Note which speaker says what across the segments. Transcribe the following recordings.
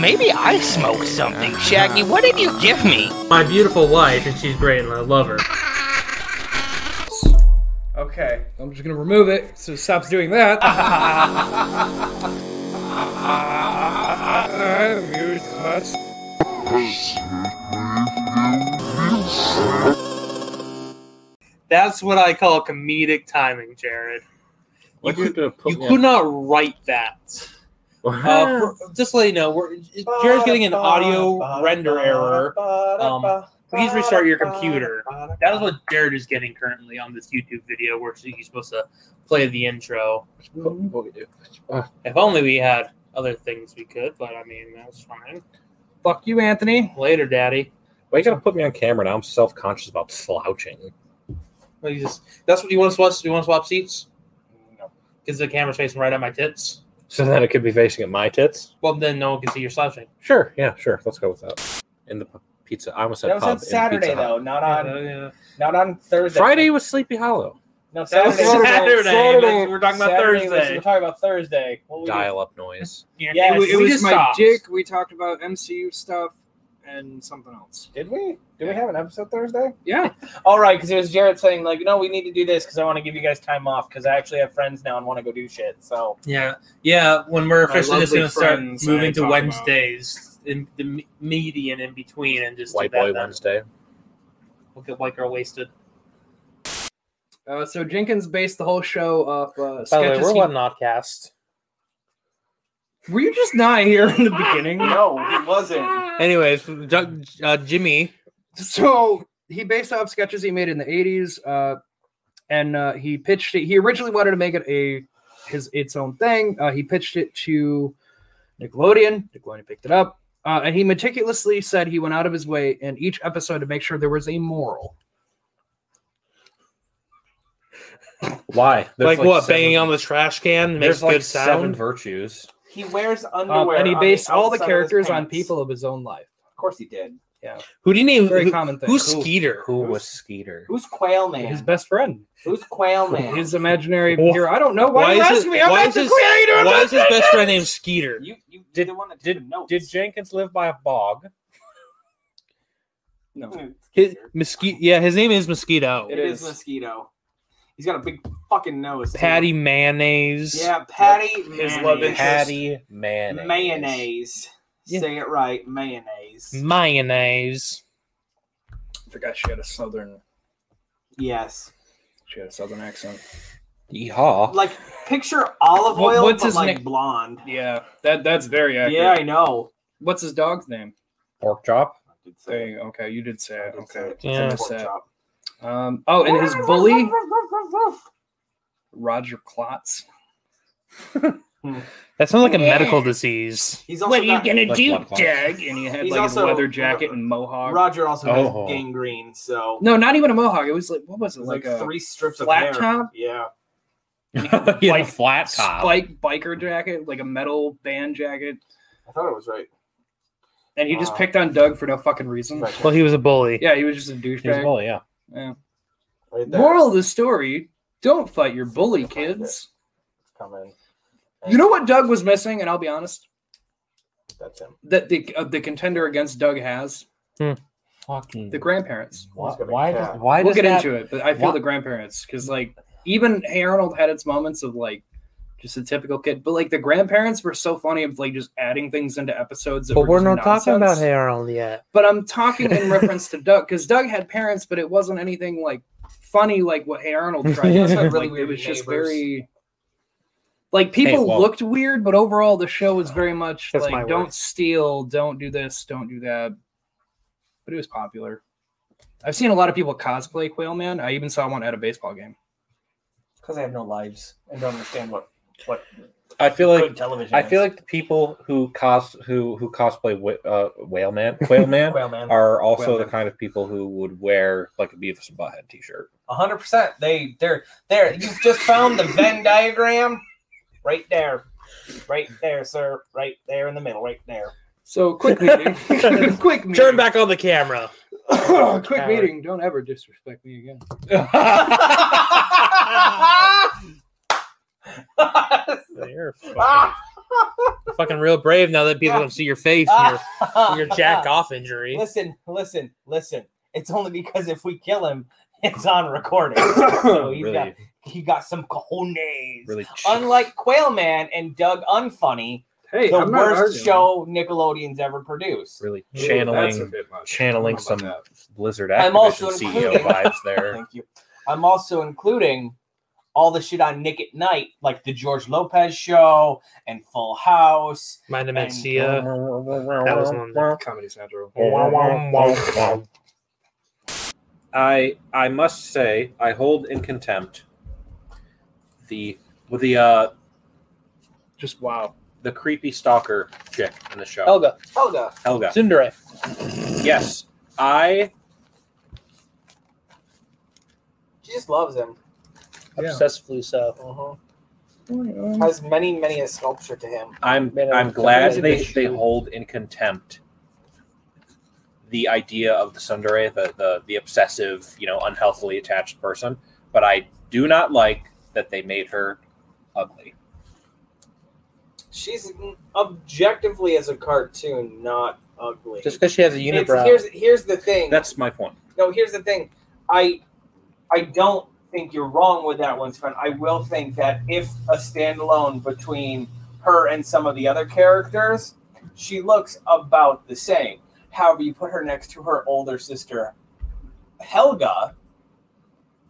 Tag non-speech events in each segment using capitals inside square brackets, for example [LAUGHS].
Speaker 1: maybe I smoked something. Shaggy, what did you give me?
Speaker 2: My beautiful wife, and she's great, and I love her.
Speaker 3: Okay.
Speaker 4: I'm just gonna remove it, so it stops doing that.
Speaker 2: That's what I call comedic timing, Jared.
Speaker 5: What
Speaker 2: you
Speaker 5: you gonna put
Speaker 2: You
Speaker 5: me
Speaker 2: could
Speaker 5: on-
Speaker 2: not write that. Uh, for, just to let you know, we're, Jared's getting an audio render error. Um, please restart your computer. That is what Jared is getting currently on this YouTube video where he's supposed to play the intro.
Speaker 5: What-
Speaker 3: mm-hmm.
Speaker 5: what we do?
Speaker 2: If only we had other things we could, but I mean, that's fine.
Speaker 4: Fuck you, Anthony.
Speaker 2: Later, Daddy.
Speaker 5: Why you gotta put me on camera now? I'm self conscious about slouching.
Speaker 2: Well, you just, that's what you want to swap, you want to swap seats?
Speaker 5: No.
Speaker 2: Because the camera's facing right at my tits.
Speaker 5: So then it could be facing at my tits.
Speaker 2: Well, then no one can see your slouching.
Speaker 5: Sure, yeah, sure. Let's go with that. In the p- pizza, I almost said
Speaker 3: That was
Speaker 5: pub,
Speaker 3: on
Speaker 5: in
Speaker 3: Saturday
Speaker 5: Pizza Hut.
Speaker 3: though, not on
Speaker 2: yeah.
Speaker 3: not on Thursday.
Speaker 5: Friday was Sleepy Hollow.
Speaker 3: No,
Speaker 2: That was
Speaker 3: Saturday.
Speaker 2: Saturday.
Speaker 3: Saturday.
Speaker 2: but We're talking about
Speaker 3: Saturday was-
Speaker 2: Thursday.
Speaker 3: We're talking about Thursday. What were we-
Speaker 5: Dial up noise.
Speaker 2: Yeah,
Speaker 3: Yes.
Speaker 2: it, was- it
Speaker 3: We
Speaker 2: was
Speaker 3: just
Speaker 2: just
Speaker 4: my
Speaker 2: stops.
Speaker 4: dick. We talked about MCU stuff and something else.
Speaker 3: Did we? Did we have an episode Thursday?
Speaker 4: Yeah,
Speaker 3: All right, because it was Jared saying like, no, we need to do this because I want to give you guys time off because I actually have friends now and want to go do shit. So
Speaker 2: Yeah, yeah. When we're officially just
Speaker 4: lovely
Speaker 2: gonna start
Speaker 4: friends that I
Speaker 2: moving to
Speaker 4: talk
Speaker 2: Wednesdays, in the me- median in between, and just
Speaker 5: White
Speaker 2: do that
Speaker 5: Boy
Speaker 2: then.
Speaker 5: Wednesday.
Speaker 2: We'll get white girl wasted.
Speaker 4: uh, so Jenkins based the whole show off uh,
Speaker 2: By the way,
Speaker 4: sketches
Speaker 2: we're
Speaker 4: he-
Speaker 2: one nodcast.
Speaker 4: Were you just not here in the beginning?
Speaker 3: no, it wasn't.
Speaker 2: Anyways, Ju- uh, Jimmy.
Speaker 4: [LAUGHS] So he based off sketches he made in the 80s, uh, and uh, he pitched it. He originally wanted to make it a his its own thing. Uh, he pitched it to Nickelodeon. Nickelodeon picked it up, uh, and he meticulously said he went out of his way in each episode to make sure there was a moral.
Speaker 5: Why? There's
Speaker 2: like, what?
Speaker 5: seven-
Speaker 2: banging on the trash can makes
Speaker 5: There's
Speaker 2: good
Speaker 5: like seven
Speaker 2: sound.
Speaker 5: virtues.
Speaker 3: He wears
Speaker 4: Um,
Speaker 3: underwear,
Speaker 4: and he
Speaker 3: on
Speaker 4: based all the
Speaker 3: outside of his
Speaker 4: characters on
Speaker 3: pants.
Speaker 4: people of his own life.
Speaker 3: Of course, he did.
Speaker 2: Who do you name?
Speaker 4: Very
Speaker 2: who-
Speaker 4: common thing.
Speaker 2: Who's
Speaker 5: Who-
Speaker 2: Skeeter?
Speaker 5: Who
Speaker 3: Who's-
Speaker 5: was Skeeter?
Speaker 3: Who's Quail
Speaker 4: His
Speaker 3: Man?
Speaker 4: best friend,
Speaker 3: Who's Quail Man?
Speaker 4: his imaginary
Speaker 2: Wha-
Speaker 4: hero. I don't know why,
Speaker 2: Why
Speaker 4: you're
Speaker 2: is it-
Speaker 4: asking me. I'm
Speaker 2: why
Speaker 4: not
Speaker 2: is
Speaker 4: the
Speaker 2: his-
Speaker 4: creator. of
Speaker 2: Why
Speaker 4: this
Speaker 2: is his best friend named Skeeter?
Speaker 3: you, you,
Speaker 5: Did-
Speaker 3: did, the one that
Speaker 5: did-
Speaker 3: took the notes.
Speaker 5: Did Jenkins live by a bog?
Speaker 4: No.
Speaker 2: His mosquito. Yeah, his name is Mosquito.
Speaker 3: it is. mosquito. He's got a big fucking nose. too.
Speaker 2: Patty Mayonnaise.
Speaker 3: Yeah, Patty. His
Speaker 4: love interest.
Speaker 5: Patty mayonnaise.
Speaker 3: Mayonnaise.
Speaker 2: Yeah.
Speaker 3: Say it right,
Speaker 4: Mm.
Speaker 3: mayonnaise.
Speaker 2: Mayonnaise.
Speaker 4: I forgot she had a southern.
Speaker 3: Yes.
Speaker 4: She had a southern accent.
Speaker 5: Yeehaw. [LAUGHS]
Speaker 3: Like picture olive
Speaker 4: What-
Speaker 3: oil,
Speaker 4: what's
Speaker 3: but
Speaker 4: his
Speaker 3: like
Speaker 4: name?
Speaker 3: blonde.
Speaker 4: Yeah, that that's very accurate.
Speaker 3: Yeah, I know.
Speaker 4: What's his dog's name?
Speaker 5: Pork chop.
Speaker 4: There you go. Okay, you did say it. Okay.
Speaker 2: Yeah.
Speaker 4: Um. Oh, and his bully, Roger Klotz.
Speaker 2: That sounds like a
Speaker 3: Yeah.
Speaker 2: medical disease.
Speaker 3: He's also got-
Speaker 5: Like do, what part? Doug?
Speaker 4: And he had
Speaker 3: He's like, his also- leather jacket
Speaker 4: jacket
Speaker 3: and
Speaker 4: and mohawk.
Speaker 3: Roger also has
Speaker 5: Oh.
Speaker 3: gangrene, so
Speaker 4: no, not even a mohawk. It was like what was it?
Speaker 3: it's
Speaker 4: Like,
Speaker 3: like,
Speaker 4: a
Speaker 3: three strips of
Speaker 4: flat
Speaker 3: hair.
Speaker 4: top?
Speaker 3: Yeah.
Speaker 5: yeah,
Speaker 4: Like,
Speaker 5: flat top.
Speaker 4: spike biker jacket, like a metal band jacket.
Speaker 3: I thought it was right.
Speaker 4: And he just
Speaker 3: Wow.
Speaker 4: picked on Doug for no fucking reason.
Speaker 3: Right,
Speaker 2: Well, he was a bully.
Speaker 4: Yeah, he was just a
Speaker 5: He's
Speaker 4: douchebag.
Speaker 5: bully, yeah.
Speaker 4: Yeah.
Speaker 3: right there.
Speaker 4: Moral of the story: Don't fight your bully, kids.
Speaker 3: Come in.
Speaker 4: You know what Doug was missing, and I'll be honest.
Speaker 3: That's him.
Speaker 4: that the uh, the contender against Doug has
Speaker 5: Fucking.
Speaker 4: the grandparents.
Speaker 5: why,
Speaker 3: He's gonna
Speaker 5: why
Speaker 3: cat.
Speaker 5: does why
Speaker 4: we'll
Speaker 5: does
Speaker 4: get
Speaker 5: that,
Speaker 4: into it, but I feel
Speaker 5: why-
Speaker 4: the grandparents because like even Arnold had its moments of like just a typical kid, but like the grandparents were so funny of like just adding things into episodes. That
Speaker 2: But
Speaker 4: were
Speaker 2: we're
Speaker 4: just
Speaker 2: not talking about
Speaker 4: nonsense.
Speaker 2: Harold yet.
Speaker 4: But I'm talking in reference to Doug because Doug had parents, but it wasn't anything like funny like what Hey Arnold
Speaker 3: [LAUGHS]
Speaker 4: tried. to
Speaker 2: That's
Speaker 4: do.
Speaker 3: what
Speaker 4: like,
Speaker 3: really
Speaker 4: it
Speaker 3: weird
Speaker 4: was just
Speaker 3: neighbors.
Speaker 4: very. Like people
Speaker 5: well-
Speaker 4: looked weird, but overall the show was very much
Speaker 2: That's my
Speaker 4: like
Speaker 2: word.
Speaker 4: don't steal, don't do this, don't do that. But it was popular. I've seen a lot of people cosplay Quail Man. I even saw one at a baseball game.
Speaker 3: Because I have no lives and don't understand what what
Speaker 5: I feel like
Speaker 3: good television.
Speaker 5: I feel
Speaker 3: is.
Speaker 5: like the people who cos who who cosplay wh- uh, whale [LAUGHS] man whale man
Speaker 3: Quail man.
Speaker 5: are also
Speaker 4: Whale
Speaker 5: the
Speaker 4: Man.
Speaker 5: kind of people who would wear like a Beavis and Butthead t-shirt.
Speaker 3: hundred percent. They they're there. You've just found the Venn diagram, right there, right there, sir, right there in the middle, right there. [LAUGHS]
Speaker 4: So quick meeting, [LAUGHS] quick meeting,
Speaker 2: Turn back on the camera.
Speaker 4: [LAUGHS] quick meeting. Don't ever disrespect me again.
Speaker 3: Ah! [LAUGHS]
Speaker 5: They're fucking-
Speaker 2: Fucking real brave now that people can see your face and your, [LAUGHS] your
Speaker 3: [LAUGHS]
Speaker 2: jack off injury.
Speaker 3: Listen, listen, listen. It's only because if we kill him, it's on recording. so Oh, he's
Speaker 5: really,
Speaker 3: got, he got some cojones.
Speaker 5: really.
Speaker 3: Unlike Quailman and Doug Unfunny,
Speaker 6: Hey,
Speaker 3: the
Speaker 6: I'm not
Speaker 3: worst
Speaker 6: arguing.
Speaker 3: show Nickelodeon's ever produced.
Speaker 5: really
Speaker 6: Ooh, that's a
Speaker 5: channeling
Speaker 6: bit much.
Speaker 5: channeling
Speaker 6: I don't
Speaker 5: some
Speaker 6: know about
Speaker 5: Blizzard
Speaker 3: I'm
Speaker 5: Activision
Speaker 3: also [LAUGHS]
Speaker 5: CEO
Speaker 3: including-
Speaker 5: vibes there.
Speaker 3: Thank you. I'm also including all the shit on Nick at Night, like the George Lopez show and Full House.
Speaker 2: Mind
Speaker 3: And-
Speaker 2: Mencia. That was one.
Speaker 6: that. Comedy Central.
Speaker 5: I I must say I hold in contempt the with the uh
Speaker 6: Just wow.
Speaker 5: the creepy stalker chick in the show
Speaker 2: [LAUGHS]
Speaker 3: Oh.
Speaker 2: Helga.
Speaker 3: Helga.
Speaker 5: Helga.
Speaker 2: Tsundere.
Speaker 5: Yes, I
Speaker 3: She just loves him.
Speaker 6: Yeah.
Speaker 2: Obsessively so.
Speaker 3: Has many, many a sculpture to him.
Speaker 5: I'm
Speaker 2: Man,
Speaker 5: I'm
Speaker 2: I'm
Speaker 5: glad
Speaker 2: glad
Speaker 5: they
Speaker 2: they
Speaker 5: they
Speaker 2: shoot.
Speaker 5: hold in contempt the idea of the tsundere, the the the obsessive, you know, unhealthily attached person. But I do not like that they made her ugly.
Speaker 3: She's objectively as a cartoon, not ugly.
Speaker 2: Just because she has a
Speaker 3: It's-
Speaker 2: unibrow.
Speaker 3: here's here's the thing.
Speaker 5: That's my point.
Speaker 3: no, here's the thing. I I don't think you're wrong with that one, Sven. I will think that if a standalone between her and some of the other characters, she looks about the same. However, you put her next to her older sister, Helga,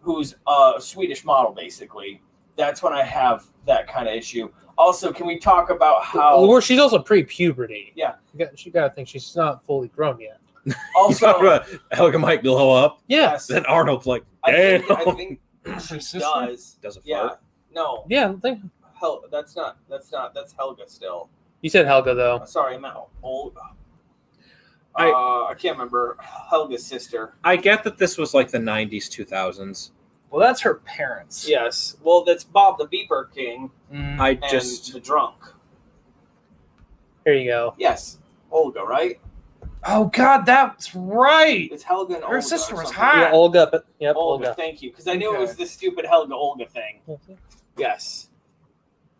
Speaker 3: who's a Swedish model, basically. That's when I have that kind of issue. Also, can we talk about how?
Speaker 2: Well, she's also pre-puberty.
Speaker 3: Yeah.
Speaker 2: You got, she got to think she's not fully grown yet.
Speaker 5: [LAUGHS]
Speaker 3: Also,
Speaker 5: Helga might blow up.
Speaker 2: Yeah.
Speaker 3: yes,
Speaker 5: Then Arnold's like,
Speaker 3: I
Speaker 5: [LAUGHS] damn,
Speaker 3: think, I think she does.
Speaker 5: does a
Speaker 3: Yeah,
Speaker 5: fart.
Speaker 3: no,
Speaker 2: Yeah. I think-
Speaker 3: Hel- that's not that's not that's Helga still. Uh,
Speaker 2: You said Helga though.
Speaker 3: Sorry, I meant old. Uh,
Speaker 5: I-
Speaker 3: I can't remember Helga's sister.
Speaker 5: I get that this was like the '90s, 2000s.
Speaker 6: Well, that's her parents.
Speaker 3: Yes. Well, that's Bob the Beeper King
Speaker 6: Mm.
Speaker 5: I
Speaker 3: and
Speaker 5: just
Speaker 3: the drunk.
Speaker 2: Here you go.
Speaker 3: Yes, Olga, right?
Speaker 6: Oh God, that's right.
Speaker 3: It's Helga and
Speaker 6: Her
Speaker 3: Olga or
Speaker 6: sister was
Speaker 3: something.
Speaker 6: hot.
Speaker 2: Yeah, Olga. But, yep,
Speaker 3: Olga,
Speaker 2: Ah. Olga.
Speaker 3: thank you, because I knew it
Speaker 6: Okay.
Speaker 3: was the stupid Helga Olga thing. Yes.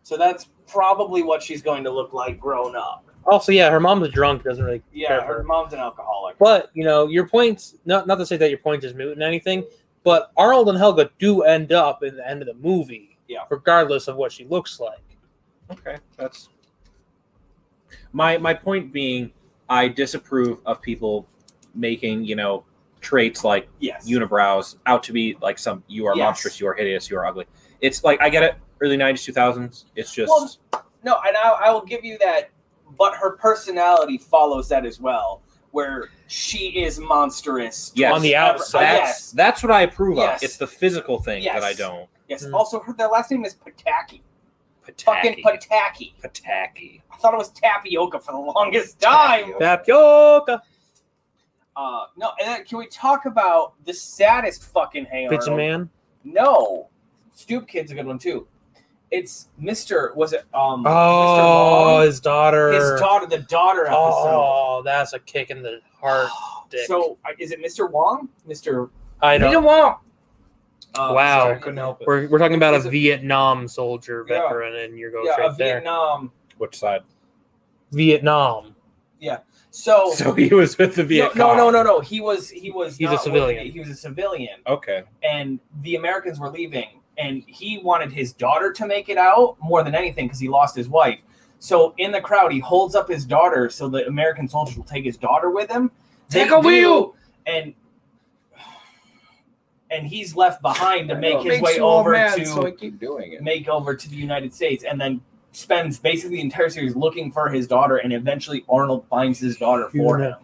Speaker 3: So that's probably what she's going to look like grown up.
Speaker 2: Also, yeah, her mom's drunk. Doesn't really care
Speaker 3: Yeah,
Speaker 2: for
Speaker 3: her
Speaker 2: her.
Speaker 3: mom's an alcoholic.
Speaker 2: But you know, your points. Not not to say that your point is moot and anything, but Arnold and Helga do end up in the end of the movie.
Speaker 3: Yeah.
Speaker 2: Regardless of what she looks like.
Speaker 5: okay. That's my my point being, I disapprove of people making you know traits like
Speaker 3: Yes.
Speaker 5: unibrows out to be like some you are
Speaker 3: Yes.
Speaker 5: monstrous, you are hideous, you are ugly. It's like I get it. Early '90s, 2000s. It's just
Speaker 3: Well, No, and I, I will give you that. But her personality follows that as well, where she is monstrous.
Speaker 5: yes.
Speaker 2: On the
Speaker 3: Ever- Oh,
Speaker 5: that's
Speaker 2: outside.
Speaker 3: Yes.
Speaker 5: that's what I approve
Speaker 3: Yes.
Speaker 5: of. It's the physical thing
Speaker 3: Yes.
Speaker 5: that I don't.
Speaker 3: Yes.
Speaker 2: Mm.
Speaker 3: Also, her, their last name is Pataki.
Speaker 5: Pataki.
Speaker 3: Fucking Pataki.
Speaker 5: Pataki.
Speaker 3: I thought it was tapioca for the longest time.
Speaker 2: Tapioca.
Speaker 3: Uh, no, and then can we talk about the saddest fucking Hey
Speaker 2: Pizza
Speaker 3: Arnold?
Speaker 2: man.
Speaker 3: No, Stoop Kid's a good one too. It's Mister. Was it um?
Speaker 2: Oh,
Speaker 3: Mr.
Speaker 2: his daughter.
Speaker 3: Long? his daughter, the daughter episode.
Speaker 2: Oh, that's a kick in the
Speaker 3: [SIGHS]
Speaker 2: heart. dick.
Speaker 3: So uh, is it Mr. Wong? Mr.
Speaker 2: I
Speaker 6: Leave
Speaker 2: know.
Speaker 6: it alone.
Speaker 3: Uh,
Speaker 2: Wow.
Speaker 3: sorry,
Speaker 6: I couldn't help it.
Speaker 2: We're, we're talking about a
Speaker 3: Is it-
Speaker 2: Vietnam soldier
Speaker 3: Yeah.
Speaker 2: veteran, and you're going
Speaker 3: Yeah,
Speaker 2: straight
Speaker 3: of
Speaker 2: there.
Speaker 3: Vietnam.
Speaker 5: Which side?
Speaker 3: [LAUGHS]
Speaker 2: Vietnam. [LAUGHS]
Speaker 3: So,
Speaker 5: So he was with the Viet
Speaker 3: no,
Speaker 5: Cong.
Speaker 3: no, no, no. He was he was
Speaker 2: He's a
Speaker 3: not with
Speaker 2: civilian.
Speaker 3: it. he was a civilian,
Speaker 5: [LAUGHS] Okay.
Speaker 3: and the Americans were leaving, and he wanted his daughter to make it out more than anything because he lost his wife. So in the crowd, he holds up his daughter so the American soldiers will take his daughter with him.
Speaker 6: Take a
Speaker 3: do,
Speaker 6: wheel.
Speaker 3: and and he's left behind to
Speaker 6: I
Speaker 3: make
Speaker 6: know, it
Speaker 3: his
Speaker 6: makes
Speaker 3: way
Speaker 6: you all
Speaker 3: over
Speaker 6: mad,
Speaker 3: to
Speaker 6: so I keep doing it.
Speaker 3: make over to the United States and then spends basically the entire series looking for his daughter and evenally Arnold finds his daughter for him.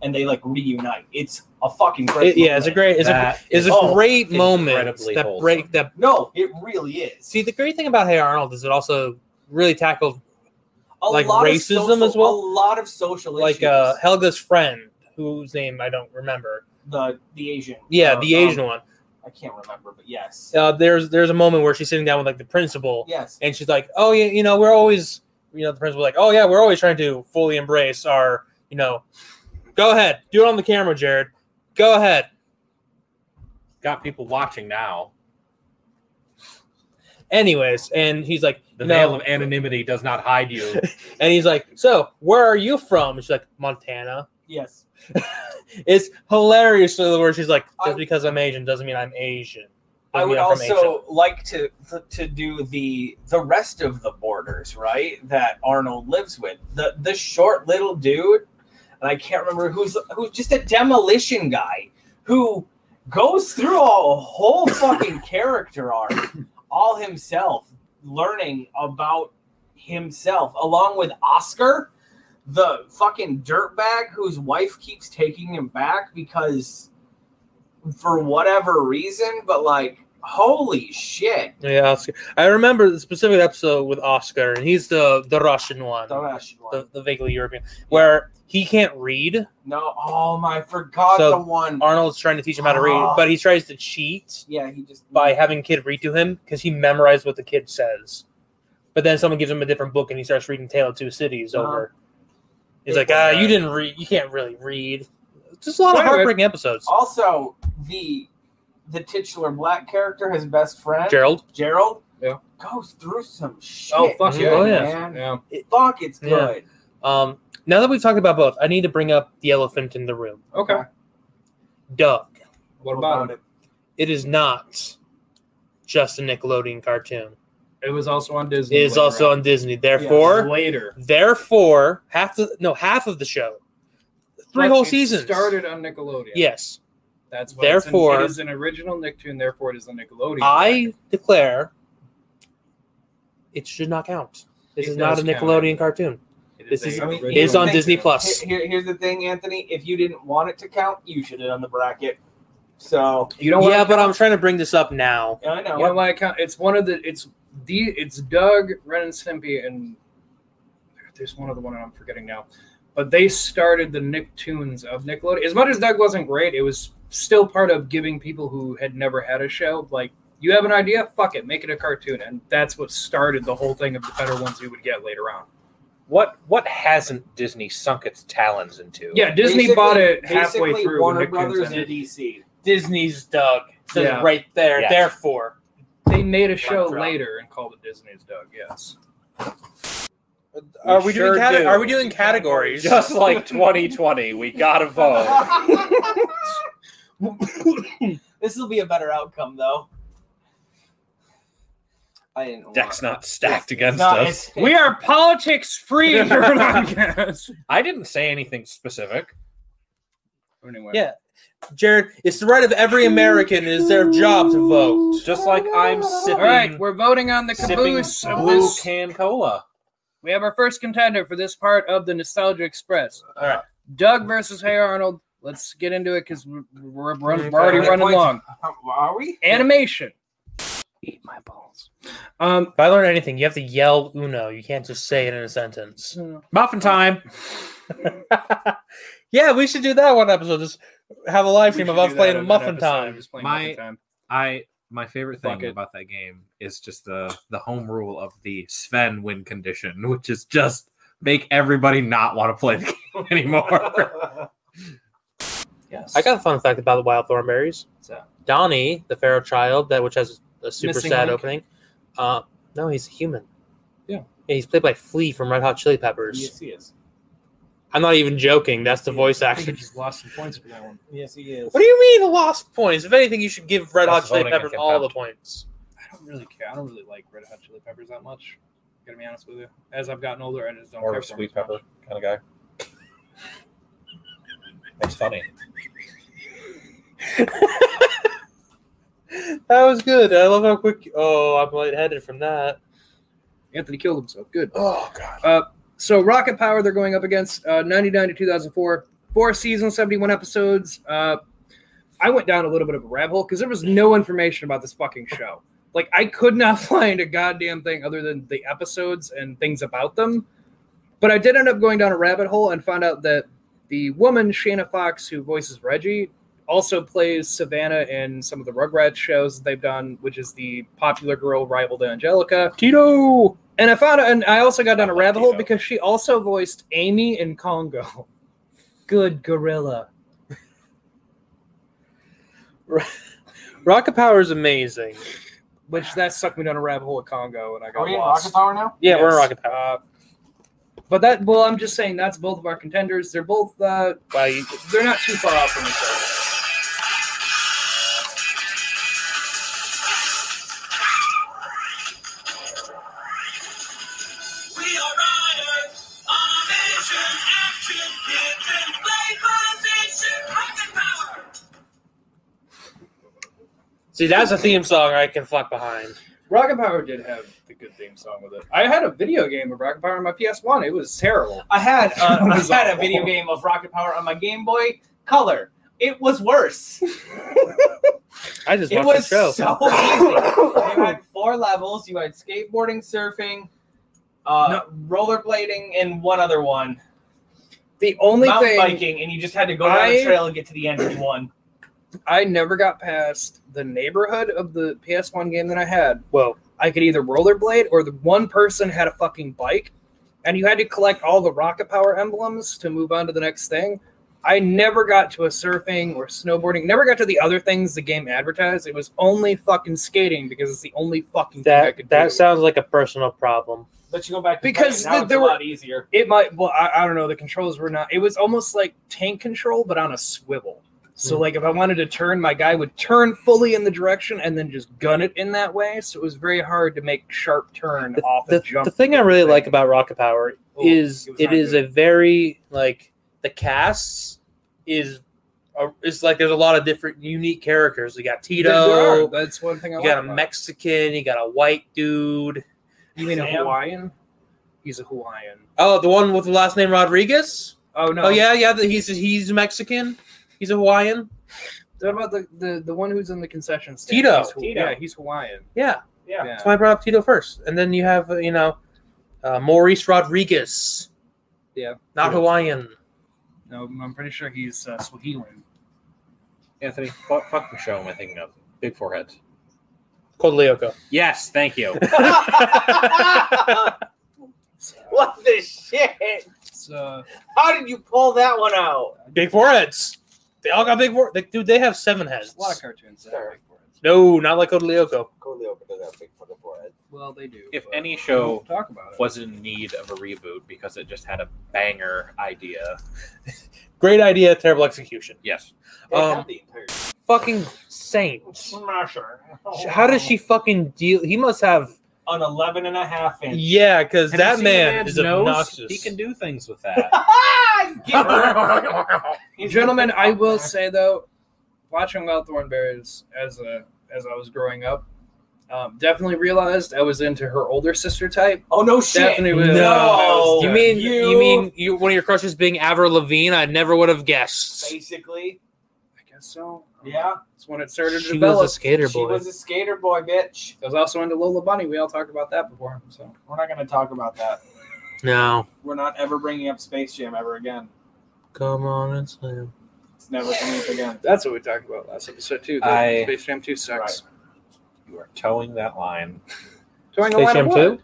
Speaker 3: And they like reunite. It's a fucking
Speaker 2: It-
Speaker 3: great
Speaker 2: yeah, it's a
Speaker 3: moment.
Speaker 2: great, it's a,
Speaker 5: That
Speaker 2: it's
Speaker 5: is
Speaker 2: a
Speaker 3: oh,
Speaker 2: great moment
Speaker 5: incredibly
Speaker 2: that
Speaker 5: wholesome.
Speaker 2: break that.
Speaker 3: No, it really is.
Speaker 2: See, the great thing about Hey Arnold is it also really tackled
Speaker 3: a
Speaker 2: like
Speaker 3: lot of
Speaker 2: racism
Speaker 3: social-
Speaker 2: as well?
Speaker 3: A lot of social
Speaker 2: like
Speaker 3: issues.
Speaker 2: uh, Helga's friend, whose name I don't remember.
Speaker 3: the the Asian.
Speaker 2: Yeah,
Speaker 3: uh,
Speaker 2: the
Speaker 3: um,
Speaker 2: Asian one.
Speaker 3: I can't remember, but yes.
Speaker 2: Uh, there's there's a moment where she's sitting down with like the principal,
Speaker 3: yes.
Speaker 2: and she's like, "Oh yeah, you know, we're always, you know, the principal like, oh yeah, we're always trying to fully embrace our, you know, go ahead, do it on the camera, Jared, go ahead."
Speaker 5: Got people watching now.
Speaker 2: Anyways, and he's like,
Speaker 5: The
Speaker 2: No.
Speaker 5: veil of anonymity does not hide
Speaker 3: [LAUGHS]
Speaker 5: you.
Speaker 2: And he's like, "So, where are you from?" She's like, "Montana."
Speaker 3: Yes.
Speaker 2: It's hilariously the word. She's like, "Just
Speaker 3: I-
Speaker 2: because I'm Asian doesn't mean I'm Asian."
Speaker 3: I
Speaker 2: Doesn't
Speaker 3: would
Speaker 2: mean I'm from Asia."
Speaker 3: also like to to do the the rest of the borders, right? That Arnold lives with the the short little dude, and I can't remember who's who's just a demolition guy who goes through a
Speaker 2: [COUGHS]
Speaker 3: whole fucking character arc all himself, learning about himself along with Oscar, the fucking dirtbag whose wife keeps taking him back because for whatever reason, but like holy shit.
Speaker 2: Yeah, Oscar. I remember the specific episode with Oscar, and he's the the Russian one,
Speaker 3: Don't ask you why.
Speaker 2: the, the vaguely European, where he can't read.
Speaker 3: No, oh my forgot
Speaker 2: So-
Speaker 3: the one.
Speaker 2: Arnold's trying to teach him how to read, but he tries to cheat
Speaker 3: Yeah, he just
Speaker 2: by having kid read to him because he memorized what the kid says. But then someone gives him a different book, and he starts reading "Tale of Two Cities"
Speaker 3: Uh-huh.
Speaker 2: over. He's
Speaker 3: It
Speaker 2: like,
Speaker 3: was
Speaker 2: "Ah,
Speaker 5: bad.
Speaker 2: you didn't read. You can't really read." Just a lot of
Speaker 4: Anyway.
Speaker 2: heartbreaking episodes.
Speaker 3: also the the titular black character, his best friend
Speaker 2: Gerald,
Speaker 3: Gerald,
Speaker 4: Yeah.
Speaker 3: goes through some shit.
Speaker 4: Oh, fuck
Speaker 2: Mhm.
Speaker 4: yeah.
Speaker 2: Oh, yeah.
Speaker 3: man.
Speaker 4: Yeah.
Speaker 3: Fuck, it's
Speaker 2: Yeah.
Speaker 3: good.
Speaker 2: um, now that we've talked about both, I need to bring up the elephant in the room.
Speaker 4: Okay.
Speaker 2: Doug,
Speaker 4: What about it?
Speaker 2: it is not just a Nickelodeon cartoon.
Speaker 4: It was also on Disney.
Speaker 2: It is
Speaker 4: later
Speaker 2: also
Speaker 4: on.
Speaker 2: on Disney. Therefore,
Speaker 4: later.
Speaker 2: therefore, half the no half of the show, three
Speaker 4: But
Speaker 2: whole
Speaker 4: it
Speaker 2: seasons.
Speaker 4: Started on Nickelodeon.
Speaker 2: Yes,
Speaker 4: That's why it's an-
Speaker 2: Therefore-
Speaker 4: it is an original Nicktoon. Therefore, it is a Nickelodeon.
Speaker 2: I declare it should not count. This
Speaker 4: It
Speaker 2: is not a
Speaker 4: does count.
Speaker 2: Nickelodeon cartoon.
Speaker 4: It
Speaker 2: this is-
Speaker 4: a
Speaker 3: I mean,
Speaker 4: original
Speaker 2: It is on
Speaker 3: Thank
Speaker 2: Disney
Speaker 4: Nicktoon.
Speaker 2: Plus.
Speaker 3: Here, here's the thing, Anthony. If you didn't want it to count, you should have done the bracket. So
Speaker 4: You don't
Speaker 2: yeah,
Speaker 4: want
Speaker 2: but I'm trying to bring this up now.
Speaker 3: I know.
Speaker 4: You know why I count? It's one of the. It's the. It's Doug, Ren and Stimpy, and there's one other one I'm forgetting now. But they started the Nicktoons of Nickelodeon. As much as Doug wasn't great, it was still part of giving people who had never had a show like you have an idea, fuck it, make it a cartoon, and that's what started the whole thing of the better ones you would get later on.
Speaker 5: What what hasn't Disney sunk its talons into?
Speaker 4: Yeah, Disney
Speaker 3: Basically-
Speaker 4: bought it halfway
Speaker 3: basically
Speaker 4: through.
Speaker 3: Warner
Speaker 4: when Nicktoons
Speaker 3: Brothers
Speaker 4: ended.
Speaker 3: and DC.
Speaker 2: Disney's Doug
Speaker 4: says Yeah.
Speaker 2: right there.
Speaker 5: Yes.
Speaker 2: Therefore,
Speaker 4: They made a show
Speaker 5: drop.
Speaker 4: later and called it Disney's Doug. Yes.
Speaker 2: are we
Speaker 5: sure
Speaker 2: doing cate-
Speaker 5: do.
Speaker 2: are we doing categories?
Speaker 5: Just like 2020, we gotta
Speaker 3: [LAUGHS]
Speaker 5: vote.
Speaker 3: this will be a better outcome, though. I didn't. want-
Speaker 5: Deck's not stacked
Speaker 3: It's
Speaker 5: against
Speaker 3: not-
Speaker 5: us.
Speaker 3: it's-
Speaker 4: We are politics free
Speaker 3: [LAUGHS]
Speaker 4: here on Cast.
Speaker 5: I didn't say anything specific.
Speaker 4: Anyway.
Speaker 2: Yeah. Jared, it's the right of every American. It is their job to vote.
Speaker 5: Just like I'm sipping,
Speaker 4: All right, we're voting on the
Speaker 5: sipping
Speaker 4: caboose of
Speaker 5: blue
Speaker 4: this.
Speaker 5: can cola.
Speaker 4: We have our first contender for this part of the Nostalgia Express.
Speaker 2: All right.
Speaker 4: Doug versus Hey Arnold. Let's get into it because we're, we're, we're,
Speaker 2: Okay.
Speaker 4: we're already
Speaker 3: How many
Speaker 4: running
Speaker 3: points?
Speaker 4: long.
Speaker 3: Are we?
Speaker 4: Animation. Eat my balls. Um,
Speaker 2: If I learn anything, you have to yell Uno. You can't just say it in a sentence.
Speaker 5: Muffin time.
Speaker 2: yeah, we should do that one episode. Just have a live stream of us playing Muffin Time.
Speaker 5: My-
Speaker 4: My time.
Speaker 5: I my favorite
Speaker 4: Fuck
Speaker 5: thing
Speaker 4: it.
Speaker 5: about that game is just the the home rule of the Sven win condition, [LAUGHS] which is just make everybody not want to play the [LAUGHS] game anymore. [LAUGHS]
Speaker 4: Yes.
Speaker 2: I got a fun fact about the Wild Thornberries.
Speaker 4: What's that?
Speaker 2: Donnie, the feral child, that which has a super
Speaker 4: Missing
Speaker 2: sad
Speaker 4: link?
Speaker 2: opening. Uh, no, he's a human.
Speaker 4: Yeah.
Speaker 2: And he's played by Flea from Red Hot Chili Peppers.
Speaker 3: yes, he is.
Speaker 2: I'm not even joking. That's the voice
Speaker 4: I [LAUGHS] think
Speaker 2: actor.
Speaker 4: I just lost some points for that one.
Speaker 3: Yes, he is.
Speaker 2: What do you mean lost points? If anything, you should give Red Hot
Speaker 5: That's
Speaker 2: Chili
Speaker 5: voting in
Speaker 2: Peppers all the
Speaker 5: contempt.
Speaker 2: points.
Speaker 4: I don't really care. I don't really like Red Hot Chili Peppers that much. Gotta be honest with you. As I've gotten older, I just don't
Speaker 5: More
Speaker 4: care
Speaker 5: of a
Speaker 4: for 'em
Speaker 5: sweet
Speaker 4: as much.
Speaker 5: pepper kind of guy. That's funny.
Speaker 2: That was good. I love how quick. Oh, I'm lightheaded from that.
Speaker 4: Anthony killed himself. Good. Uh,
Speaker 5: Oh god.
Speaker 4: So Rocket Power, they're going up against uh, 99 to 2004, four seasons, 71 episodes. Uh, I went down a little bit of a rabbit hole because there was no information about this fucking show. Like I could not [LAUGHS] find a goddamn thing other than the episodes and things about them. But I did end up going down a rabbit hole and found out that the woman Shana Fox, who voices Reggie, also plays Savannah in some of the Rugrats shows that they've done, which is the popular girl rival to Angelica.
Speaker 2: Tito.
Speaker 4: And I found and I also got down a
Speaker 5: Lucky
Speaker 4: rabbit hole
Speaker 5: though.
Speaker 4: because she also voiced Amy in Congo. Good gorilla.
Speaker 2: Rocket Power is amazing.
Speaker 4: which that sucked me down a rabbit hole of Congo, and I got
Speaker 3: Are we in
Speaker 4: lost.
Speaker 3: Rocket Power now?
Speaker 2: Yeah, we're in
Speaker 4: Yes.
Speaker 2: Rocket Power.
Speaker 4: Uh, but that, well, I'm just saying that's both of our contenders. They're both, uh,
Speaker 2: Wow, you-
Speaker 4: they're not too far off from each other.
Speaker 7: We are riders on a mission. Action, kids, and play position. Rocket power.
Speaker 2: See, that's a theme song I can flock behind.
Speaker 4: Rocket Power did have the good theme song with it. I had a video game of Rocket Power on my PS1. It was terrible.
Speaker 3: I had
Speaker 2: [LAUGHS]
Speaker 3: uh, I
Speaker 4: Bizarre.
Speaker 3: had a video game of Rocket Power on my Game Boy Color. It was worse.
Speaker 2: I just
Speaker 3: it
Speaker 2: watched
Speaker 3: was
Speaker 2: the show.
Speaker 3: so
Speaker 2: [LAUGHS]
Speaker 3: easy. you had four levels. You had skateboarding, surfing, uh, rollerblading, and one other one.
Speaker 4: The only
Speaker 3: Mountain
Speaker 4: thing
Speaker 3: biking, and you just had to go down
Speaker 4: I-
Speaker 3: the trail and get to the end of one.
Speaker 4: I never got past the neighborhood of the PS1 game that I had.
Speaker 2: Whoa.
Speaker 4: I could either rollerblade or the one person had a fucking bike, and you had to collect all the rocket power emblems to move on to the next thing. I never got to a surfing or snowboarding. Never got to the other things the game advertised. It was only fucking skating because it's the only fucking thing I
Speaker 2: That
Speaker 4: could do.
Speaker 2: that sounds like a personal problem.
Speaker 3: But you go back to
Speaker 4: Because
Speaker 3: bike, now
Speaker 4: the-
Speaker 3: it's
Speaker 4: there
Speaker 3: a
Speaker 4: were-
Speaker 3: lot easier.
Speaker 4: it might. Well, I, I don't know. The controls were not. It was almost like tank control, but on a swivel. So
Speaker 2: Hmm.
Speaker 4: like if I wanted to turn, my guy would turn fully in the direction and then just gun it in that way. So it was very hard to make sharp turn off
Speaker 2: The,
Speaker 4: and jump.
Speaker 2: the thing I really like about Rocket Power
Speaker 4: Oh,
Speaker 2: is
Speaker 4: it was
Speaker 2: it
Speaker 4: not
Speaker 2: is
Speaker 4: good.
Speaker 2: a very like the cast is a, it's like there's a lot of different unique characters. You got
Speaker 4: There are.
Speaker 2: Tito,
Speaker 4: That's one thing I
Speaker 2: you
Speaker 4: like.
Speaker 2: got a
Speaker 4: about it.
Speaker 2: Mexican, you got a white dude.
Speaker 4: You mean a
Speaker 3: Sam?
Speaker 4: Hawaiian? He's a Hawaiian.
Speaker 2: Oh, the one with the last name Rodriguez.
Speaker 4: Oh no!
Speaker 2: Oh yeah, yeah. the- He's he's Mexican. He's a Hawaiian.
Speaker 4: What about the, the, the one who's in the concession stand?
Speaker 2: Tito.
Speaker 4: He's Haw-
Speaker 3: Tito.
Speaker 4: Yeah, he's Hawaiian.
Speaker 2: Yeah.
Speaker 3: Yeah.
Speaker 2: That's why I brought up Tito first. And then you have, uh, you know, uh, Maurice Rodriguez.
Speaker 4: Yeah.
Speaker 2: Not Hawaiian.
Speaker 4: No, I'm pretty sure he's uh, Swahilan.
Speaker 5: Anthony, what fucking show am I thinking of? Big forehead.
Speaker 2: Called
Speaker 5: [LAUGHS]
Speaker 2: Leoko.
Speaker 5: Yes, thank you.
Speaker 3: What the shit?
Speaker 4: So
Speaker 3: How did you pull that one out?
Speaker 2: big foreheads. They all got big foreheads. dude, they have seven heads.
Speaker 4: a lot of cartoons. That
Speaker 3: Sure.
Speaker 4: are big for it.
Speaker 2: No, not like Code Lyoko.
Speaker 3: Cody Oka does have big foot of forehead.
Speaker 4: Well, they do.
Speaker 5: If
Speaker 4: but
Speaker 5: any
Speaker 4: we
Speaker 5: show
Speaker 4: won't talk about it.
Speaker 5: was in need of a reboot because it just had a banger idea.
Speaker 2: Great idea, terrible execution.
Speaker 5: Yes.
Speaker 2: Um, Fucking saint.
Speaker 3: Smasher.
Speaker 2: How does she fucking deal? He must have.
Speaker 3: An 11 and a half inch.
Speaker 2: Yeah, because
Speaker 5: Have you
Speaker 2: that
Speaker 5: seen
Speaker 2: man
Speaker 5: the
Speaker 2: is
Speaker 5: man's nose?
Speaker 2: obnoxious.
Speaker 5: He can do things with that. [LAUGHS]
Speaker 3: He's-
Speaker 4: Gentlemen, I will say though, watching Wild Thornberries as a as I was growing up, um, definitely realized I was into her older sister type.
Speaker 3: Oh, no shit.
Speaker 4: Definitely was.
Speaker 2: no,
Speaker 3: No.
Speaker 2: you mean you,
Speaker 3: You-
Speaker 2: mean you, one of your crushes being Avril Lavigne? I never would have guessed.
Speaker 3: Basically,
Speaker 4: I guess so. Um,
Speaker 3: yeah.
Speaker 4: It's when it started to
Speaker 2: She
Speaker 4: develop.
Speaker 2: was a skater
Speaker 3: She
Speaker 2: boy.
Speaker 3: was a skater boy, bitch.
Speaker 4: I was also into Lola Bunny. We all talked about that before. So
Speaker 3: We're not going to talk about that.
Speaker 2: no,
Speaker 3: We're not ever bringing up Space Jam ever again.
Speaker 2: come on and slam.
Speaker 3: It's never coming up again.
Speaker 4: that's what we talked about last episode too. that
Speaker 5: I-
Speaker 4: Space Jam Two sucks.
Speaker 5: you are towing that line.
Speaker 4: Towing the
Speaker 2: Space
Speaker 4: line of
Speaker 2: Jam
Speaker 4: what?
Speaker 2: Two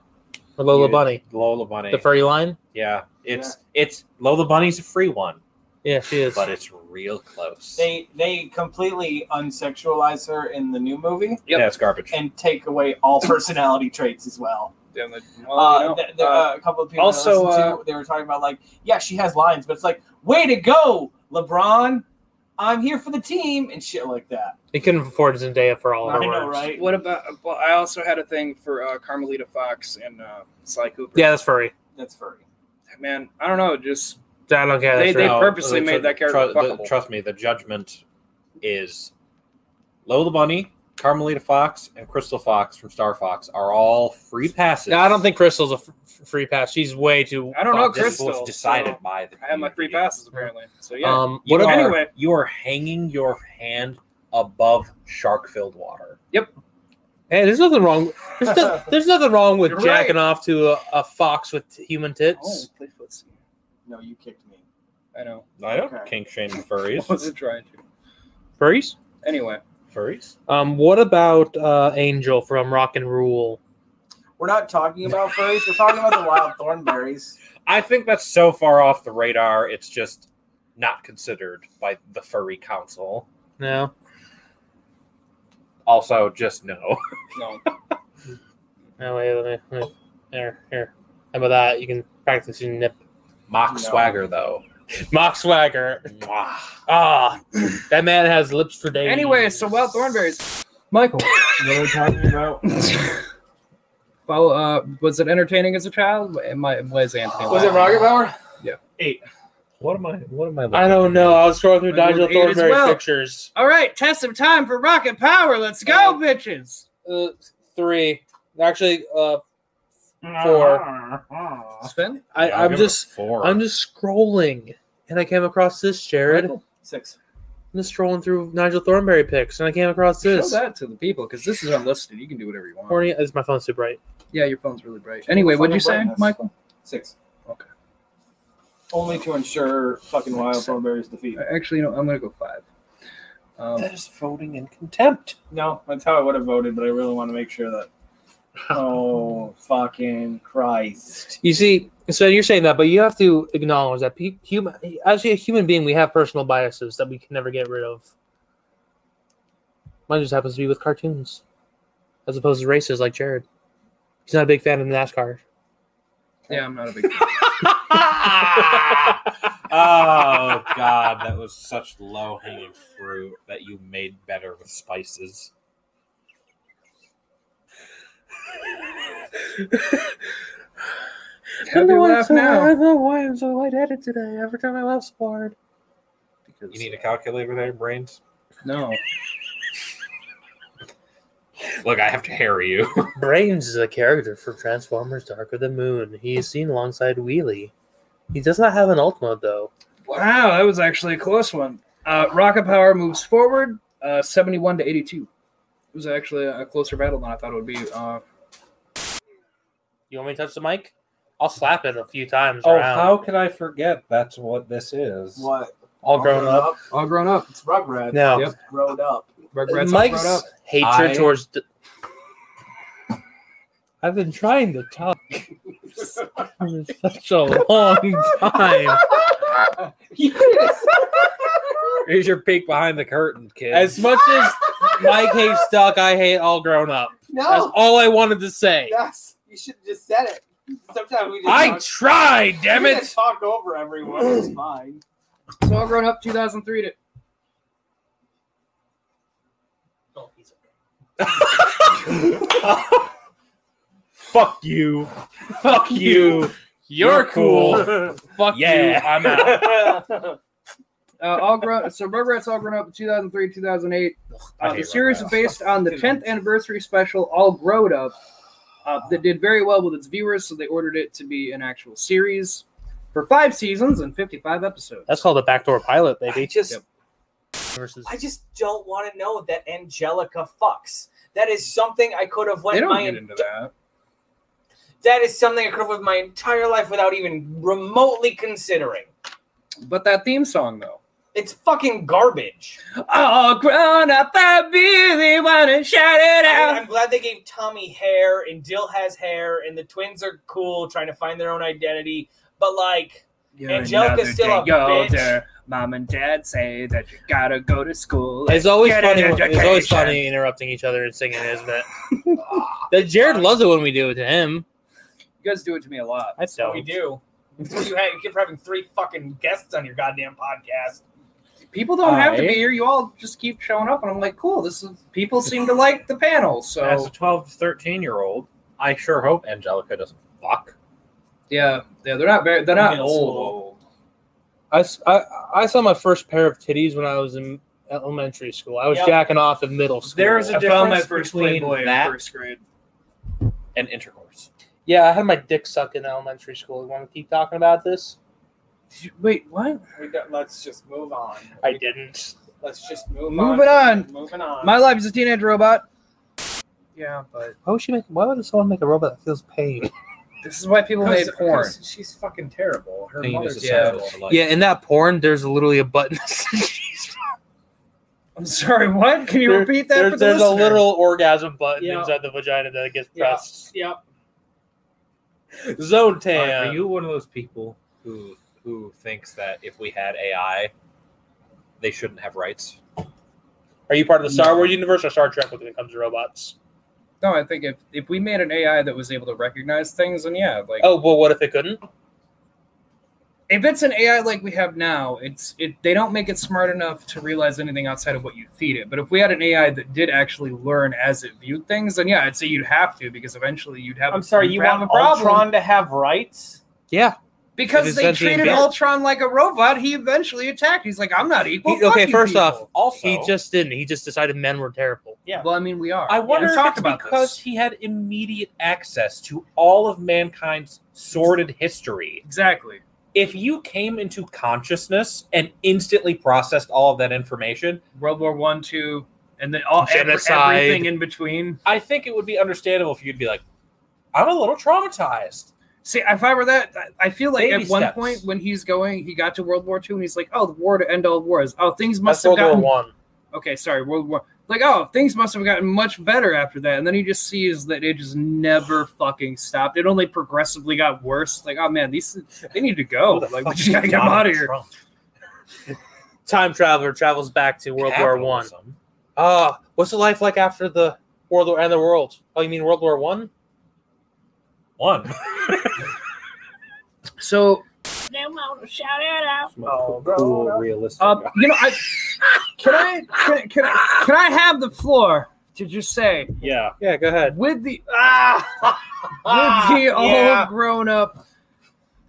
Speaker 2: or Lola
Speaker 5: You-
Speaker 2: Bunny,
Speaker 5: Lola Bunny.
Speaker 2: the furry line.
Speaker 5: yeah. It's it's Lola Bunny's a free one,
Speaker 2: Yeah, she is.
Speaker 5: but it's real close.
Speaker 3: They they completely unsexualize her in the new movie
Speaker 4: Yep.
Speaker 5: Yeah, it's garbage.
Speaker 3: and take away
Speaker 4: [COUGHS]
Speaker 3: all personality traits as well.
Speaker 4: Damn it. Well, you
Speaker 3: Uh,
Speaker 4: know,
Speaker 3: th- there
Speaker 4: uh,
Speaker 3: are a couple of people
Speaker 4: also, uh,
Speaker 3: also to, they were talking about like yeah she has lines but it's like way to go lebron i'm here for the team and shit like that
Speaker 2: They couldn't afford Zendaya for all of
Speaker 3: i
Speaker 2: her
Speaker 3: know
Speaker 2: words.
Speaker 3: right
Speaker 4: what about? Well, I also had a thing for uh, Carmelita Fox and uh, Sly Cooper.
Speaker 2: Yeah, that's furry.
Speaker 3: that's furry
Speaker 4: man, I don't know. Just
Speaker 2: I don't care.
Speaker 4: They-
Speaker 2: That's
Speaker 4: they-
Speaker 2: right.
Speaker 4: purposely
Speaker 5: tr-
Speaker 4: made that character
Speaker 5: tru- the-
Speaker 4: fuckable.
Speaker 5: trust me, the judgment is Lola Bunny, Carmelita Fox, and Crystal Fox from Star Fox are all free passes.
Speaker 2: Yeah, I don't think Crystal's a f- f- free pass. She's way too.
Speaker 4: I don't know,
Speaker 2: fucked.
Speaker 5: this
Speaker 4: Crystal,
Speaker 5: was decided
Speaker 4: so
Speaker 5: by the.
Speaker 4: I have my free
Speaker 5: community.
Speaker 4: passes apparently. So yeah,
Speaker 2: Um,
Speaker 5: You
Speaker 2: what
Speaker 5: are,
Speaker 2: about
Speaker 4: Anyway.
Speaker 5: you are hanging your hand above shark-filled water.
Speaker 2: Hey, there's nothing wrong. There's, no-
Speaker 4: [LAUGHS]
Speaker 2: there's nothing wrong with
Speaker 4: You're right.
Speaker 2: jacking off to a, a fox with human
Speaker 4: oh,
Speaker 2: tits.
Speaker 4: play footsie.
Speaker 3: no you kicked me
Speaker 4: I know. [LAUGHS]
Speaker 5: I don't
Speaker 3: Okay.
Speaker 5: kink shame
Speaker 3: [LAUGHS]
Speaker 4: I
Speaker 5: furries.
Speaker 4: wasn't trying to.
Speaker 2: Furries.
Speaker 4: Anyway,
Speaker 5: furries.
Speaker 2: Um, what about uh, Angel from Rock and Rule?
Speaker 3: we're not talking about furries we're talking about
Speaker 4: [LAUGHS]
Speaker 3: the wild thornberries
Speaker 5: I think that's so far off the radar. It's just not considered by the furry council.
Speaker 2: No.
Speaker 5: Also, just no. [LAUGHS]
Speaker 3: No.
Speaker 2: Oh, wait, let me, let me- Here, here. How about that? You can practice your nip.
Speaker 5: Mock
Speaker 3: No.
Speaker 5: swagger though.
Speaker 2: Mock swagger.
Speaker 5: Mwah.
Speaker 2: Ah, [CLEARS THROAT] that man has lips for days.
Speaker 4: Anyway, so Wild Thornberries. Michael,
Speaker 3: What are we talking about?
Speaker 4: well, uh, was it entertaining as a child? My, was Anthony?
Speaker 3: Was it Rocket Power?
Speaker 5: What am I? What am I? Looking
Speaker 2: I don't know. I was scrolling through
Speaker 4: I did
Speaker 2: Nigel
Speaker 4: eight as
Speaker 2: Thornberry
Speaker 4: well.
Speaker 2: pictures.
Speaker 4: All right, test of time for Rocket Power. Let's go, bitches.
Speaker 2: Uh, three. Actually, uh,
Speaker 4: Ah.
Speaker 2: four.
Speaker 4: Spin.
Speaker 2: I,
Speaker 5: I'll
Speaker 2: I'm
Speaker 5: give it a
Speaker 2: just
Speaker 5: four.
Speaker 2: I'm just scrolling, and I came across this, Jared.
Speaker 4: Michael,
Speaker 3: Six.
Speaker 2: I'm just scrolling through Nigel Thornberry pics, and I came across
Speaker 4: Show
Speaker 2: this.
Speaker 4: that to the people because this is unlisted. You can do whatever you want.
Speaker 2: Horny is my phone too bright.
Speaker 4: Yeah, your phone's really bright. Anyway, what'd you say,
Speaker 3: brightness.
Speaker 4: Michael?
Speaker 3: Six.
Speaker 4: Okay.
Speaker 3: Only to ensure fucking Wild
Speaker 4: Six.
Speaker 3: Thornberry's defeat.
Speaker 4: Actually, no, I'm gonna go five. Um,
Speaker 2: is voting in contempt.
Speaker 3: No, that's how I would have voted, but I really want to make
Speaker 2: [LAUGHS]
Speaker 3: sure that. Oh, fucking Christ.
Speaker 2: You see, so you're saying that, but you have to acknowledge that pe- human, as a human being, we have personal biases that we can never get rid of. Mine just happens to be with cartoons, as opposed to races like Jared. He's not a big fan of NASCAR.
Speaker 4: yeah, I'm not a big.
Speaker 5: oh god, that was such low hanging fruit that you made better with spices.
Speaker 4: Have you laugh now?
Speaker 2: know why I'm so lightheaded today. Every time I laugh so hard.
Speaker 4: Because,
Speaker 5: You need a calculator there, brains.
Speaker 4: no.
Speaker 5: Look, I have to harry you.
Speaker 2: Brains is a character from Transformers: Dark of the Moon. He is seen alongside Wheelie. He does not have an alt mode though.
Speaker 4: Wow, that was actually a close one. Uh, Rocket Power moves forward, uh, 71 to 82. It was actually a closer battle than I thought it would be. Uh,
Speaker 2: You want me to touch the mic? I'll slap it a few times
Speaker 5: Oh,
Speaker 2: around.
Speaker 5: how could I forget? That's what this is.
Speaker 3: What?
Speaker 2: All grown up.
Speaker 4: all grown up.
Speaker 3: It's Rugrats.
Speaker 2: Now,
Speaker 4: Yep.
Speaker 3: Grown up.
Speaker 4: Rugrats all
Speaker 2: Mike's
Speaker 4: grown up.
Speaker 2: hatred
Speaker 5: I-
Speaker 2: towards. D- I've been trying to talk for such a [LAUGHS] long time.
Speaker 5: Here's your peek behind the curtain, kid.
Speaker 2: As much as Mike hates Duck, I hate all grown up. That's all I wanted to say.
Speaker 3: Yes, you should have just said it. Sometimes we just
Speaker 2: I
Speaker 3: talk,
Speaker 2: tried, damn
Speaker 3: we just
Speaker 2: it!
Speaker 3: talk over everyone. It's
Speaker 2: [CLEARS THROAT] [LAUGHS]
Speaker 3: fine.
Speaker 4: So all grown up 2003 to.
Speaker 5: fuck you. Fuck you.
Speaker 2: You're
Speaker 5: You're
Speaker 2: cool. Fuck
Speaker 5: Yeah.
Speaker 2: you.
Speaker 5: [LAUGHS]
Speaker 2: I'm out.
Speaker 4: Uh, all grown, so Rugrats all grown up 2003 2008.
Speaker 5: I
Speaker 4: Uh, the
Speaker 5: hate
Speaker 4: series
Speaker 5: Rugrats.
Speaker 4: is based on the 10th anniversary special All Grown Up uh, that did very well with its viewers, so they ordered it to be an actual series for five seasons and 55 episodes.
Speaker 2: That's called a backdoor pilot, baby.
Speaker 3: just,
Speaker 4: Yep.
Speaker 2: Versus
Speaker 3: I just don't want to know that Angelica fucks. That is something I could have
Speaker 4: they
Speaker 3: went
Speaker 4: don't
Speaker 3: my
Speaker 4: get into that.
Speaker 3: that is something I could have lived my entire life without even remotely considering.
Speaker 4: But that theme song, though.
Speaker 3: It's fucking garbage.
Speaker 4: All grown up, I really want to shout it
Speaker 3: I mean,
Speaker 4: out.
Speaker 3: I'm glad they gave Tommy hair and Dill has hair and the twins are cool trying to find their own identity. But like,
Speaker 4: You're
Speaker 3: Angelica's
Speaker 4: another
Speaker 3: still a
Speaker 4: day older.
Speaker 3: bitch.
Speaker 4: Mom and dad say that you gotta go to school.
Speaker 2: [LAUGHS] It's always
Speaker 4: Get
Speaker 2: funny.
Speaker 4: an
Speaker 2: when- It's always
Speaker 4: education.
Speaker 2: funny interrupting each other and singing, isn't it? That Jared loves it when we do it to him.
Speaker 4: You guys do it to me a lot.
Speaker 2: I
Speaker 3: what
Speaker 2: don't.
Speaker 3: we do. It's what you, had, you keep having three fucking guests on your goddamn podcast.
Speaker 4: People don't have to
Speaker 5: I-
Speaker 4: be here. You all just keep showing up, and I'm like, cool. This is people seem to like the panel,
Speaker 5: As a
Speaker 4: so
Speaker 5: 12 to 13 year old, I sure hope Angelica doesn't fuck.
Speaker 4: yeah, yeah. They're not very. They're not
Speaker 3: Middle
Speaker 4: old.
Speaker 3: school.
Speaker 2: I, s- I- I saw my first pair of titties when I was in elementary school. I was
Speaker 3: Yep.
Speaker 2: jacking off in middle school.
Speaker 5: There's a-
Speaker 4: I found my
Speaker 5: difference
Speaker 4: first
Speaker 5: between
Speaker 4: Playboy in
Speaker 5: that-
Speaker 4: first grade.
Speaker 5: And intercourse.
Speaker 2: yeah, I had my dick sucked in elementary school. You want to keep talking about this?
Speaker 4: Did you- Wait, what?
Speaker 3: We don't, let's just move on.
Speaker 2: I didn't.
Speaker 3: Let's just move
Speaker 4: Moving
Speaker 3: on.
Speaker 4: on.
Speaker 3: Moving on.
Speaker 4: My life is a teenage robot. Yeah, but
Speaker 2: Why would she make? Why would someone make a robot that feels pain?
Speaker 4: this is why people made porn.
Speaker 3: She's fucking terrible. Her
Speaker 5: Pain
Speaker 3: mother's
Speaker 5: is
Speaker 4: yeah.
Speaker 5: essential to life.
Speaker 2: Yeah, in that porn, there's literally a button. [LAUGHS]
Speaker 4: I'm sorry. What? Can you
Speaker 2: There-
Speaker 4: repeat that?
Speaker 2: There-
Speaker 4: for the
Speaker 2: there's a
Speaker 4: listener?
Speaker 2: little orgasm button
Speaker 3: Yeah.
Speaker 2: inside the vagina that gets
Speaker 3: Yeah.
Speaker 2: pressed.
Speaker 3: Yep.
Speaker 2: Zone tan.
Speaker 5: Are you one of those people who who thinks that if we had AI, they shouldn't have rights?
Speaker 2: Are you part of the Star Wars universe or Star Trek when it comes to robots?
Speaker 4: No, I think if, if we made an AI that was able to recognize things, and yeah, like
Speaker 2: Oh well, what if it couldn't?
Speaker 4: if it's an AI like we have now, it's it they don't make it smart enough to realize anything outside of what you feed it. But if we had an AI that did actually learn as it viewed things, then yeah, I'd say you'd have to because eventually you'd have.
Speaker 3: I'm sorry, you
Speaker 4: you'd have
Speaker 3: want Ultron to have rights?
Speaker 6: Yeah.
Speaker 4: because
Speaker 2: It
Speaker 4: they
Speaker 2: essentially
Speaker 4: treated
Speaker 2: did.
Speaker 4: Ultron like a robot. He eventually attacked. He's like, I'm not equal.
Speaker 2: He-
Speaker 4: Fuck
Speaker 2: okay,
Speaker 4: you
Speaker 2: first off,
Speaker 4: people."
Speaker 5: Also,
Speaker 2: he just didn't. He just decided men were terrible.
Speaker 4: well, I mean, we are.
Speaker 5: I wonder
Speaker 4: we
Speaker 5: if
Speaker 4: talked
Speaker 5: it's
Speaker 4: about
Speaker 5: because
Speaker 4: this.
Speaker 5: he had immediate access to all of mankind's sordid history.
Speaker 4: exactly.
Speaker 5: If you came into consciousness and instantly processed all of that information,
Speaker 4: World War One, two, and then all ev-
Speaker 2: Genocide.
Speaker 4: everything in between.
Speaker 5: I think it would be understandable if you'd be like, "I'm a little traumatized."
Speaker 4: See, if I were that, I- I feel like
Speaker 5: Baby
Speaker 4: at one
Speaker 5: steps.
Speaker 4: point when he's going, he got to World War Two, and he's like, "Oh, the war to end all wars. Oh, things must
Speaker 2: That's World
Speaker 4: have gotten
Speaker 2: War One.
Speaker 4: okay, sorry, World War. Like, oh, things must have gotten much better after that. And then he just sees that it just never fucking stopped. It only progressively got worse. Like, oh man, these they need to go.
Speaker 5: Who the
Speaker 4: Like, we
Speaker 5: fuck
Speaker 4: just gotta
Speaker 5: is
Speaker 4: get them out
Speaker 5: Donald
Speaker 4: of here.
Speaker 5: Trump?
Speaker 2: Time traveler travels back to World War One.
Speaker 5: Capitalism.
Speaker 2: Ah, what's the life like after the World War and the world? Oh, you mean World War One?
Speaker 5: One.
Speaker 6: So
Speaker 8: They want to shout it out.
Speaker 3: [LAUGHS] Oh,
Speaker 5: cool,
Speaker 3: bro.
Speaker 5: realistic.
Speaker 4: Um, you know, I can I can, can, I- can I have the floor to just say
Speaker 5: yeah.
Speaker 2: Yeah, go ahead.
Speaker 4: with the
Speaker 3: Ah,
Speaker 4: with the all
Speaker 3: [LAUGHS] yeah.
Speaker 4: grown up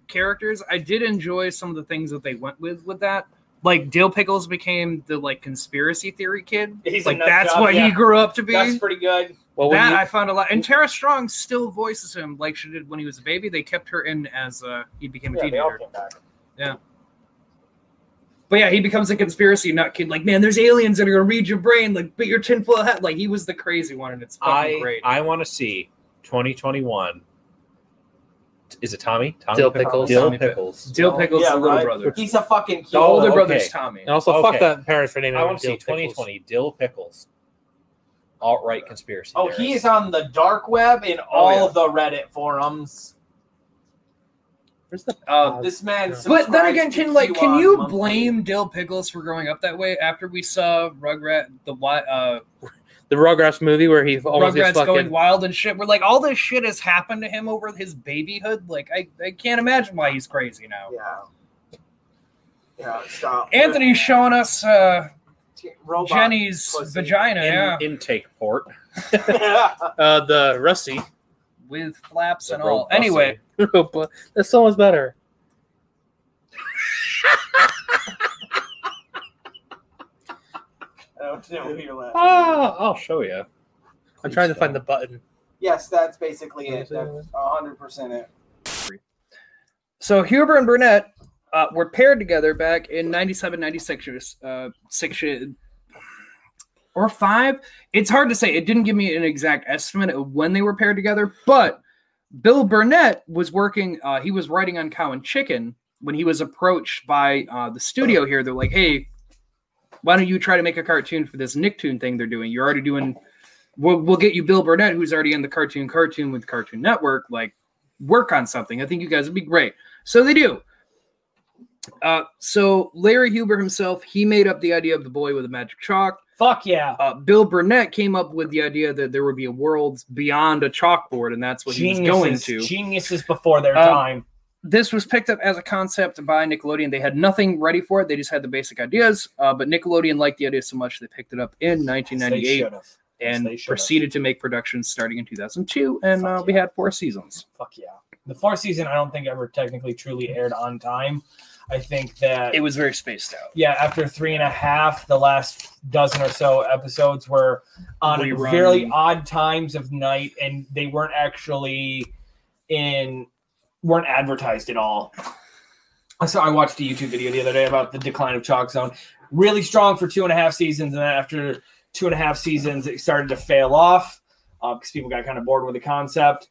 Speaker 4: characters, I did enjoy some of the things that they went with with that. Like Dill Pickles became the like conspiracy theory kid.
Speaker 3: He's a
Speaker 4: like
Speaker 3: nut
Speaker 4: that's
Speaker 3: job,
Speaker 4: what
Speaker 3: yeah.
Speaker 4: he grew up to be.
Speaker 3: that's pretty good.
Speaker 2: Well, when
Speaker 4: that
Speaker 2: you-
Speaker 4: I found a lot. And Tara Strong still voices him like she did when he was a baby. They kept her in as uh, he became a
Speaker 3: Yeah, they all
Speaker 4: teenager.
Speaker 3: came back.
Speaker 4: But yeah, he becomes a conspiracy nut kid. Like, man, there's aliens that are gonna read your brain. Like, but your tinfoil hat. Like, he was the crazy one, and it's fucking
Speaker 5: I
Speaker 4: great.
Speaker 5: I want to see 2021. Is it Tommy? Tommy
Speaker 2: Dill Pickles.
Speaker 5: Dill
Speaker 4: Tommy Pickles.
Speaker 5: Pickles.
Speaker 4: Dill Pickles,
Speaker 3: yeah,
Speaker 4: the little
Speaker 3: right.
Speaker 4: brother.
Speaker 3: He's a fucking
Speaker 4: The
Speaker 3: killer.
Speaker 4: older
Speaker 5: okay.
Speaker 4: brother's Tommy.
Speaker 2: and also, fuck
Speaker 5: Okay.
Speaker 2: that parents for naming
Speaker 5: I
Speaker 2: him
Speaker 5: want to see
Speaker 2: Dill Pickles.
Speaker 5: 2020 Dill Pickles. Alt right conspiracy.
Speaker 3: Oh,
Speaker 5: theorist.
Speaker 3: he is on the dark web in all
Speaker 4: Oh, yeah.
Speaker 3: the Reddit forums.
Speaker 2: Where's the
Speaker 4: Uh,
Speaker 3: This man.
Speaker 4: but then
Speaker 3: subscribes
Speaker 4: again,
Speaker 3: to
Speaker 4: can like can
Speaker 3: QAnon
Speaker 4: you
Speaker 3: monthly.
Speaker 4: blame Dill Pickles for growing up that way after we saw Rugrat the wi- uh,
Speaker 2: the Rugrats movie where he almost gets
Speaker 4: Rugrats
Speaker 2: fucking?
Speaker 4: going wild and shit? We're like, all this shit has happened to him over his babyhood. Like, I, I can't imagine why he's crazy now.
Speaker 3: Yeah. Yeah. Stop.
Speaker 4: Anthony's showing us uh,
Speaker 3: Robot [LAUGHS]
Speaker 4: Jenny's
Speaker 3: pussy.
Speaker 4: vagina,
Speaker 5: In-
Speaker 4: yeah,
Speaker 5: intake port.
Speaker 2: [LAUGHS] uh, the Rusty. [LAUGHS]
Speaker 4: with flaps
Speaker 5: The
Speaker 4: and all.
Speaker 5: robot
Speaker 4: Anyway,
Speaker 2: Robot. That's so much better.
Speaker 3: I don't know who you're laughing. at.
Speaker 2: Ah,
Speaker 5: I'll
Speaker 2: oh,
Speaker 5: show you.
Speaker 2: I'm trying to find the button.
Speaker 3: Yes, that's basically it. That's hundred percent it.
Speaker 4: so Huber and Burnett uh, were paired together back in 97, 96, or, uh, six years- or five. It's hard to say. It didn't give me an exact estimate of when they were paired together, but Bill Burnett was working, uh, he was writing on Cow and Chicken when he was approached by uh, the studio here. They're like, hey, why don't you try to make a cartoon for this Nicktoon thing they're doing? You're already doing, we'll, we'll get you Bill Burnett, who's already in the cartoon cartoon with Cartoon Network. Like, work on something. I think you guys would be great. So they do. Uh, so Larry Huber himself, he made up the idea of the boy with the magic chalk.
Speaker 3: Fuck yeah.
Speaker 4: Uh, Bill Burnett came up with the idea that there would be a world beyond a chalkboard, and that's what he was going to.
Speaker 3: Geniuses before their
Speaker 4: Um,
Speaker 3: time.
Speaker 4: this was picked up as a concept by Nickelodeon. They had nothing ready for it; they just had the basic ideas. Uh, but Nickelodeon liked the idea so much they picked it up in
Speaker 3: Yes,
Speaker 4: 1998
Speaker 3: They should've. Yes,
Speaker 4: and
Speaker 3: they should've.
Speaker 4: proceeded to make productions starting in 2002, and
Speaker 3: Fuck
Speaker 4: uh, we
Speaker 3: yeah.
Speaker 4: had four seasons.
Speaker 3: Fuck yeah. The fourth season, I don't think ever technically truly aired on time. I think that
Speaker 4: It was very spaced out.
Speaker 3: yeah, after three and a half, the last dozen or so episodes were on
Speaker 4: Rerun.
Speaker 3: fairly odd times of night, and they weren't actually in weren't advertised at all. So I watched a YouTube video the other day about the decline of Chalk Zone. Really strong for two and a half seasons, and then after two and a half seasons, it started to fail off because people got kind of bored with the concept.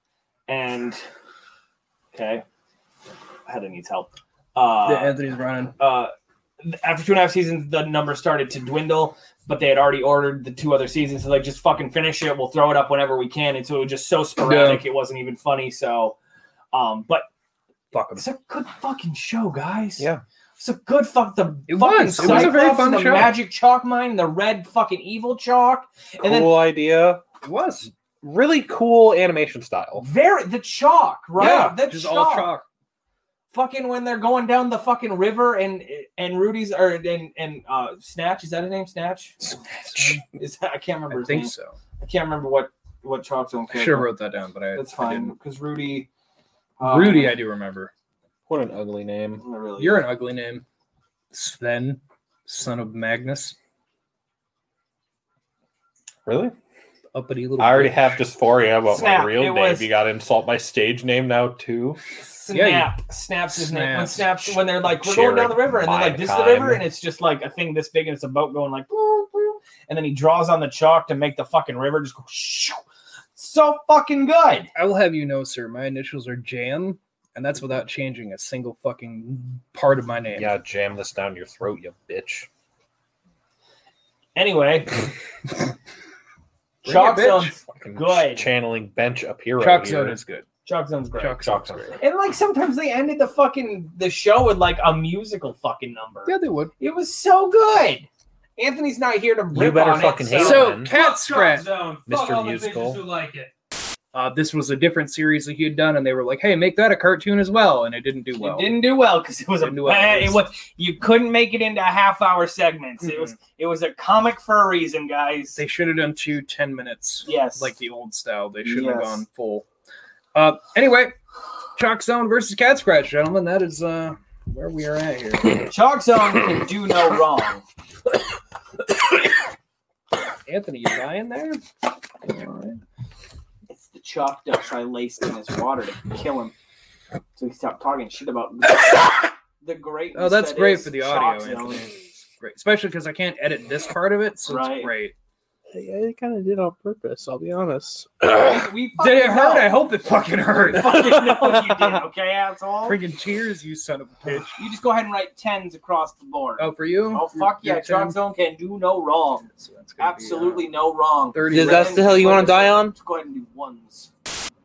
Speaker 3: And okay, Heather needs help. Uh,
Speaker 4: Yeah, Anthony's running.
Speaker 3: uh, after two and a half seasons, the numbers started to dwindle, but they had already ordered the two other seasons. So, like, just fucking finish it. We'll throw it up whenever we can. And so it was just so sporadic. It wasn't even funny. So, um, but
Speaker 4: Fuck him.
Speaker 3: it's a good fucking show, guys.
Speaker 2: Yeah.
Speaker 3: It's a good fuck the
Speaker 4: It
Speaker 3: fucking
Speaker 4: was. It was a very
Speaker 3: Cyclops and
Speaker 4: fun
Speaker 3: the
Speaker 4: show.
Speaker 3: magic chalk mine, the red fucking evil chalk,
Speaker 5: Cool
Speaker 3: and then
Speaker 5: idea.
Speaker 4: It was.
Speaker 5: Really cool animation style.
Speaker 3: very the chalk, right?
Speaker 4: Yeah,
Speaker 3: the
Speaker 4: Just all chalk.
Speaker 3: Fucking when they're going down the fucking river and and Rudy's or and and uh, Snatch is that his name? Snatch? Is that, I can't remember.
Speaker 4: I
Speaker 3: his
Speaker 4: think
Speaker 3: name.
Speaker 4: so.
Speaker 3: I can't remember what what chalk's on.
Speaker 4: I should have wrote that down, but I
Speaker 3: That's
Speaker 4: I
Speaker 3: fine
Speaker 4: didn't.
Speaker 3: because Rudy. um,
Speaker 4: Rudy, I do remember.
Speaker 5: What an ugly name.
Speaker 3: really.
Speaker 4: You're an ugly name, Sven, son of Magnus.
Speaker 5: Really?
Speaker 4: Uppity little.
Speaker 5: I already have dysphoria about
Speaker 3: Snap,
Speaker 5: my real
Speaker 3: it
Speaker 5: name.
Speaker 3: was-
Speaker 5: You got to insult my stage name now too.
Speaker 3: Snap.
Speaker 4: Yeah,
Speaker 3: snaps his name. When
Speaker 4: Snaps.
Speaker 3: snaps when they're like we're going down the river and they're like this is the
Speaker 5: Jared
Speaker 3: river and it's just like a thing this big and it's a boat going like boom, boom. and then he draws on the chalk to make the fucking river just go shoo. so fucking good.
Speaker 4: I will have you know, sir, my initials are Jan, and that's without changing a single fucking part of my name.
Speaker 5: Yeah, jam this down your throat, you bitch.
Speaker 4: [LAUGHS]
Speaker 3: Anyway,
Speaker 4: it,
Speaker 3: chalk
Speaker 4: bitch.
Speaker 3: zone's
Speaker 5: Fucking
Speaker 3: Good.
Speaker 5: Channeling bench up here.
Speaker 4: Chalk zone is good.
Speaker 3: chalk zone's great.
Speaker 4: Chalk
Speaker 5: Chalk
Speaker 4: zone's
Speaker 5: zone.
Speaker 4: great.
Speaker 5: [LAUGHS]
Speaker 3: And like sometimes they ended the fucking the show with like a musical fucking number.
Speaker 4: Yeah, they would.
Speaker 3: It was so good. Anthony's not here to rip
Speaker 5: better
Speaker 3: on
Speaker 5: fucking
Speaker 3: it,
Speaker 5: hate
Speaker 3: so-
Speaker 5: it.
Speaker 4: So,
Speaker 5: man.
Speaker 4: Cat Scratch.
Speaker 9: Zone.
Speaker 5: Mr.
Speaker 9: Fuck all the
Speaker 5: Musical.
Speaker 9: bitches who like it.
Speaker 4: Uh, this was a different series that he had done, and they were like, "Hey, make that a cartoon as well," and it didn't do well.
Speaker 3: It didn't do well because it was a
Speaker 4: Didn't do well.
Speaker 3: bad- it was you couldn't make it into half hour segments. It was it was a comic for a reason, guys.
Speaker 4: They should have done two 10 minutes.
Speaker 3: yes,
Speaker 4: like the old style. They shouldn't have
Speaker 3: Yes.
Speaker 4: gone full. Uh, anyway, Chalk Zone versus Cat Scratch, gentlemen. That is uh, where we are at
Speaker 3: [LAUGHS]
Speaker 4: here.
Speaker 3: Chalk Zone can do no wrong.
Speaker 4: Anthony, you lying there? Alright.
Speaker 3: It's the chalk dust I laced in his water to kill him, so he stopped talking shit about the, the greatness.
Speaker 4: Oh, that's
Speaker 3: that
Speaker 4: great
Speaker 3: is
Speaker 4: for the
Speaker 3: Chalk
Speaker 4: audio,
Speaker 3: Zone.
Speaker 4: Anthony. Great, especially because I can't edit this part of it, so
Speaker 3: Right.
Speaker 4: it's great.
Speaker 2: I, I kind of did on purpose. I'll be honest.
Speaker 3: We, we
Speaker 4: Did it
Speaker 3: fucking
Speaker 4: hurt?
Speaker 3: know.
Speaker 4: I hope it fucking hurt.
Speaker 3: [LAUGHS] We
Speaker 4: [LAUGHS]
Speaker 3: fucking know you did. Okay, asshole.
Speaker 4: Friggin' cheers, you son of a bitch.
Speaker 3: You just go ahead and write tens across the board.
Speaker 4: Oh, for you?
Speaker 3: Oh fuck yeah, Chalk Zone can do no wrong.
Speaker 4: So that's gonna be, uh,
Speaker 3: Absolutely no wrong.
Speaker 4: 30
Speaker 2: Is that the hill you wanna die on?
Speaker 3: Go ahead and do ones.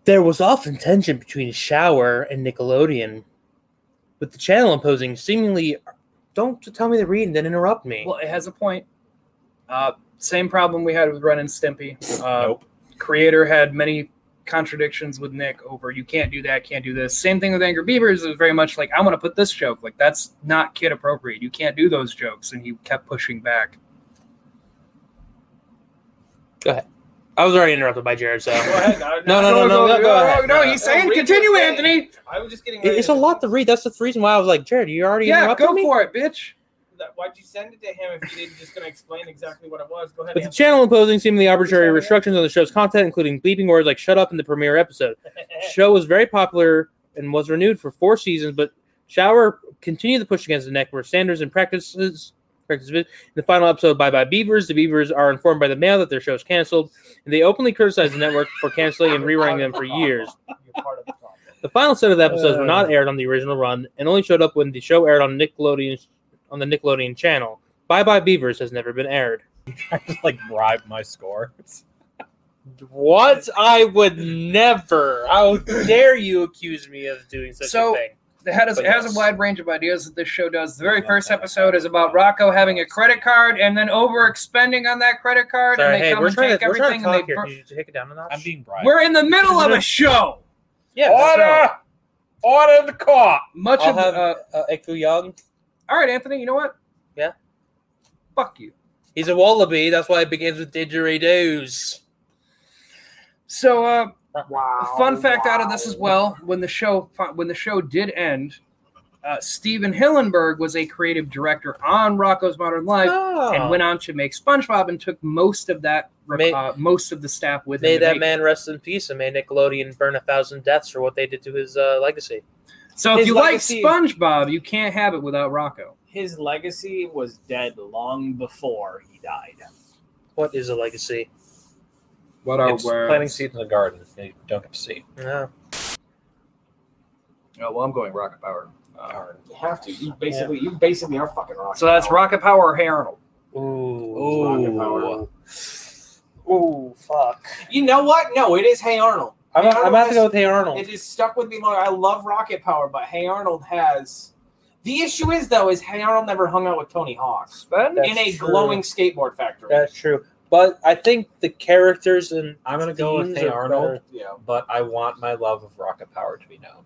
Speaker 2: There was often tension between Shower and Nickelodeon, with the channel imposing seemingly. Don't tell me the read and then interrupt me.
Speaker 4: Well, it has a point. Uh, same problem we had with Ren and Stimpy. Uh,
Speaker 5: Nope.
Speaker 4: Creator had many contradictions with Nick over you can't do that, can't do this. Same thing with Angry Beavers is very much like I want to put this joke like that's not kid appropriate. You can't do those jokes, and he kept pushing back.
Speaker 2: I was already interrupted by Jared, so.
Speaker 3: Go ahead. I,
Speaker 2: No, no, no, no, no, go ahead.
Speaker 4: no, he's saying
Speaker 3: No, read
Speaker 4: continue,
Speaker 3: the thing.
Speaker 4: Anthony.
Speaker 3: I was just getting.
Speaker 2: It- It's a lot to read. That's the reason why I was like, Jared, you already
Speaker 4: Yeah,
Speaker 2: interrupted
Speaker 4: go
Speaker 2: me?
Speaker 4: for it, bitch.
Speaker 3: That- Why'd you send it to him if you didn't just gonna explain exactly what it was? Go ahead.
Speaker 2: With the
Speaker 3: Anthony.
Speaker 2: channel imposing seemingly arbitrary restrictions on the show's content, including bleeping words like shut up in the premiere episode. The [LAUGHS] show was very popular and was renewed for four seasons, but Shower continued the push against the neck where Sanders and practices. practices In the final episode, Bye Bye Beavers, the Beavers are informed by the mail that their show is canceled, and they openly criticize the network for canceling and rerunning them for years.
Speaker 3: You're part of the problem.
Speaker 2: The final set of the episodes were not aired on the original run and only showed up when the show aired on Nickelodeon on the Nickelodeon channel. Bye Bye Beavers has never been aired.
Speaker 5: Just like bribe my score.
Speaker 2: What? I would never. How dare you accuse me of doing such
Speaker 4: So-
Speaker 2: a thing?
Speaker 4: It has,
Speaker 5: But
Speaker 4: it has
Speaker 5: yes.
Speaker 4: a wide range of ideas that this show does. The very first episode is about Rocco having a credit card and then overexpending on that credit card,
Speaker 2: Sorry,
Speaker 4: and they
Speaker 2: hey,
Speaker 4: come
Speaker 2: we're
Speaker 4: and
Speaker 2: trying,
Speaker 4: take
Speaker 2: to, we're trying
Speaker 4: everything.
Speaker 2: to talk
Speaker 4: and they
Speaker 2: here.
Speaker 4: bur-
Speaker 2: Could you take it down a notch?
Speaker 5: I'm being bribed.
Speaker 4: we're in the middle
Speaker 2: [LAUGHS]
Speaker 4: of a show.
Speaker 2: yeah.
Speaker 5: Order! Order the court!
Speaker 4: Much
Speaker 2: I'll
Speaker 4: of the-
Speaker 2: have
Speaker 4: uh,
Speaker 2: uh, Echo Young.
Speaker 4: all right, Anthony. You know what?
Speaker 2: Yeah.
Speaker 4: Fuck you.
Speaker 2: He's a wallaby. That's why it begins with didgeridoos.
Speaker 4: So, uh,
Speaker 3: Wow.
Speaker 4: fun fact out of this as well: when the show when the show did end, uh, Steven Hillenberg was a creative director on Rocco's Modern Life.
Speaker 2: Ah.
Speaker 4: and went on to make SpongeBob and took most of that
Speaker 2: Oh. May-
Speaker 4: uh, most of the staff with
Speaker 2: May
Speaker 4: him. to
Speaker 2: that
Speaker 4: make-
Speaker 2: man rest in peace, and may Nickelodeon burn a thousand deaths for what they did to his uh, legacy.
Speaker 4: So if
Speaker 2: his
Speaker 4: you like
Speaker 2: legacy-
Speaker 4: SpongeBob, you can't have it without Rocco.
Speaker 3: His legacy was dead long before he died.
Speaker 2: What is a legacy?
Speaker 4: What
Speaker 5: It's planting seeds in the garden. You don't get to see.
Speaker 2: No.
Speaker 4: Oh well, I'm going Rocket Power.
Speaker 3: You have to. You basically. You basically are fucking rock.
Speaker 4: So that's Rocket Power or Harold.
Speaker 2: Ooh.
Speaker 3: Rocket power.
Speaker 2: Ooh, fuck.
Speaker 3: You know what? No, it is Hey Arnold.
Speaker 2: I'm,
Speaker 3: Hey
Speaker 2: I'm
Speaker 3: Arnold
Speaker 2: about to
Speaker 3: has-
Speaker 2: go with Hey Arnold.
Speaker 3: It is stuck with me longer. I love Rocket Power, but Hey Arnold has The issue is though is Harold never hung out with Tony Hawk
Speaker 2: That's
Speaker 3: in a
Speaker 2: true.
Speaker 3: glowing skateboard factory.
Speaker 2: That's true. But I think the characters and
Speaker 5: I'm gonna go with
Speaker 2: themes
Speaker 5: Hey
Speaker 2: are
Speaker 5: Arnold.
Speaker 2: better.
Speaker 3: yeah.
Speaker 5: But I want my love of rocket power to be known.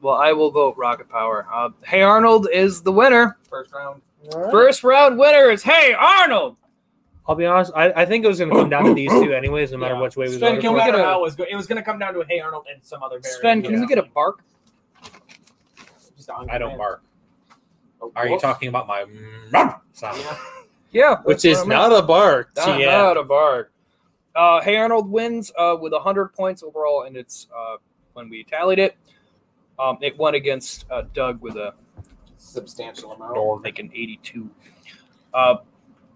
Speaker 4: Well, I will vote Rocket Power. Uh, hey Arnold is the winner.
Speaker 3: First round.
Speaker 4: First round winner is Hey Arnold.
Speaker 10: I'll be honest. I, I think it was going to come down to these two, anyways, no matter
Speaker 3: Yeah.
Speaker 10: which way we
Speaker 3: Sven,
Speaker 10: voted.
Speaker 3: can
Speaker 10: for
Speaker 3: we
Speaker 10: it.
Speaker 3: get
Speaker 4: We're
Speaker 3: a,
Speaker 4: gonna-
Speaker 3: how it was go- it was going to come down to Hey Arnold and some other variant.
Speaker 4: Sven, can we get a bark?
Speaker 3: Just on
Speaker 5: I don't
Speaker 3: command.
Speaker 5: bark.
Speaker 3: A
Speaker 5: Are you
Speaker 3: wolf?
Speaker 5: talking about my mm, sound?
Speaker 4: Yeah,
Speaker 10: Which is
Speaker 4: not.
Speaker 10: not a bar.
Speaker 4: Not,
Speaker 10: TM.
Speaker 4: not a bar. Uh, hey Arnold wins uh, with 100 points overall, and it's uh, when we tallied it, um, it won against uh, Doug with a
Speaker 3: substantial amount?
Speaker 4: like an 82. Uh,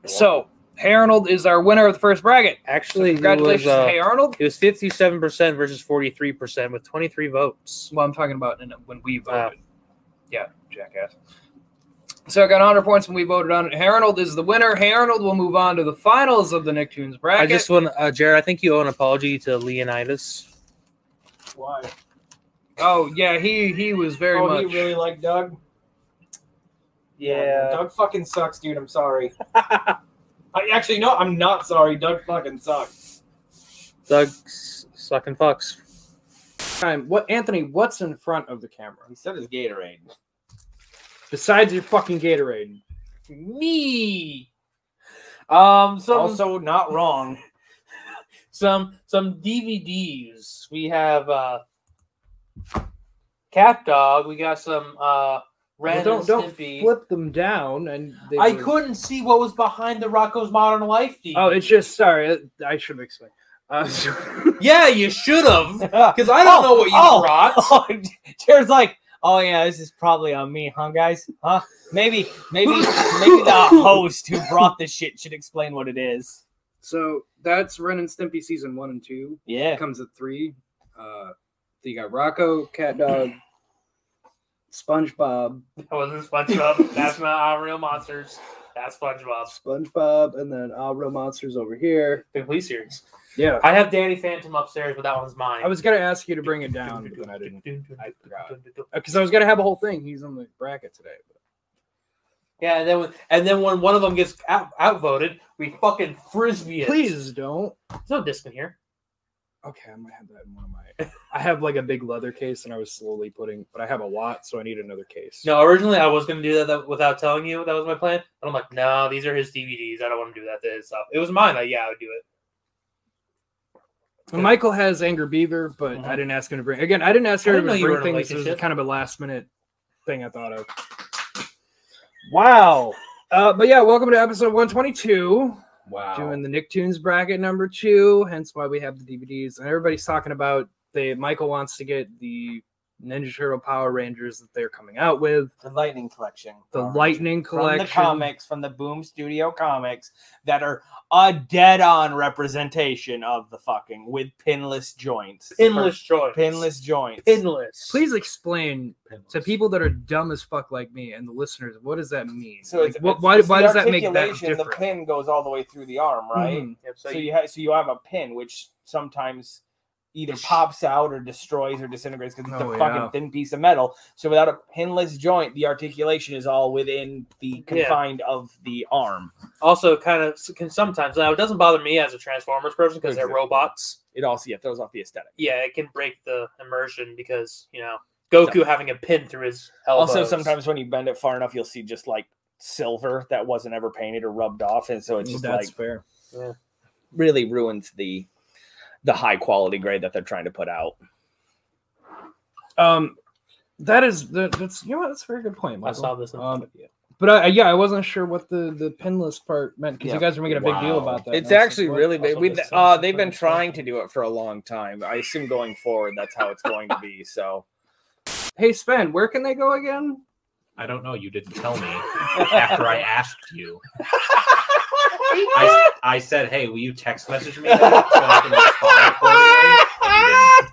Speaker 4: so Hey Arnold is our winner of the first bracket. So
Speaker 10: Actually,
Speaker 4: congratulations,
Speaker 10: it was, uh,
Speaker 4: Hey Arnold.
Speaker 10: it was 57% versus 43% with 23 votes.
Speaker 4: Well, I'm talking about in- when we voted.
Speaker 10: Uh,
Speaker 4: yeah, jackass. So I got 100 points when we voted on it. Hey Arnold is the winner. Hey Arnold will move on to the finals of the Nicktoons bracket.
Speaker 10: I just want, uh, Jared, I think you owe an apology to Leonidas.
Speaker 3: Why?
Speaker 4: oh yeah, he he was very
Speaker 3: oh,
Speaker 4: much.
Speaker 3: you really like Doug?
Speaker 2: Yeah.
Speaker 3: Doug fucking sucks, dude. I'm sorry. [LAUGHS] I actually no, I'm not sorry. Doug fucking sucks.
Speaker 10: Doug s- sucking fucks.
Speaker 4: time. What Anthony? What's in front of the camera
Speaker 3: He said his Gatorade.
Speaker 4: besides your fucking Gatorade?
Speaker 2: Me. Um. Some
Speaker 3: Also not wrong.
Speaker 2: [LAUGHS] some some DVDs. We have uh, Cat Dog. We got some uh, Ren
Speaker 4: Well,
Speaker 2: and
Speaker 4: don't don't
Speaker 2: Stimpy.
Speaker 4: flip them down and they
Speaker 2: I
Speaker 4: were-
Speaker 2: couldn't see what was behind the Rocco's Modern Life DVD.
Speaker 4: Oh, it's just sorry. I should explain. Uh, [LAUGHS]
Speaker 2: yeah. You should have, because I
Speaker 3: [LAUGHS] Oh,
Speaker 2: don't know what you
Speaker 3: oh,
Speaker 2: brought.
Speaker 3: [LAUGHS] Oh, Jared's like, oh yeah, this is probably on me, huh, guys? Huh? Maybe,
Speaker 4: [LAUGHS]
Speaker 3: maybe, maybe the host who brought this shit should explain what it is.
Speaker 4: so that's Ren and Stimpy season one and two.
Speaker 3: Yeah.
Speaker 4: It comes at three. Uh, you got Rocco, Cat Dog, [CLEARS THROAT] SpongeBob,
Speaker 2: That wasn't Oh,
Speaker 3: [LAUGHS]
Speaker 2: SpongeBob. That's not Real Monsters. That's SpongeBob.
Speaker 4: SpongeBob, and then all real monsters over here.
Speaker 2: The police series.
Speaker 4: Yeah.
Speaker 2: I have Danny Phantom upstairs, but that one's mine.
Speaker 4: I was gonna ask you to bring it down, but I didn't. I forgot. Because I was gonna have a whole thing. He's on the bracket today.
Speaker 2: Yeah, and then when, and then when one of them gets out, outvoted, we fucking frisbee it.
Speaker 4: Please don't.
Speaker 2: There's no disc in here.
Speaker 4: Okay, I might have that in one of my. I have like a big leather case, and I was slowly putting, but I have a lot, so I need another case.
Speaker 2: No, originally I was gonna do that, that without telling you. That was my plan, but I'm like, no, these are his DVDs. I don't want to do that to his stuff. It was mine. I, yeah, I would do it.
Speaker 4: And Michael has Anger Beaver, but
Speaker 2: Mhm.
Speaker 4: I didn't ask him to bring. Again, Uh-huh. I didn't ask
Speaker 2: I
Speaker 4: him to
Speaker 2: didn't know
Speaker 4: bring
Speaker 2: you were in a
Speaker 4: things. It was
Speaker 2: relationship.
Speaker 4: kind of a last minute thing I thought of. Wow. Uh, but yeah, welcome to episode 122,
Speaker 5: Wow.
Speaker 4: doing the Nicktoons bracket number two. Hence why we have the DVDs, and everybody's talking about they. Michael wants to get the Ninja Turtle Power Rangers that they're coming out with,
Speaker 3: The Lightning Collection.
Speaker 4: the Lightning
Speaker 3: From
Speaker 4: Collection.
Speaker 3: the comics, from the Boom Studio comics that are a dead on representation of the fucking with pinless joints.
Speaker 2: Pinless joints.
Speaker 3: Pinless joints.
Speaker 2: Pinless.
Speaker 4: Please explain to people that are dumb as fuck like me and the listeners what does that mean?
Speaker 3: So
Speaker 4: Like,
Speaker 3: it's,
Speaker 4: what-
Speaker 3: it's-
Speaker 4: why,
Speaker 3: it's
Speaker 4: why
Speaker 3: the
Speaker 4: does that make that
Speaker 3: articulation,
Speaker 4: different?
Speaker 3: The pin goes all the way through the arm, right?
Speaker 4: Mhm.
Speaker 2: Yep, so
Speaker 3: So
Speaker 2: you-
Speaker 3: you have so you have a pin which sometimes either pops out or destroys or disintegrates because it's
Speaker 4: Oh, yeah.
Speaker 3: a fucking thin piece of metal. So without a pinless joint, the articulation is all within the confined of the arm.
Speaker 2: also kind of can sometimes now it doesn't bother me as a Transformers person because they're
Speaker 3: Exactly.
Speaker 2: robots.
Speaker 3: It also yeah throws off the aesthetic.
Speaker 2: Yeah, it can break the immersion because you know Goku having a pin through his elbows.
Speaker 3: Also, sometimes when you bend it far enough, you'll see just like silver that wasn't ever painted or rubbed off, and so it's just
Speaker 4: That's
Speaker 3: like
Speaker 4: fair.
Speaker 3: really ruins the the high quality grade that they're trying to put out.
Speaker 4: Um, that is that, that's you know what, that's a very good point.
Speaker 2: I
Speaker 4: Michael.
Speaker 2: saw this. in-
Speaker 4: Um, but I, yeah, I wasn't sure what the the pinless part meant because
Speaker 3: Yeah.
Speaker 4: you guys were making a big deal about that. and
Speaker 3: It's
Speaker 4: I was like,
Speaker 3: actually
Speaker 4: what?
Speaker 3: really big.
Speaker 2: Also
Speaker 3: We
Speaker 2: makes
Speaker 3: uh,
Speaker 2: sense.
Speaker 3: they've been
Speaker 2: Makes sense.
Speaker 3: trying to do it for a long time. I assume going forward, that's how it's going to be. So
Speaker 4: Hey Sven, where can they go again?
Speaker 5: I don't know. You didn't tell
Speaker 3: [LAUGHS]
Speaker 5: me after I asked you. I, I said, hey, will you text message me? That so I can respond accordingly?"
Speaker 3: [LAUGHS]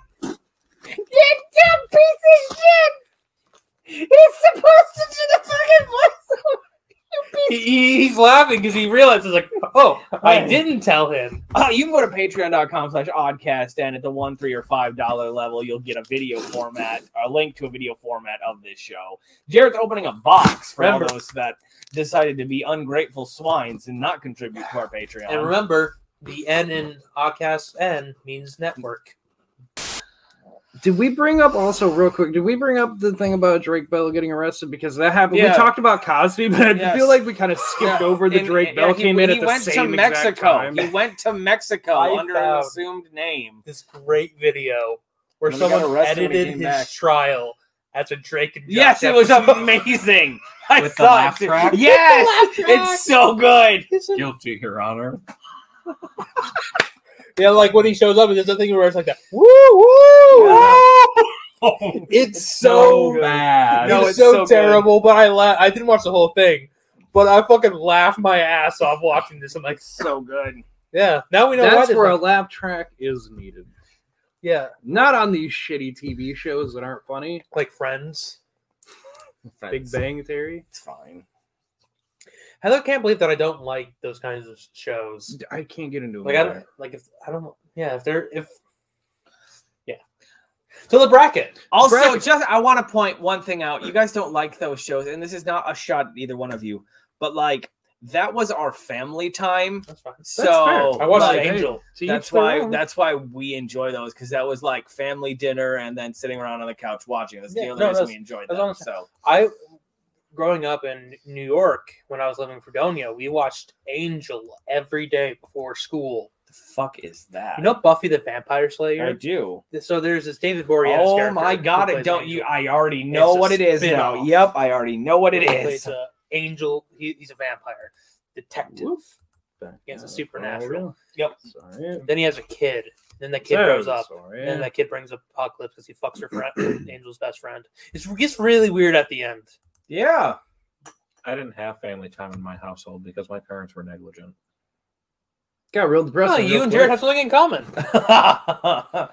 Speaker 5: And you
Speaker 8: piece of shit! It's supposed to do the fucking voiceover. You
Speaker 2: He, he- he's laughing because he realizes, like, oh, I didn't tell him.
Speaker 3: Oh, you can go to patreon.com slash oddcast and at the one, three, or five dollar level, you'll get a video format, a link to a video format of this show. Jared's opening a box for
Speaker 2: Remember-
Speaker 3: all those that decided to be ungrateful swines and not contribute to our Patreon.
Speaker 2: And remember, the N in Oddcast N means network.
Speaker 4: Did we bring up also real quick? Did we bring up the thing about Drake Bell getting arrested because that happened?
Speaker 11: Yeah.
Speaker 4: We talked about Cosby, [LAUGHS] but I
Speaker 11: Yes.
Speaker 4: feel like we kind of skipped
Speaker 11: Yeah.
Speaker 4: over the
Speaker 3: And-
Speaker 4: Drake
Speaker 3: and-
Speaker 4: Bell
Speaker 3: yeah, he-
Speaker 4: came in
Speaker 3: he
Speaker 4: at the
Speaker 3: went
Speaker 4: same
Speaker 3: to
Speaker 4: exact
Speaker 3: Mexico.
Speaker 4: time.
Speaker 3: He went to Mexico
Speaker 2: I
Speaker 3: under an
Speaker 2: found-
Speaker 3: assumed name.
Speaker 2: This great video where
Speaker 5: When he got
Speaker 2: someone
Speaker 5: arrested when he
Speaker 2: edited
Speaker 5: came
Speaker 2: his
Speaker 5: back.
Speaker 2: trial as a Drake and Josh
Speaker 3: Yes, it was
Speaker 2: episode.
Speaker 3: amazing. I
Speaker 5: With the
Speaker 3: saw
Speaker 5: laugh
Speaker 3: it.
Speaker 5: track?
Speaker 3: Yes, it's so good.
Speaker 5: Guilty, Your Honor.
Speaker 2: Yeah, like when he shows up, there's nothing where it's like that.
Speaker 3: Woo woo!
Speaker 4: [LAUGHS]
Speaker 2: It's, so,
Speaker 5: so
Speaker 2: bad.
Speaker 5: bad.
Speaker 2: No, it's, so, terrible. But I la- I didn't watch the whole thing, but I fucking laughed my ass off watching this. I'm like,
Speaker 3: So good.
Speaker 2: yeah, now we know why
Speaker 4: That's
Speaker 2: this.
Speaker 4: where a laugh track is needed.
Speaker 2: yeah,
Speaker 4: Not on these shitty TV shows that aren't funny.
Speaker 2: like Friends.
Speaker 4: Big Bang Theory.
Speaker 5: It's fine.
Speaker 2: I don't- can't believe that I don't like those kinds of shows.
Speaker 4: I can't get into it.
Speaker 2: Like I don't like if I don't. Yeah, if they're if. Yeah. So the bracket.
Speaker 3: Also,
Speaker 2: Bracket.
Speaker 3: just I want to point one thing out. You guys don't like those shows, and this is not a shot at either one of you, but like that was our family time.
Speaker 2: That's fine.
Speaker 3: So
Speaker 2: I watched
Speaker 3: like,
Speaker 2: the Angel.
Speaker 4: To each
Speaker 3: That's
Speaker 4: their
Speaker 3: why
Speaker 4: own.
Speaker 3: that's why we enjoy those because that was like family dinner and then sitting around on the couch watching. That's
Speaker 2: Yeah,
Speaker 3: the only
Speaker 2: no,
Speaker 3: reason
Speaker 2: that's-
Speaker 3: we enjoyed
Speaker 2: that's
Speaker 3: them.
Speaker 2: honest-
Speaker 3: So
Speaker 2: I growing up in New York when I was living in Fredonia, we watched Angel every day before school.
Speaker 3: the fuck is that?
Speaker 2: You know Buffy the Vampire
Speaker 3: I
Speaker 2: Slayer?
Speaker 3: do.
Speaker 2: So there's this David Boreanaz
Speaker 3: Oh
Speaker 2: character
Speaker 3: my
Speaker 2: who
Speaker 3: god! I
Speaker 2: plays
Speaker 3: don't
Speaker 2: Angel.
Speaker 3: you? I already know
Speaker 2: It's a
Speaker 3: what it is now.
Speaker 2: spin-off.
Speaker 3: Yep, I already know what it
Speaker 2: He plays
Speaker 3: is.
Speaker 2: a Angel. He, he's a vampire detective. He has a supernatural. Yep.
Speaker 4: Sorry.
Speaker 2: Then he has a kid. Then the kid grows up. And then that kid brings up Apocalypse because he fucks her friend, [CLEARS THROAT] Angel's best friend. It's gets really weird at the end.
Speaker 3: Yeah.
Speaker 5: I didn't have family time in my household because my parents were negligent.
Speaker 4: Got real
Speaker 2: Oh,
Speaker 4: depressing.
Speaker 2: you
Speaker 4: real
Speaker 2: and Jared
Speaker 4: quick.
Speaker 2: have something in common.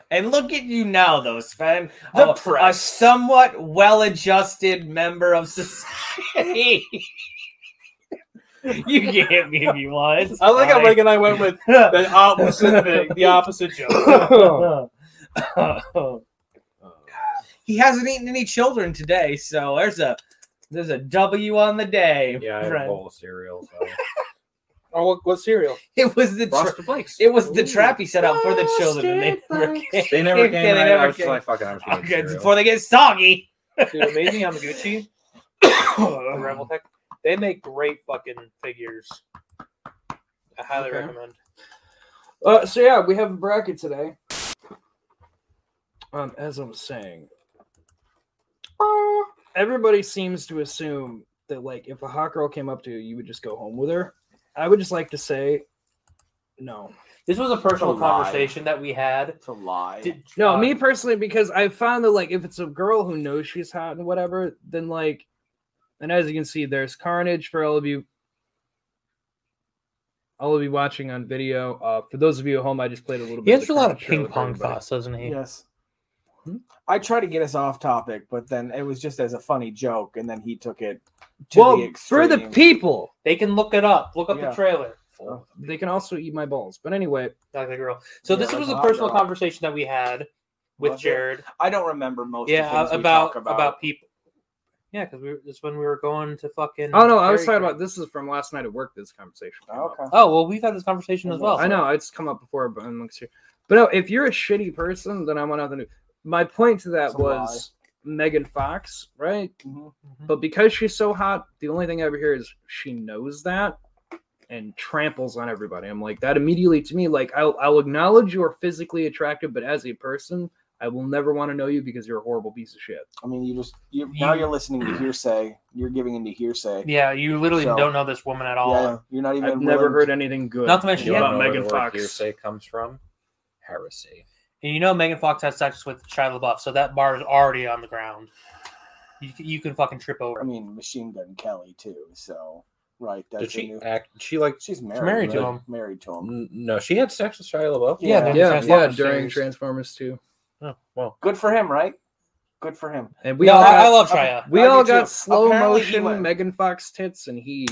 Speaker 3: [LAUGHS] and look at you now, though, Sven.
Speaker 2: The
Speaker 3: a, a
Speaker 2: press.
Speaker 3: somewhat well-adjusted member of society. you can hit me if you want.
Speaker 2: [LAUGHS] I like how Mike and I went
Speaker 3: [LAUGHS]
Speaker 2: with the opposite thing, the opposite
Speaker 4: [LAUGHS]
Speaker 2: joke.
Speaker 3: He hasn't eaten any children today, so there's a there's a W on the day.
Speaker 5: Yeah, I had a
Speaker 3: friend.
Speaker 5: bowl of cereal.
Speaker 3: [LAUGHS]
Speaker 5: So.
Speaker 2: or what, what cereal?
Speaker 3: It was the tra-
Speaker 5: Frosted Flakes.
Speaker 3: it was the trap he set out for the children, and they never came.
Speaker 5: They never came.
Speaker 3: They
Speaker 5: and I,
Speaker 3: never
Speaker 5: I was
Speaker 3: came.
Speaker 5: just like, fuck it, I'm just gonna eat
Speaker 3: [LAUGHS] Okay,
Speaker 5: cereal.
Speaker 3: before they get soggy.
Speaker 2: Dude, Amazing Yamaguchi, the Rebel Tech, they make great fucking figures. I highly
Speaker 4: Okay.
Speaker 2: recommend.
Speaker 4: Uh, so yeah, we have a bracket today. Um, as I'm saying, everybody seems to assume that like if a hot girl came up to you, you would just go home with her. I would just like to say, no,
Speaker 2: This was a personal
Speaker 3: lie.
Speaker 2: conversation that we had.
Speaker 3: It's a lie.
Speaker 2: Did-
Speaker 4: no,
Speaker 2: uh,
Speaker 4: me personally, because I found that like if it's a girl who knows she's hot and whatever, then like, and as you can see, there's carnage for all of you. All of you watching on video. Uh, for those of you at home, I just played a little bit.
Speaker 2: He
Speaker 4: of
Speaker 2: has
Speaker 4: the
Speaker 2: a lot of
Speaker 4: Carnage trailer
Speaker 2: ping
Speaker 4: for
Speaker 2: pong
Speaker 4: everybody.
Speaker 2: thoughts, doesn't he?
Speaker 3: Yes.
Speaker 4: Hmm?
Speaker 3: I try to get us off topic, but then it was just as a funny joke, and then he took it to the
Speaker 4: well, for
Speaker 3: extreme.
Speaker 4: the people,
Speaker 2: They can look it up. Look up
Speaker 3: Yeah.
Speaker 2: the trailer.
Speaker 4: they can also eat my balls. But anyway,
Speaker 2: Not the girl. So
Speaker 3: Yeah,
Speaker 2: this was
Speaker 3: that's
Speaker 2: a
Speaker 3: hot
Speaker 2: personal
Speaker 3: girl.
Speaker 2: conversation that we had with
Speaker 3: Was it?
Speaker 2: Jared.
Speaker 3: I don't remember most.
Speaker 2: Yeah,
Speaker 3: of the things
Speaker 2: about,
Speaker 3: we talk
Speaker 2: about
Speaker 3: about
Speaker 2: people. Yeah, because we were, it's when we were going to fucking.
Speaker 4: oh no, I was
Speaker 2: Dairy
Speaker 4: talking
Speaker 2: Queen.
Speaker 4: about this is from last night at work. This conversation. came up.
Speaker 3: Okay.
Speaker 2: Oh well, we've had this conversation as well.
Speaker 4: I know it's come up before, but amongst you. But no, if you're a shitty person, then I'm on other news. My point to that
Speaker 3: It's a
Speaker 4: was Megan Fox, right?
Speaker 3: Mhm.
Speaker 4: But because she's so hot, the only thing I ever hear is she knows that and tramples on everybody. I'm like that immediately to me. Like I'll, I'll acknowledge you are physically attractive, but as a person, I will never want to know you because you're a horrible piece of shit.
Speaker 3: I mean, you just you, now you're listening to hearsay. You're giving into hearsay.
Speaker 2: Yeah, you literally
Speaker 3: So-
Speaker 2: don't know this woman at all.
Speaker 3: Yeah, you're not even.
Speaker 4: I've never
Speaker 3: willing
Speaker 4: heard
Speaker 3: to-
Speaker 4: anything good.
Speaker 2: Not to mention-
Speaker 5: You
Speaker 2: Yeah.
Speaker 5: wanna know
Speaker 4: Megan
Speaker 5: where the word
Speaker 4: Fox.
Speaker 5: Hearsay comes from heresy.
Speaker 2: And you know Megan Fox had sex with Shia LaBeouf, so that bar is already on the ground. You, you can fucking trip over.
Speaker 3: I mean, Machine Gun Kelly too. So right, that's
Speaker 5: Did
Speaker 3: a
Speaker 5: she
Speaker 3: new-
Speaker 5: act? She like?
Speaker 3: She's married.
Speaker 2: married to
Speaker 3: right?
Speaker 2: him.
Speaker 3: Married to him.
Speaker 5: n- No, she had sex with Shia LaBeouf.
Speaker 3: Yeah,
Speaker 2: they're
Speaker 4: yeah,
Speaker 2: Transformers
Speaker 4: yeah, during
Speaker 2: series.
Speaker 4: Transformers too.
Speaker 5: Oh, well,
Speaker 3: Good for him, right? Good for him.
Speaker 4: And we
Speaker 2: no,
Speaker 4: all
Speaker 2: I,
Speaker 4: got,
Speaker 2: I love Shia.
Speaker 4: we
Speaker 3: I
Speaker 4: all
Speaker 3: do, too.
Speaker 4: got slow
Speaker 3: Apparently he
Speaker 4: motion
Speaker 3: went-
Speaker 4: Megan Fox tits, and he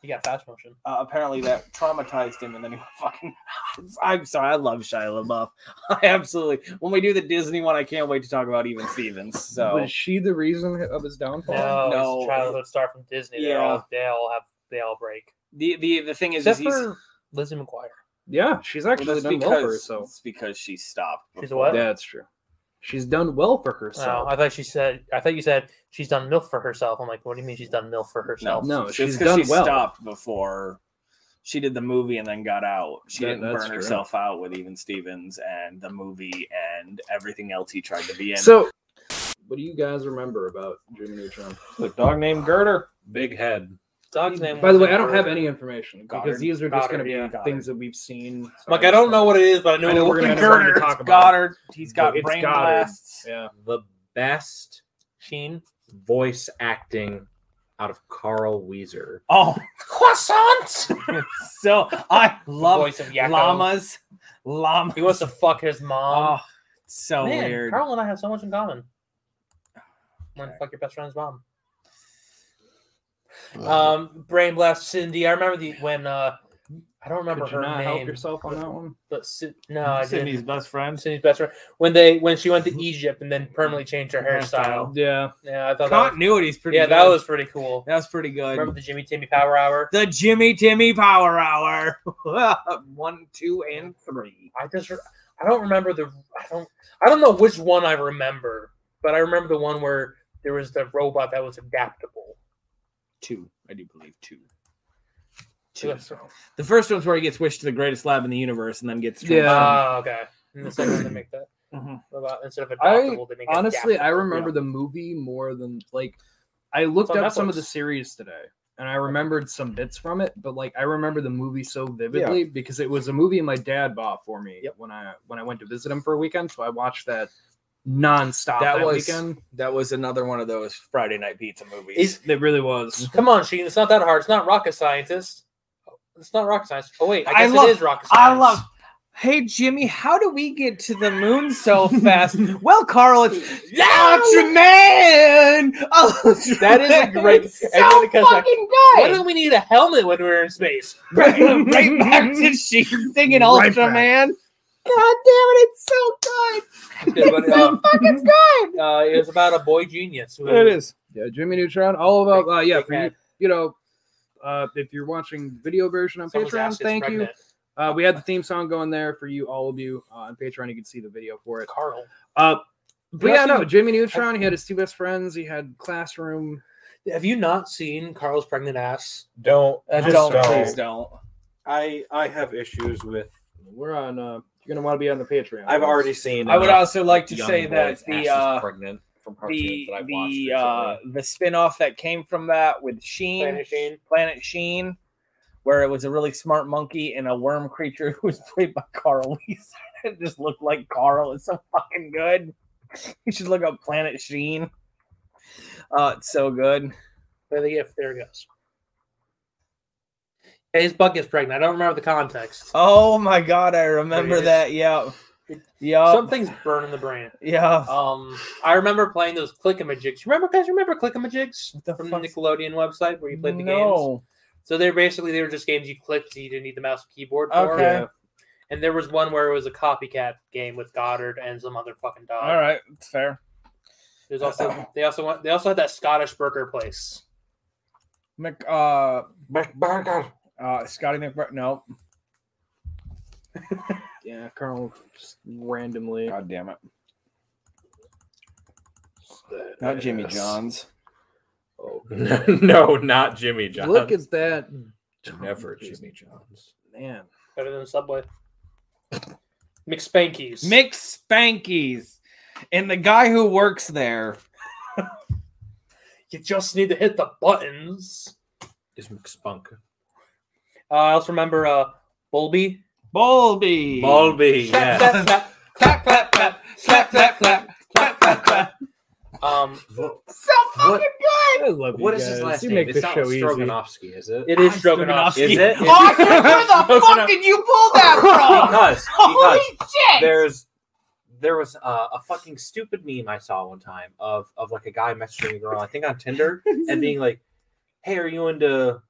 Speaker 2: He got fast motion.
Speaker 3: Uh, apparently, that traumatized him, and then he [LAUGHS] went fucking. nuts. I'm sorry, I love Shia LaBeouf. [LAUGHS] I absolutely. When we do the Disney one, I can't wait to talk about Even Stevens. So
Speaker 4: Was she the reason of his downfall?
Speaker 2: No,
Speaker 3: No.
Speaker 2: he's a childhood star from Disney. They
Speaker 3: Yeah.
Speaker 2: all they all have they all break.
Speaker 3: the the, the thing is, is
Speaker 2: Except
Speaker 3: he's
Speaker 2: for Lizzie McGuire.
Speaker 4: Yeah, she's
Speaker 3: well,
Speaker 4: actually
Speaker 3: that's
Speaker 4: done
Speaker 3: because
Speaker 4: well for herself.
Speaker 3: it's because she stopped.
Speaker 2: She's a
Speaker 3: before.
Speaker 2: what?
Speaker 4: That's true. She's done well for
Speaker 2: So
Speaker 4: herself.
Speaker 2: I thought she said I thought you said she's done milk for herself. I'm like, what do you mean she's done milk for herself?
Speaker 4: no,
Speaker 3: It's
Speaker 4: she's
Speaker 3: 'cause
Speaker 4: done
Speaker 3: she
Speaker 4: well.
Speaker 3: stopped before she did the movie and then got out. She
Speaker 4: That-
Speaker 3: didn't burn
Speaker 4: that's true.
Speaker 3: herself out with Even Stevens and the movie and everything else he tried to be in.
Speaker 4: So, what do you guys remember about Jimmy Neutron?
Speaker 5: A dog named Girder. Big head.
Speaker 2: Dog's name
Speaker 4: By the
Speaker 2: was
Speaker 4: way, I don't
Speaker 2: Emperor.
Speaker 4: have any information because
Speaker 5: Goddard.
Speaker 4: these are just
Speaker 2: Goddard,
Speaker 4: going to be
Speaker 2: yeah,
Speaker 4: things that we've seen.
Speaker 10: Like I don't know what it is, but I know,
Speaker 4: I know
Speaker 10: it
Speaker 4: we're gonna
Speaker 10: looks
Speaker 4: have something to
Speaker 10: Goddard.
Speaker 4: talk about.
Speaker 3: Goddard, he's got
Speaker 4: It's
Speaker 3: brain
Speaker 4: Goddard.
Speaker 3: blasts.
Speaker 4: Yeah.
Speaker 5: The best
Speaker 2: Sheen.
Speaker 5: voice acting out of Carl Weezer.
Speaker 3: Oh, croissant! so I
Speaker 2: The
Speaker 3: love
Speaker 2: voice of Yakko.
Speaker 3: llamas. Llama.
Speaker 2: He wants to fuck his mom.
Speaker 3: Oh, it's so
Speaker 2: Man,
Speaker 3: weird.
Speaker 2: Carl and I have so much in common. Want to fuck your best friend's mom? Um, brain blast Cindy. I remember the when uh, I don't remember
Speaker 4: Could you
Speaker 2: her
Speaker 4: not help
Speaker 2: name,
Speaker 4: yourself on that one?
Speaker 2: but Cin- no, I didn't.
Speaker 10: Cindy's best friend.
Speaker 2: Cindy's best friend when they when she went
Speaker 4: Mm-hmm.
Speaker 2: to Egypt and then permanently changed her hairstyle.
Speaker 4: Yeah.
Speaker 2: Yeah, I thought that
Speaker 3: Continuity's
Speaker 2: was,
Speaker 3: pretty.
Speaker 2: yeah
Speaker 3: good.
Speaker 2: that was pretty cool.
Speaker 3: that was pretty good.
Speaker 2: Remember the Jimmy Timmy Power Hour?
Speaker 3: the Jimmy Timmy Power Hour. [LAUGHS] One, two, and three.
Speaker 2: I just re- I don't remember the I don't I don't know which one I remember, but I remember the one where there was the robot that was adaptable.
Speaker 3: Two, I do believe two. Two.
Speaker 2: Yes.
Speaker 3: The first one's where he gets wished to the greatest lab in the universe, and then gets
Speaker 4: Yeah. Uh,
Speaker 2: Oh, okay. And the second one they make
Speaker 4: [CLEARS THROAT]
Speaker 2: that
Speaker 3: Mhm.
Speaker 2: robot instead of
Speaker 4: Mm-hmm. I-
Speaker 2: adaptable, they make it
Speaker 4: Honestly, I
Speaker 2: adaptable.
Speaker 4: remember the movie more than like I looked
Speaker 2: It's on
Speaker 4: up some of
Speaker 2: Netflix.
Speaker 4: the series today and I remembered some bits from it, but like I remember the movie so vividly because it was a movie my dad bought for me when I when I went to visit him for a weekend. So I watched that nonstop
Speaker 3: That
Speaker 4: that,
Speaker 3: was-
Speaker 4: weekend.
Speaker 3: That was another one of those Friday night pizza movies.
Speaker 2: Is-
Speaker 4: It really was.
Speaker 2: Come on, Sheen. It's not that hard. It's not rocket scientist. It's not rocket science. Oh wait,
Speaker 3: I
Speaker 2: I guess
Speaker 3: love-
Speaker 2: it is rocket
Speaker 3: I
Speaker 2: science.
Speaker 3: love. Hey Jimmy, how do we get to the moon so [LAUGHS] fast? well, Carl, it's Ultraman. Ultraman.
Speaker 2: That is
Speaker 4: [LAUGHS]
Speaker 2: a great.
Speaker 3: [LAUGHS] So
Speaker 2: everyone because like,
Speaker 3: fucking
Speaker 2: Why
Speaker 3: good.
Speaker 2: do we need a helmet when we're in
Speaker 4: [LAUGHS]
Speaker 2: space?
Speaker 3: [LAUGHS] right, right back to she singing
Speaker 4: Right
Speaker 3: Ultraman. God damn it, it's so good.
Speaker 2: Okay, but, uh, uh, it was about a boy genius. Who
Speaker 4: It is. Yeah, Jimmy Neutron. All about uh, yeah,
Speaker 2: Big
Speaker 4: for
Speaker 2: man.
Speaker 4: you, you know, uh, if you're watching video version on
Speaker 2: someone's ass
Speaker 4: Patreon,
Speaker 2: is
Speaker 4: thank you.
Speaker 2: pregnant.
Speaker 4: Uh, we had the theme song going there for you, all of you uh, on Patreon. You can see the video for it.
Speaker 2: Carl.
Speaker 4: Uh, but
Speaker 2: You
Speaker 4: yeah,
Speaker 2: know,
Speaker 4: no, Jimmy Neutron. He had his two best friends. He had classroom.
Speaker 2: Have you not seen Carl's pregnant ass?
Speaker 5: Don't.
Speaker 2: That's
Speaker 5: Just
Speaker 2: all.
Speaker 5: don't.
Speaker 3: Please don't.
Speaker 5: I I have issues with.
Speaker 4: We're on. Uh, you're gonna want to be on the Patreon.
Speaker 5: I've already seen.
Speaker 3: I would
Speaker 5: enough
Speaker 3: also like to
Speaker 5: young
Speaker 3: say that
Speaker 5: boys' asses
Speaker 3: the uh,
Speaker 5: pregnant from cartoons
Speaker 3: the
Speaker 5: that I've watched
Speaker 3: the uh, the spinoff that came from that with Sheen,
Speaker 2: Planet Sheen.
Speaker 3: Planet Sheen, where it was a really smart monkey and a worm creature [LAUGHS] who was played by Carl Weiss. it [LAUGHS] just looked like Carl. It's so fucking good. You should look up Planet Sheen.
Speaker 10: Oh,
Speaker 3: Uh, it's so good.
Speaker 2: Play the gift. There it goes. Yeah, his butt gets pregnant. I don't remember the context.
Speaker 3: Oh my god, I remember
Speaker 2: Great.
Speaker 3: that. Yeah, yeah,
Speaker 2: Something's burning the brain.
Speaker 3: yeah.
Speaker 2: Um, I remember playing those Clickamajigs. You Remember, guys, remember Clickamajigs
Speaker 3: the
Speaker 2: from the
Speaker 3: fuck?
Speaker 2: Nickelodeon website where you played the games?
Speaker 3: no.
Speaker 2: So they're basically they were just games you clicked. You didn't need the mouse and keyboard for.
Speaker 3: Okay.
Speaker 2: And there was one where it was a copycat game with Goddard and some other fucking dog.
Speaker 3: All right, it's fair.
Speaker 2: There's also they also want they also had that Scottish burger place.
Speaker 3: Mc uh McBurger. Uh Scotty McBurger. No.
Speaker 4: Yeah, Carl just randomly.
Speaker 3: God damn it. Not Jimmy John's. uh,
Speaker 5: [LAUGHS] no, not Jimmy Johns.
Speaker 4: Look at that,
Speaker 5: never Jimmy Johns.
Speaker 4: man.
Speaker 2: Better than Subway. McSpankies.
Speaker 3: Mix Spankies. And the guy who works
Speaker 10: [LAUGHS]
Speaker 3: there.
Speaker 2: you just need to hit the buttons.
Speaker 5: Is McSpunk.
Speaker 2: Uh, I also remember uh, Bulby.
Speaker 3: Bulby.
Speaker 5: Balby. Yeah.
Speaker 2: Clap, clap, clap, clap, clap, clap, clap, clap, clap, clap, clap. [LAUGHS] Um,
Speaker 5: What,
Speaker 4: I love you
Speaker 5: what is
Speaker 4: guys.
Speaker 5: his last
Speaker 4: you
Speaker 5: name?
Speaker 4: Make
Speaker 5: it's
Speaker 4: this
Speaker 5: not
Speaker 4: show easy.
Speaker 5: Stroganovsky, is it?
Speaker 2: it is Stroganovsky.
Speaker 5: Is it?
Speaker 12: Oh, dude, where the fuck did you pull that from?
Speaker 5: because
Speaker 12: Holy shit!
Speaker 5: there's there was uh, a fucking stupid meme I saw one time of of like a guy messaging a girl I think on Tinder and being like, "Hey, are you into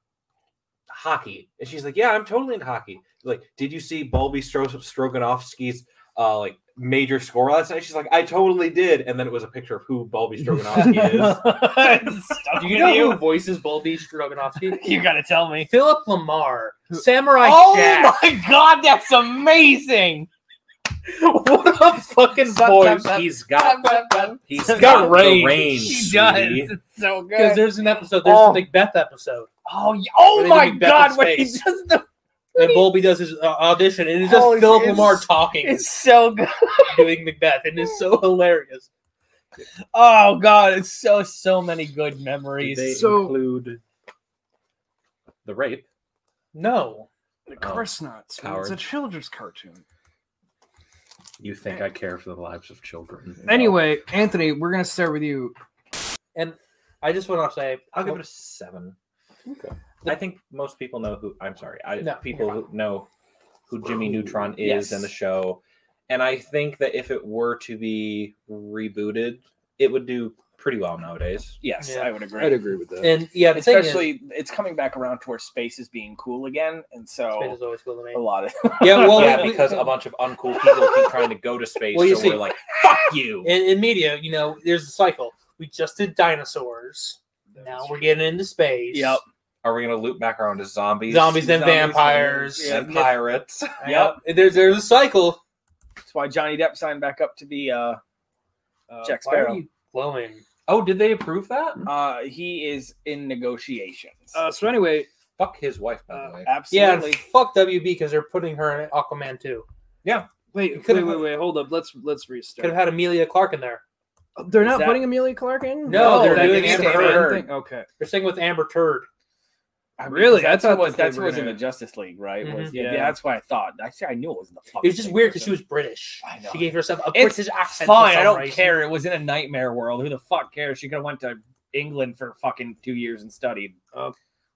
Speaker 5: hockey, and she's like, "Yeah, I'm totally into hockey." Like, did you see Bulby Stro- Stroganovsky's uh, like major score last night? She's like, "I totally did," and then it was a picture of who Bulby Stroganovsky is.
Speaker 3: Oh Do
Speaker 2: you
Speaker 3: you
Speaker 2: know
Speaker 3: know [LAUGHS]
Speaker 2: who voices Bulby Stroganovsky?
Speaker 3: you gotta tell me.
Speaker 2: Philip Lamar, Samurai
Speaker 3: Oh
Speaker 2: Jack.
Speaker 3: my god, that's amazing! [LAUGHS]
Speaker 2: what a fucking voice!
Speaker 5: Boys, he's got he's got,
Speaker 2: got range.
Speaker 5: range. The range
Speaker 3: She does.
Speaker 5: sweetie.
Speaker 3: It's so
Speaker 2: Because
Speaker 3: good.
Speaker 2: there's an episode, there's
Speaker 3: Oh.
Speaker 2: a Macbeth episode,
Speaker 3: Oh, yeah. oh
Speaker 2: Really
Speaker 3: my
Speaker 2: big bet
Speaker 3: god,
Speaker 2: with
Speaker 3: when he
Speaker 2: space.
Speaker 3: does the.
Speaker 2: and Bulby does his uh, audition, and it's just
Speaker 3: Holy
Speaker 2: Philip
Speaker 3: shit,
Speaker 2: Lamar
Speaker 3: Oh, it's-
Speaker 2: talking,
Speaker 3: It's so good.
Speaker 2: doing Macbeth, and it's
Speaker 3: [LAUGHS]
Speaker 2: so hilarious.
Speaker 3: Oh god, it's so so many good
Speaker 5: Did
Speaker 3: memories.
Speaker 5: they
Speaker 4: So-
Speaker 5: include the rape?
Speaker 2: No,
Speaker 4: Of
Speaker 5: Oh,
Speaker 4: course not. Sven. It's a
Speaker 5: coward.
Speaker 4: children's cartoon.
Speaker 5: You think I care for the lives of children?
Speaker 4: uh, Anyway, Anthony, we're gonna start with you.
Speaker 2: I just want to say,
Speaker 5: I'll give it a seven. I think most people know who. I'm sorry. I
Speaker 2: No,
Speaker 5: people
Speaker 2: you're
Speaker 5: who know who Jimmy Neutron is
Speaker 3: Yes.
Speaker 5: in the show, and I think that if it were to be rebooted, it would do pretty well nowadays.
Speaker 10: Yes,
Speaker 2: Yeah.
Speaker 10: I would agree.
Speaker 13: I'd agree with that.
Speaker 2: and yeah, the thing is-
Speaker 10: Especially, it's coming back around to where space is being cool again, and
Speaker 2: Space
Speaker 10: so
Speaker 2: is always cool to me.
Speaker 10: a lot of
Speaker 2: Yeah, well,
Speaker 5: yeah,
Speaker 2: we- we-
Speaker 5: because a bunch of uncool people keep trying to go to space,
Speaker 2: Well, you
Speaker 5: so
Speaker 2: see-
Speaker 5: we're like, "Fuck you."
Speaker 2: in, in media, you know, there's a cycle. We just did dinosaurs. Now we're getting into space.
Speaker 3: Yep.
Speaker 5: Are we gonna loop back around to zombies,
Speaker 2: Zombies, then
Speaker 3: Zombies,
Speaker 2: vampires.
Speaker 3: yeah.
Speaker 5: and pirates?
Speaker 2: Yep. There's there's a cycle.
Speaker 10: That's why Johnny Depp signed back up to be. Uh,
Speaker 2: Uh,
Speaker 10: Jack
Speaker 2: why are
Speaker 10: Sparrow.
Speaker 2: you glowing?
Speaker 5: Oh, did they approve that?
Speaker 10: uh, he is in negotiations.
Speaker 4: Uh, so anyway,
Speaker 5: Fuck his wife,
Speaker 3: Uh,
Speaker 5: by the way.
Speaker 2: Yeah,
Speaker 10: Absolutely.
Speaker 2: and fuck WB because they're putting her in Aquaman too.
Speaker 4: wait, wait,
Speaker 2: could've-
Speaker 4: wait, wait, hold up. Let's let's
Speaker 2: Could have
Speaker 4: restart.
Speaker 2: had Amelia Clark in there.
Speaker 4: They're
Speaker 10: Is
Speaker 4: not
Speaker 10: that-
Speaker 4: putting Amelia Clark in.
Speaker 2: No, they're
Speaker 4: Oh, that
Speaker 2: doing
Speaker 4: is
Speaker 2: Amber
Speaker 4: the
Speaker 2: Heard.
Speaker 4: thing. Okay.
Speaker 2: They're staying with Amber Turd.
Speaker 10: I mean,
Speaker 4: Really?
Speaker 10: 'cause That's
Speaker 4: I thought
Speaker 10: what was
Speaker 4: that they
Speaker 10: that's
Speaker 4: were
Speaker 10: what was in
Speaker 4: gonna- Mm-hmm.
Speaker 10: the Justice League, right? Was-
Speaker 2: Mhm.
Speaker 10: yeah,
Speaker 4: Yeah.
Speaker 10: that's what I thought. Actually, I knew it was in the fucking.
Speaker 2: It was just
Speaker 10: thing
Speaker 2: weird
Speaker 10: for
Speaker 2: because she
Speaker 10: sure.
Speaker 2: was British.
Speaker 10: I know.
Speaker 2: She gave herself a
Speaker 10: It's
Speaker 2: British accent. for
Speaker 10: Fine,
Speaker 2: some
Speaker 10: I don't
Speaker 2: reason.
Speaker 10: care. It was in a nightmare world. Who the fuck cares? She could have went to England for fucking two years and studied.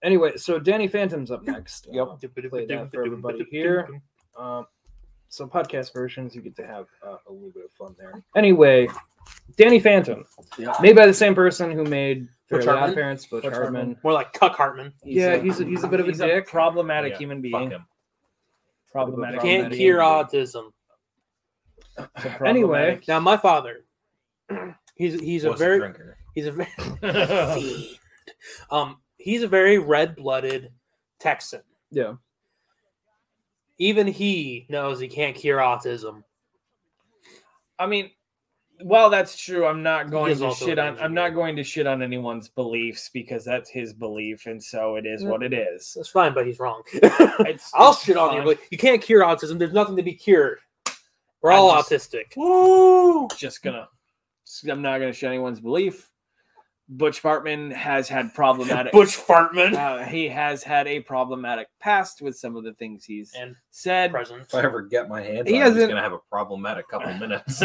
Speaker 4: Anyway, so Danny Phantom's up next.
Speaker 10: Yep.
Speaker 4: Uh, Play that for everybody here. Um, so podcast versions, you get to have uh, a little bit of fun there. Anyway, Danny Phantom,
Speaker 10: Yeah.
Speaker 4: made by the same person who made
Speaker 2: Butch
Speaker 4: Fairly Odd
Speaker 2: Hartman?
Speaker 4: Parents, Butch,
Speaker 2: Butch
Speaker 4: Hartman.
Speaker 2: Hartman. More like Cuck Hartman.
Speaker 4: Yeah, he's a- he's a bit of a
Speaker 10: he's
Speaker 4: dick.
Speaker 10: problematic
Speaker 5: Yeah,
Speaker 10: human
Speaker 5: Fuck
Speaker 10: being.
Speaker 5: him.
Speaker 4: Problematic.
Speaker 2: Can't uh,
Speaker 4: Problematic.
Speaker 2: cure autism.
Speaker 4: Anyway,
Speaker 2: Now my father, he's he's a
Speaker 5: Was a
Speaker 2: very
Speaker 5: drinker.
Speaker 2: He's a very
Speaker 10: [LAUGHS]
Speaker 2: fiend. [LAUGHS] Um, he's a very red-blooded Texan.
Speaker 4: Yeah.
Speaker 2: Even he knows he can't cure autism.
Speaker 10: I mean, while that's true, I'm not
Speaker 2: He
Speaker 10: going
Speaker 2: is
Speaker 10: to
Speaker 2: also
Speaker 10: shit
Speaker 2: an
Speaker 10: on. I'm not
Speaker 2: engineer.
Speaker 10: going to shit on anyone's beliefs because that's his belief, and so it is
Speaker 2: Yeah.
Speaker 10: what it is.
Speaker 2: That's fine, but he's wrong. [LAUGHS]
Speaker 10: It's,
Speaker 2: I'll
Speaker 10: it's
Speaker 2: shit on you,
Speaker 10: fine.
Speaker 2: but you can't cure autism. There's nothing to be cured. We're all
Speaker 10: I just-
Speaker 2: autistic.
Speaker 10: just gonna I'm not gonna share anyone's belief. Butch Bartman
Speaker 3: [LAUGHS]
Speaker 10: has had problematic
Speaker 2: Butch Fartman
Speaker 10: uh, he has had a problematic past with some of the things he's
Speaker 2: and
Speaker 10: said.
Speaker 2: present.
Speaker 5: If I ever get my hands on, it,
Speaker 10: He
Speaker 5: he's
Speaker 10: hasn't-
Speaker 5: gonna have a problematic couple minutes.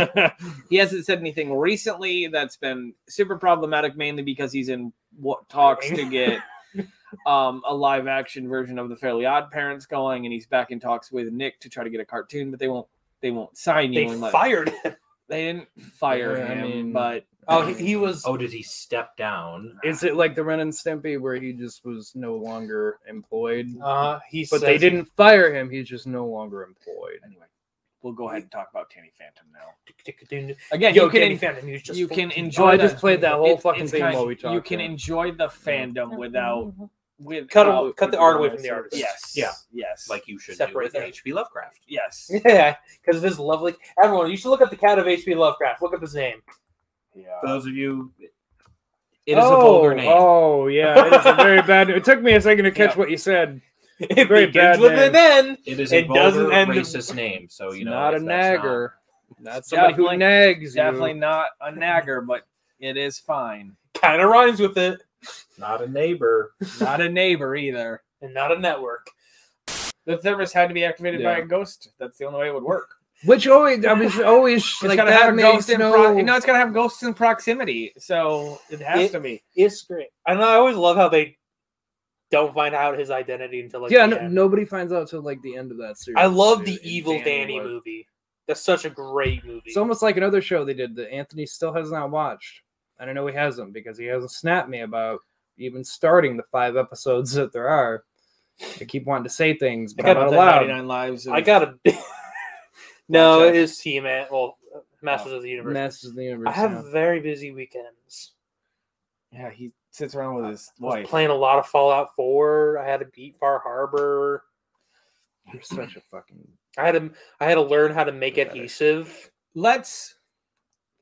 Speaker 10: he hasn't said anything recently that's been super problematic, mainly because he's in what talks to get
Speaker 2: [LAUGHS]
Speaker 10: um, a live action version of the Fairly Odd Parents going, and he's back in talks with Nick to try to get a cartoon, but they won't they won't sign you.
Speaker 2: They
Speaker 10: and let-
Speaker 2: fired him.
Speaker 10: they didn't fire
Speaker 4: Yeah, I
Speaker 10: him,
Speaker 4: mean-
Speaker 10: but
Speaker 2: Oh, he, he was.
Speaker 5: oh, did he step down?
Speaker 4: is it like the Ren and Stimpy where he just was no longer employed?
Speaker 2: Uh, he
Speaker 4: But they
Speaker 2: says-
Speaker 4: didn't fire him. He's just no longer employed.
Speaker 10: anyway, we'll go ahead and talk about Tanny Phantom now.
Speaker 4: Again,
Speaker 2: Yo,
Speaker 10: you can
Speaker 2: Danny
Speaker 10: en-
Speaker 2: Phantom, he was just
Speaker 10: you can
Speaker 2: 14.
Speaker 10: enjoy.
Speaker 4: Oh, I
Speaker 10: that.
Speaker 4: just played that whole fucking
Speaker 10: it's
Speaker 4: thing
Speaker 10: kinda-
Speaker 4: while we talked,
Speaker 10: You can
Speaker 4: yeah.
Speaker 10: enjoy the fandom without with
Speaker 2: Cut him- cut the art away from the artist.
Speaker 10: Yes.
Speaker 5: Yeah.
Speaker 10: Yes.
Speaker 5: Like you should
Speaker 2: Separate
Speaker 5: do with
Speaker 2: that.
Speaker 5: H.P. Lovecraft.
Speaker 10: yes.
Speaker 2: [LAUGHS] Yeah, because of his lovely. Everyone, you should look up the cat of H.P. Lovecraft. Look up his name. [LAUGHS]
Speaker 10: Yeah.
Speaker 5: For those of you, it
Speaker 4: It
Speaker 5: is
Speaker 4: is
Speaker 5: a vulgar name.
Speaker 4: Oh yeah, it is a very bad. It took me a second to catch what you said.
Speaker 2: It
Speaker 4: Very
Speaker 2: begins
Speaker 4: bad
Speaker 2: with
Speaker 4: name.
Speaker 2: an N.
Speaker 5: it is a
Speaker 2: it
Speaker 5: vulgar,
Speaker 2: doesn't end in-
Speaker 5: racist name. So you know,
Speaker 4: not a
Speaker 5: if that's
Speaker 4: nagger.
Speaker 10: That's
Speaker 4: Somebody who
Speaker 10: definitely,
Speaker 4: nags
Speaker 10: definitely
Speaker 4: you.
Speaker 10: not a nagger, but it is fine.
Speaker 2: Kind of rhymes with it,
Speaker 5: Not, not a neighbor.
Speaker 10: Not a neighbor either.
Speaker 2: [LAUGHS] and not a network.
Speaker 10: The thermos had to be activated by
Speaker 4: Yeah.
Speaker 10: a ghost. That's the only way it would work.
Speaker 4: Which always, I was always
Speaker 10: It's
Speaker 4: like
Speaker 10: gotta
Speaker 4: that
Speaker 10: have a
Speaker 4: makes
Speaker 10: ghost in pro-
Speaker 4: no.
Speaker 10: no, it's gotta have ghosts in proximity. So it has
Speaker 2: It-
Speaker 10: to be.
Speaker 2: It's great. And I always love how they don't find out his identity until like
Speaker 4: yeah,
Speaker 2: the
Speaker 4: no,
Speaker 2: end.
Speaker 4: nobody finds out till like the end of that series.
Speaker 2: I love the
Speaker 4: dude, in
Speaker 2: evil Danny
Speaker 4: was.
Speaker 2: movie. That's such a great movie.
Speaker 4: It's almost like another show they did that Anthony still has not watched. And I know [LAUGHS] he hasn't because he hasn't snapped me about even starting the five episodes that there are. I keep wanting to say things, but
Speaker 10: I
Speaker 4: I'm
Speaker 10: got
Speaker 4: not
Speaker 10: the
Speaker 4: allowed.
Speaker 3: 99 lives.
Speaker 2: I got a. [LAUGHS] no, it is He-Man. Well, Masters of the Universe.
Speaker 4: Masters of the Universe.
Speaker 2: I
Speaker 4: yeah.
Speaker 2: have very busy weekends.
Speaker 3: Yeah, he sits around with his
Speaker 2: I
Speaker 3: wife.
Speaker 2: was playing a lot of Fallout 4. I had to beat Far Harbor.
Speaker 4: You're such a fucking
Speaker 2: I had to I had to learn how to make adhesive.
Speaker 3: Let's.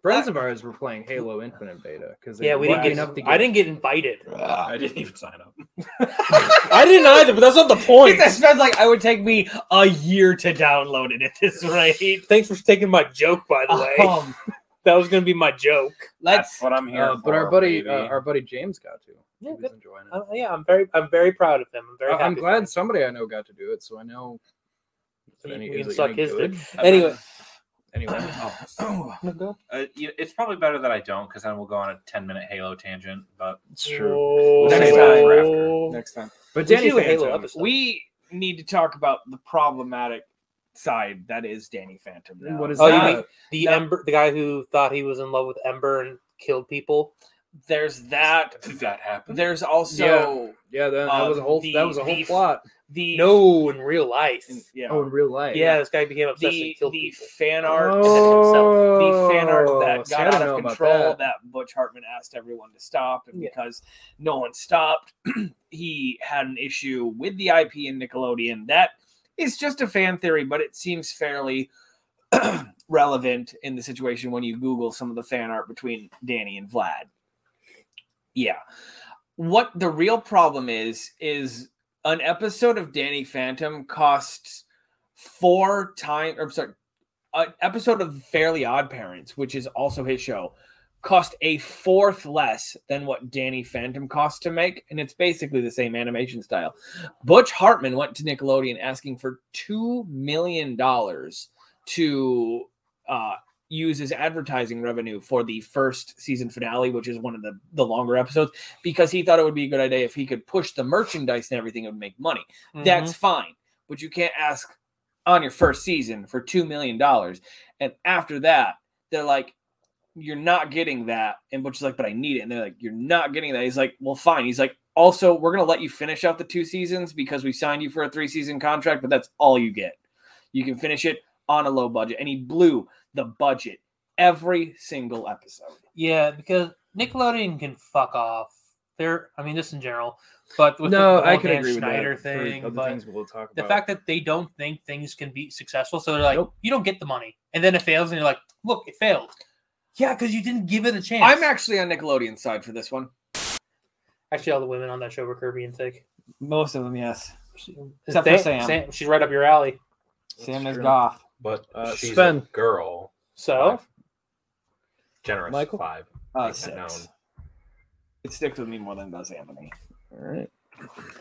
Speaker 4: friends of ours were playing
Speaker 2: [LAUGHS]
Speaker 4: Halo Infinite beta because
Speaker 2: Yeah, we didn't get,
Speaker 4: enough to get.
Speaker 2: I didn't get
Speaker 4: [LAUGHS]
Speaker 2: invited.
Speaker 5: I didn't even sign up.
Speaker 2: I didn't either, but that's
Speaker 4: [LAUGHS]
Speaker 2: not the point.
Speaker 10: This sounds like I would take me a year to download it at this rate.
Speaker 2: [LAUGHS] Thanks for taking my joke, by
Speaker 4: [LAUGHS]
Speaker 2: the way.
Speaker 10: Um,
Speaker 2: that was gonna be my joke.
Speaker 5: That's
Speaker 10: let's.
Speaker 5: what I'm here
Speaker 4: Uh,
Speaker 5: for.
Speaker 4: but our buddy,
Speaker 5: baby.
Speaker 4: uh, our buddy James got to.
Speaker 2: Yeah,
Speaker 4: he was
Speaker 2: good.
Speaker 4: enjoying it.
Speaker 2: Uh, yeah, I'm very I'm very proud of him. I'm very
Speaker 4: I- I'm
Speaker 2: happy for him.
Speaker 4: glad somebody I know got to do it, so I know. Is it
Speaker 2: We-
Speaker 4: any-
Speaker 2: we
Speaker 4: is
Speaker 2: can
Speaker 4: it
Speaker 2: suck
Speaker 4: any
Speaker 2: his
Speaker 4: good?
Speaker 2: Anyway,
Speaker 4: Anyway,
Speaker 5: Oh. Uh, you- it's probably better that I don't, because then we'll go on a ten-minute Halo tangent. But [LAUGHS]
Speaker 4: it's true.
Speaker 5: Next
Speaker 2: Oh.
Speaker 5: time for after.
Speaker 3: Next time.
Speaker 4: But
Speaker 2: We
Speaker 4: Danny
Speaker 2: should do a Halo
Speaker 4: Phantom,
Speaker 2: episode.
Speaker 3: We need to talk about the problematic side that is Danny Phantom. Now.
Speaker 4: what is
Speaker 2: Oh, you
Speaker 4: that?
Speaker 2: mean- the Ember, the guy who thought he was in love with Ember and killed people.
Speaker 3: There's that.
Speaker 5: did that happen?
Speaker 3: There's also
Speaker 4: yeah, that, that
Speaker 3: uh,
Speaker 4: was a whole
Speaker 3: the-
Speaker 4: that was a whole
Speaker 3: the-
Speaker 4: plot.
Speaker 3: the
Speaker 2: No, in real life.
Speaker 3: yeah,
Speaker 4: Oh, in real life.
Speaker 2: Yeah, this guy became obsessed and
Speaker 3: the
Speaker 2: killed
Speaker 3: the
Speaker 2: people.
Speaker 3: fan art.
Speaker 4: Oh,
Speaker 3: the fan art that
Speaker 4: see, I
Speaker 3: got
Speaker 4: don't
Speaker 3: out
Speaker 4: know
Speaker 3: of
Speaker 4: about
Speaker 3: control
Speaker 4: that.
Speaker 3: that Butch Hartman asked everyone to stop, and
Speaker 2: Yeah.
Speaker 3: because no one stopped, [CLEARS THROAT] he had an issue with the IP and Nickelodeon. That is just a fan theory, but it seems fairly [CLEARS THROAT] relevant in the situation when you Google some of the fan art between Danny and Vlad. Yeah. What the real problem is, is an episode of Danny Phantom costs four times, or I'm sorry, an episode of Fairly Odd Parents, which is also his show, cost a fourth less than what Danny Phantom cost to make, and it's basically the same animation style. Butch Hartman went to Nickelodeon asking for two million dollars to uh, use as advertising revenue for the first season finale, which is one of the the longer episodes, because he thought it would be a good idea if he could push the merchandise and everything, it would make money. That's fine, but you can't ask on your first season for two million dollars, and after that, they're like, "You're not getting that," and Butch is like, "But I need it," and they're like, "You're not getting that." He's like, "Well, fine." He's like, "Also, we're gonna let you finish out the two seasons because we signed you for a three season contract, but that's all you get. You can finish it on a low budget," and he blew the budget every single episode.
Speaker 2: Yeah, because Nickelodeon can fuck off. They're, I mean, just in general, but with
Speaker 4: no,
Speaker 2: the, the
Speaker 4: I
Speaker 2: whole
Speaker 4: can
Speaker 2: Dan
Speaker 4: agree
Speaker 2: Schneider
Speaker 4: with that. for
Speaker 2: thing,
Speaker 4: other
Speaker 2: but
Speaker 4: things we'll talk
Speaker 2: the
Speaker 4: about.
Speaker 2: fact that they don't think things can be successful, so they're like,
Speaker 4: Nope.
Speaker 2: you don't get the money, and then it fails, and you're like, look, it failed. Yeah, because you didn't give it a chance.
Speaker 3: I'm actually on Nickelodeon's side for this one.
Speaker 2: actually all the women on that show were curvy and thick.
Speaker 3: Most of them, yes.
Speaker 2: She-
Speaker 3: Except for
Speaker 2: Tha-
Speaker 3: Sam.
Speaker 2: She's right up your alley.
Speaker 3: Sam is
Speaker 4: true.
Speaker 3: Goff.
Speaker 5: But
Speaker 4: Uh,
Speaker 5: she's
Speaker 4: Sven.
Speaker 5: a girl.
Speaker 2: So
Speaker 5: Five. Generous
Speaker 4: Michael?
Speaker 5: five.
Speaker 3: Uh,
Speaker 5: Make that
Speaker 3: six. It sticks with me more than it does Anthony.
Speaker 4: all right.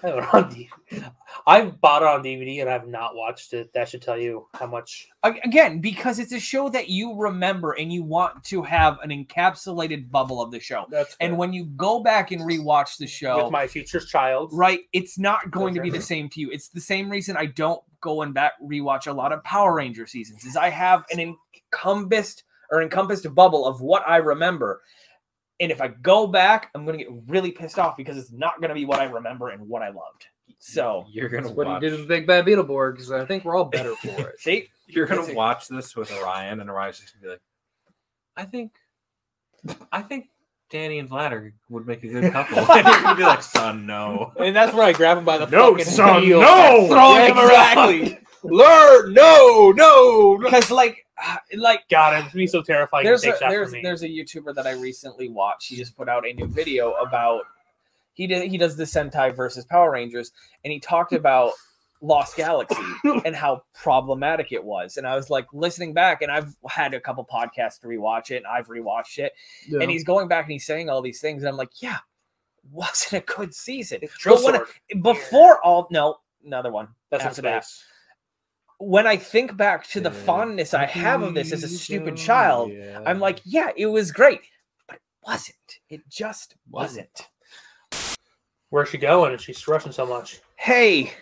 Speaker 2: I have it on DVD. [LAUGHS] I've bought it on DVD and I've not watched it. That should tell you how much.
Speaker 3: Ag- again because it's a show that you remember and you want to have an encapsulated bubble of the show
Speaker 2: That's
Speaker 3: and when you go back and rewatch the show
Speaker 2: with my future child.
Speaker 3: right it's not going to be the same to you it's the same reason i don't go and back rewatch a lot of power ranger seasons is i have an encompassed or encompassed bubble of what i remember and if i go back i'm going to get really pissed off because it's not going to be what i remember and what i loved so
Speaker 5: You're gonna
Speaker 4: That's what
Speaker 5: watch.
Speaker 4: he did with Big Bad Beetleborg because I think we're all better for it. [LAUGHS]
Speaker 3: see
Speaker 5: [LAUGHS] You're gonna
Speaker 3: That's it.
Speaker 5: watch this with Orion, and Orion's just gonna be like, "I think, I think Danny and Vlad are- would make a good couple." [LAUGHS] and you're gonna be like, "Son, no."
Speaker 2: And that's where I grab him by the
Speaker 4: No,
Speaker 2: fucking
Speaker 4: son,
Speaker 2: heel.
Speaker 4: no!
Speaker 2: Throwing him around.
Speaker 3: learn no no because like uh, like
Speaker 2: God, it would be so terrifying.
Speaker 3: there's
Speaker 2: There's
Speaker 3: a,
Speaker 2: takes after
Speaker 3: there's
Speaker 2: me.
Speaker 3: there's a YouTuber that I recently watched. He just put out a new video about he did he does the Sentai versus Power Rangers, and he talked about Lost Galaxy and how problematic it was. And I was like listening back, and I've had a couple podcasts to rewatch it, and I've rewatched it,
Speaker 4: Yeah.
Speaker 3: and he's going back and he's saying all these things, and I'm like, yeah, wasn't a good season.
Speaker 2: Drill
Speaker 3: But when I-
Speaker 2: sword.
Speaker 3: Before all, no, another one.
Speaker 2: That's in
Speaker 3: after that.
Speaker 2: space.
Speaker 3: When I think back to the fondness I have of this as a stupid child, I'm like, yeah, it was great, but it wasn't. It just wasn't.
Speaker 2: Where's she going? And she's rushing so much.
Speaker 3: Hey,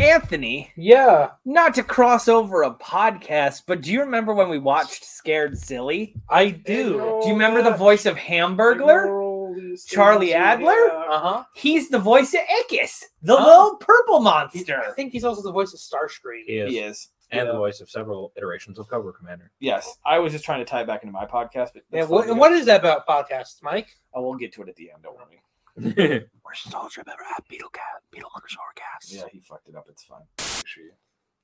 Speaker 3: Anthony,
Speaker 2: Yeah,
Speaker 3: not to cross over a podcast, but do you remember when we watched Scared Silly?
Speaker 2: I do.
Speaker 3: Do you remember the voice of Hamburglar? Charlie Adler.
Speaker 2: uh-huh.
Speaker 14: Uh huh.
Speaker 3: He's the voice of Ickis, the
Speaker 14: Oh.
Speaker 3: little purple
Speaker 14: I
Speaker 3: monster.
Speaker 14: think he's also the voice of Starscream.
Speaker 5: He is.
Speaker 1: He is.
Speaker 5: And the
Speaker 1: Yeah.
Speaker 5: voice of several iterations of
Speaker 4: [LAUGHS]
Speaker 5: Cobra Commander.
Speaker 1: Yes, I was just trying to tie it back into my podcast, but
Speaker 14: Yeah,
Speaker 1: that's
Speaker 14: what,
Speaker 1: fine.
Speaker 14: what is that about podcasts, Mike?
Speaker 1: I will get to it at the end. Don't worry.
Speaker 5: That's
Speaker 1: Yeah, he fucked it up. It's fine.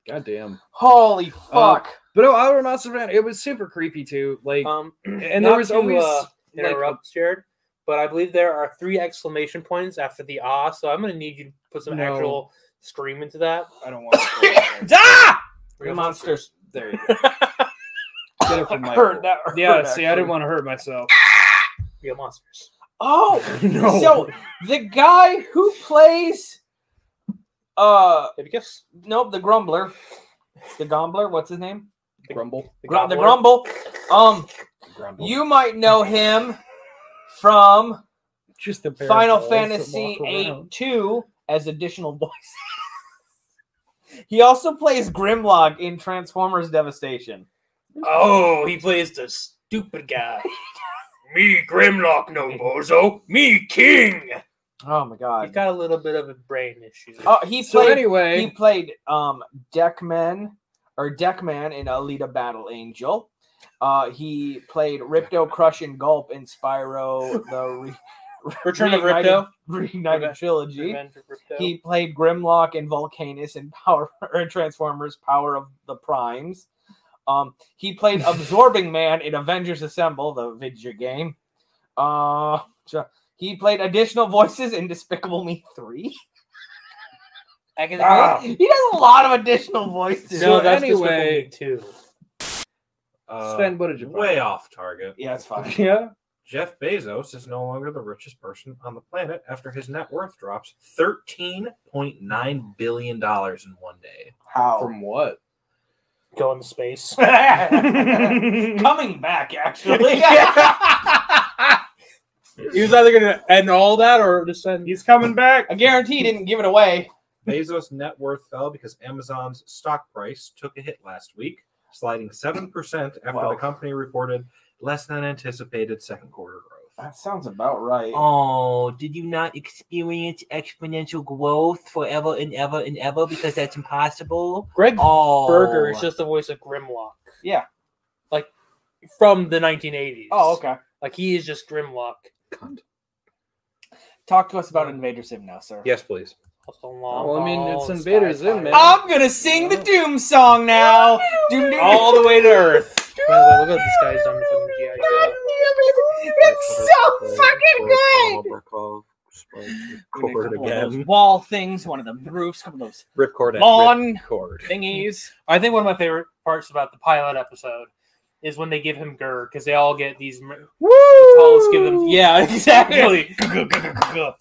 Speaker 1: God damn.
Speaker 3: Holy
Speaker 1: Oh.
Speaker 3: fuck!
Speaker 4: But no, I don't know, Savannah, It was super creepy too. Like,
Speaker 2: [LAUGHS] Um,
Speaker 4: and there
Speaker 2: not
Speaker 4: was
Speaker 2: to,
Speaker 4: always
Speaker 2: uh,
Speaker 4: like,
Speaker 2: interrupt, Jared, but I believe there are three exclamation points after the ah, so I'm going to need you to put some
Speaker 4: No.
Speaker 2: actual scream into that.
Speaker 1: I
Speaker 4: [LAUGHS]
Speaker 1: don't want to.
Speaker 3: Ah!
Speaker 1: Real
Speaker 3: monsters.
Speaker 1: there you go. Get it from Michael.
Speaker 3: [LAUGHS] Hurt, that hurt,
Speaker 4: yeah. See, I
Speaker 3: actually.
Speaker 4: didn't want to hurt myself.
Speaker 2: Real monsters.
Speaker 3: Oh,
Speaker 4: [LAUGHS] No.
Speaker 3: so the guy who plays, uh,
Speaker 2: Baby kiss.
Speaker 3: nope, the Grumbler, the Gombler. What's his name?
Speaker 1: Grumble.
Speaker 2: The
Speaker 3: Grum- the
Speaker 2: gobbler.
Speaker 3: Grumble. Um,
Speaker 5: Grumble.
Speaker 3: you might know him from
Speaker 4: Just the pair of
Speaker 3: Final
Speaker 4: balls that
Speaker 3: Fantasy
Speaker 4: walk
Speaker 3: VIII
Speaker 4: around.
Speaker 3: two as additional voice. [LAUGHS] he also plays Grimlock in Transformers Devastation.
Speaker 2: Oh, he plays the stupid guy. [LAUGHS] Me, Grimlock, no bozo. Me, King.
Speaker 3: Oh my
Speaker 2: He's
Speaker 3: god!
Speaker 2: got a little bit of a brain issue.
Speaker 3: Oh, he
Speaker 4: So
Speaker 3: played
Speaker 4: anyway,
Speaker 3: He played um Deckman or Deckman in Alita Battle Angel. Uh, he played Ripto Crush and Gulp in Spyro the Re-
Speaker 2: Return of
Speaker 3: Reunited-
Speaker 2: Ripto.
Speaker 3: Reunited
Speaker 2: Revenge-
Speaker 3: trilogy.
Speaker 2: Revenge of Ripto.
Speaker 3: He played Grimlock and Volcanus in Power [LAUGHS] or Transformers Power of the Primes. Um, he
Speaker 2: [LAUGHS]
Speaker 3: played Absorbing Man in Avengers Assemble, the video game. Uh, so- he played additional voices in Despicable Me 3.
Speaker 2: I can-
Speaker 3: He does a lot of additional voices.
Speaker 2: No, that's
Speaker 4: anyway-
Speaker 2: anyway, too.
Speaker 5: Uh,
Speaker 4: Sven, what did you
Speaker 5: way off target.
Speaker 1: Yeah, it's fine.
Speaker 4: [LAUGHS] yeah.
Speaker 5: Jeff Bezos is no longer the richest person on the planet after his net worth drops $13.9 billion in one day.
Speaker 1: How?
Speaker 4: From what?
Speaker 2: Going to
Speaker 3: [LAUGHS]
Speaker 2: space.
Speaker 1: Coming back, actually.
Speaker 4: [LAUGHS]
Speaker 2: He was either gonna end all that or just end.
Speaker 4: He's coming back.
Speaker 3: I guarantee he didn't give it away.
Speaker 5: Bezos' net worth fell because Amazon's stock price took a hit last week, sliding 7% after
Speaker 1: Wow.
Speaker 5: the company reported less than anticipated second quarter growth.
Speaker 1: That sounds about right.
Speaker 15: Oh, did you not experience exponential growth forever and ever and ever because that's impossible?
Speaker 2: Greg
Speaker 15: Oh,
Speaker 2: Berger is just the voice of Grimlock.
Speaker 1: Yeah.
Speaker 2: Like from the 1980s.
Speaker 1: Oh, okay.
Speaker 2: Like he is just Grimlock.
Speaker 1: Talk to us about Invader Sim now, sir.
Speaker 5: Yes, please.
Speaker 2: Also long
Speaker 4: Well, I mean,
Speaker 2: haul,
Speaker 4: it's
Speaker 2: sky
Speaker 4: Invader Zim,
Speaker 2: dive.
Speaker 4: man.
Speaker 3: I'm gonna sing the Doom song now. Doom, doom,
Speaker 2: all the way to Earth. By the way, look at this guy's done from GI Joe.
Speaker 3: It's so fucking good.
Speaker 5: Cord again.
Speaker 3: Wall things, one of them roofs, couple of those
Speaker 5: Ripcord and
Speaker 3: Lawn.
Speaker 5: Ripcord.
Speaker 3: thingies.
Speaker 2: I think one of my favorite parts about the pilot episode is when they give him Gur because they all get these. Woo! The tallest give them. Yeah, [LAUGHS] exactly.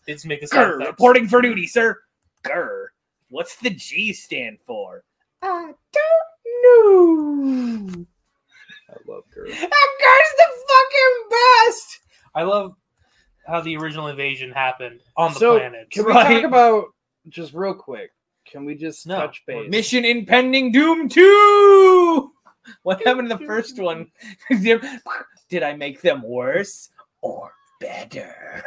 Speaker 2: it's make the sound
Speaker 3: Grr,
Speaker 2: effects.
Speaker 3: reporting for duty, sir. Grr. What's the G stand for? I don't know.
Speaker 5: I love Gerd.
Speaker 3: That guy's the fucking best.
Speaker 2: I love how the original invasion happened on the
Speaker 4: So,
Speaker 2: planet.
Speaker 4: Can we
Speaker 3: Right.
Speaker 4: talk about just real quick? Can we just
Speaker 2: No.
Speaker 4: touch base?
Speaker 3: Mission Impending Doom 2! What happened to the first one? [LAUGHS] Did I make them worse or better?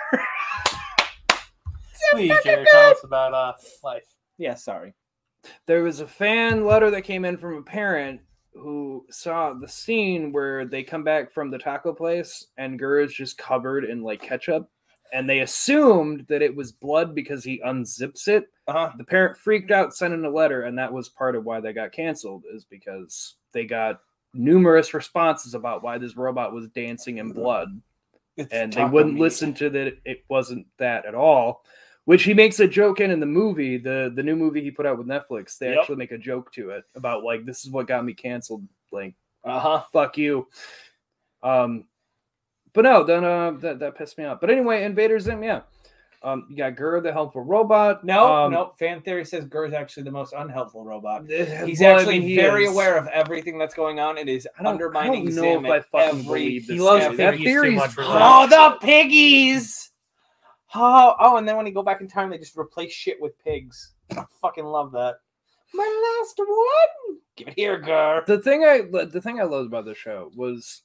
Speaker 2: Please, Jared, tell us about uh, life.
Speaker 3: Yeah, sorry.
Speaker 4: there was a fan letter that came in from a parent who saw the scene where they come back from the taco place and Gur is just covered in like ketchup. And they assumed that it was blood because he unzips it.
Speaker 1: Uh-huh.
Speaker 4: The parent freaked out, sent in a letter, and that was part of why they got canceled, is because they got numerous responses about why this robot was dancing in blood and they wouldn't listen to that it wasn't that at all which he makes a joke in in the movie the the new movie he put out with netflix they
Speaker 1: Yep.
Speaker 4: actually make a joke to it about like this is what got me canceled like
Speaker 1: Uh
Speaker 3: Uh-huh.
Speaker 1: huh.
Speaker 4: fuck you um but no then uh that, that pissed me off but anyway invader zim yeah um you got Gur, the helpful robot
Speaker 3: No,
Speaker 4: um, uh,
Speaker 3: no. Fan theory says Gurr is actually the most unhelpful robot. He's
Speaker 4: well, I
Speaker 3: actually
Speaker 4: mean, he
Speaker 3: very
Speaker 4: is.
Speaker 3: aware of everything that's going on and is
Speaker 4: I don't,
Speaker 3: undermining
Speaker 4: I don't know
Speaker 3: Zim
Speaker 4: if i
Speaker 3: at
Speaker 4: fucking
Speaker 3: every-
Speaker 4: believe this
Speaker 2: He loves
Speaker 4: theory.
Speaker 2: piggies
Speaker 4: that
Speaker 2: too
Speaker 4: theory's
Speaker 2: much for that.
Speaker 3: Oh, the piggies! Oh, oh, and then when you go back in time, they just replace shit with pigs. [LAUGHS] I fucking love that. My last one. Give it here, girl.
Speaker 4: the thing I the thing I loved about the show was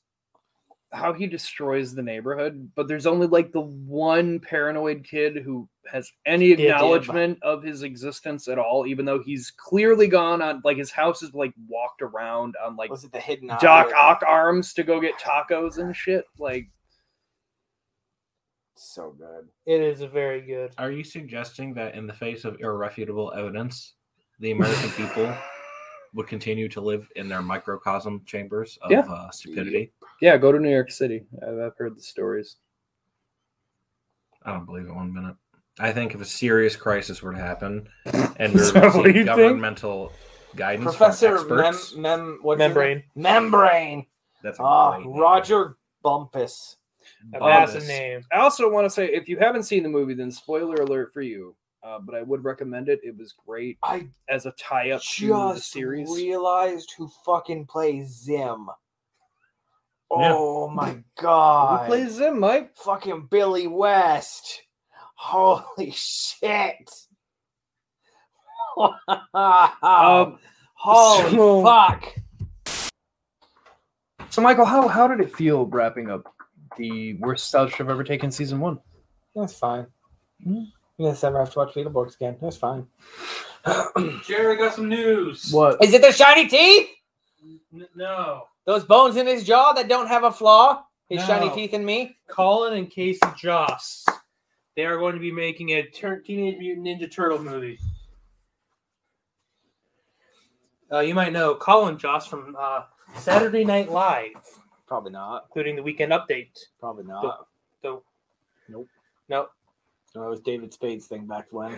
Speaker 4: how he destroys the neighborhood, but there's only like the one paranoid kid who has any
Speaker 1: yeah.
Speaker 4: acknowledgement of his existence at all, even though he's clearly gone on like his house is like walked around on like
Speaker 3: Was it the hidden eye
Speaker 4: Doc
Speaker 3: or-
Speaker 4: Ock arms to go get tacos and shit. Like
Speaker 16: So good.
Speaker 10: It is very good.
Speaker 17: Are you suggesting that in the face of irrefutable evidence, the
Speaker 3: [LAUGHS]
Speaker 17: American people would continue to live in their microcosm chambers of
Speaker 4: Yeah.
Speaker 17: uh, stupidity?
Speaker 4: yeah, go to New York City. I've, I've heard the stories.
Speaker 17: I don't believe it one minute. I think if a serious crisis were to
Speaker 3: [LAUGHS]
Speaker 17: happen and we
Speaker 10: Is
Speaker 17: were
Speaker 10: that what you
Speaker 17: receiving
Speaker 10: think?
Speaker 17: governmental guidance
Speaker 3: Professor
Speaker 17: from
Speaker 3: Mem,
Speaker 17: experts,
Speaker 3: Mem what's his
Speaker 10: Membrane.
Speaker 3: name? Membrane.
Speaker 17: that's a
Speaker 3: Ah,
Speaker 17: great name.
Speaker 3: Roger Bumpus.
Speaker 10: A
Speaker 17: Bonus.
Speaker 10: massive name.
Speaker 4: I also want to say if you haven't seen the movie, then spoiler alert for you. Uh, but I would recommend it. It was great
Speaker 3: I
Speaker 4: as a tie-up to the
Speaker 3: just
Speaker 4: series.
Speaker 3: realized who fucking plays Zim.
Speaker 17: Yeah.
Speaker 3: Oh my
Speaker 4: Who
Speaker 3: god.
Speaker 4: plays Zim, Mike?
Speaker 3: fucking Billy West. Holy shit.
Speaker 4: Um,
Speaker 3: [LAUGHS] Holy
Speaker 4: so-
Speaker 3: fuck.
Speaker 4: So, Michael, how how did it feel wrapping up the worst slouch I've ever taken season one?
Speaker 3: That's fine. Mm-hmm. Yes, I have to watch Beetleborgs again. That's fine.
Speaker 2: Jerry got some news.
Speaker 4: What?
Speaker 3: Is it the shiny teeth?
Speaker 2: N- no.
Speaker 3: Those bones in his jaw that don't have a flaw? His shiny
Speaker 2: No.
Speaker 3: teeth and me?
Speaker 2: Colin and Casey Joss. They are going to be making a tur Teenage Mutant Ninja Turtle movie. Uh, you might know Colin Joss from uh, Saturday Night Live,
Speaker 3: Probably not.
Speaker 2: including the Weekend Update.
Speaker 3: Probably not.
Speaker 2: Nope.
Speaker 3: Nope.
Speaker 2: Nope.
Speaker 3: No, it was David Spade's thing back when.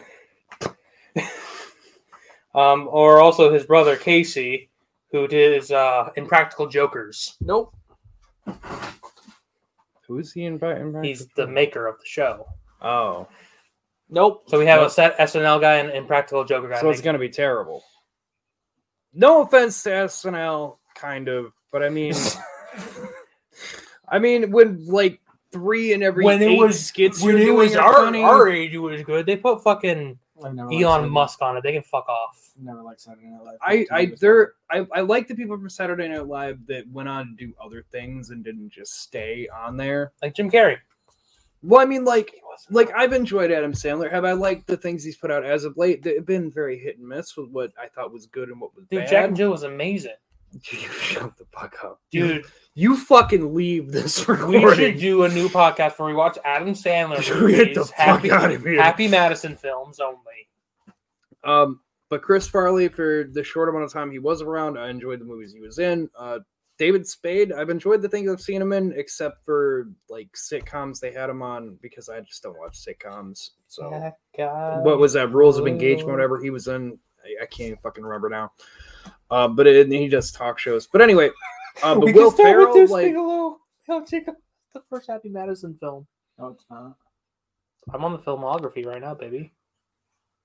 Speaker 2: Um, or also his brother Casey, who did is uh, Impractical Jokers.
Speaker 3: Nope.
Speaker 4: Who is he inviting?
Speaker 2: He's the maker of the show.
Speaker 4: oh,
Speaker 3: Nope.
Speaker 2: So we have a set SNL guy and Impractical Joker guy.
Speaker 4: so it's
Speaker 2: making-
Speaker 4: gonna be terrible. No offense to SNL, kind of, but I [LAUGHS] mean, I mean when like three and every
Speaker 2: When it
Speaker 4: eight
Speaker 2: was-
Speaker 4: skits
Speaker 2: when
Speaker 4: you're
Speaker 2: it
Speaker 4: doing
Speaker 2: was
Speaker 4: are
Speaker 2: our,
Speaker 4: funny.
Speaker 2: our age, it was good. They put fucking
Speaker 4: Oh,
Speaker 3: I've never liked
Speaker 2: Elon
Speaker 3: Saturday-
Speaker 2: Musk on it. They can fuck off.
Speaker 3: Never liked Saturday Night Live.
Speaker 4: I I
Speaker 3: Never
Speaker 4: there I, I like the people from Saturday Night Live that went on to do other things and didn't just stay on there.
Speaker 2: Like Jim Carrey.
Speaker 4: Well, I mean, like like I've enjoyed Adam Sandler. Have I liked the things he's put out as of late? They've been very hit and miss with what I thought was good and what was
Speaker 2: Dude,
Speaker 4: bad. [LAUGHS]
Speaker 2: Jack and Jill was amazing.
Speaker 4: Shut the fuck up,
Speaker 2: Dude,
Speaker 4: You fucking leave this
Speaker 2: we should
Speaker 4: recording.
Speaker 2: do a new podcast where we watch Adam [LAUGHS] Sandler
Speaker 4: [LAUGHS] Get the
Speaker 2: movies, happy,
Speaker 4: fuck out of here.
Speaker 2: happy Madison films only.
Speaker 4: Um, but Chris Farley, for the short amount of time he was around, I enjoyed the movies he was in. Uh, David Spade, I've enjoyed the things I've seen him in, except for like sitcoms they had him on because I just don't watch sitcoms. So what was that rules of engagement whatever he was in I, I can't even fucking remember now uh, but it, and he does talk shows but anyway
Speaker 2: [LAUGHS]
Speaker 4: uh, but will ferrell like
Speaker 2: the first Happy Madison film.
Speaker 3: No, it's not.
Speaker 2: I'm on the filmography right now, baby.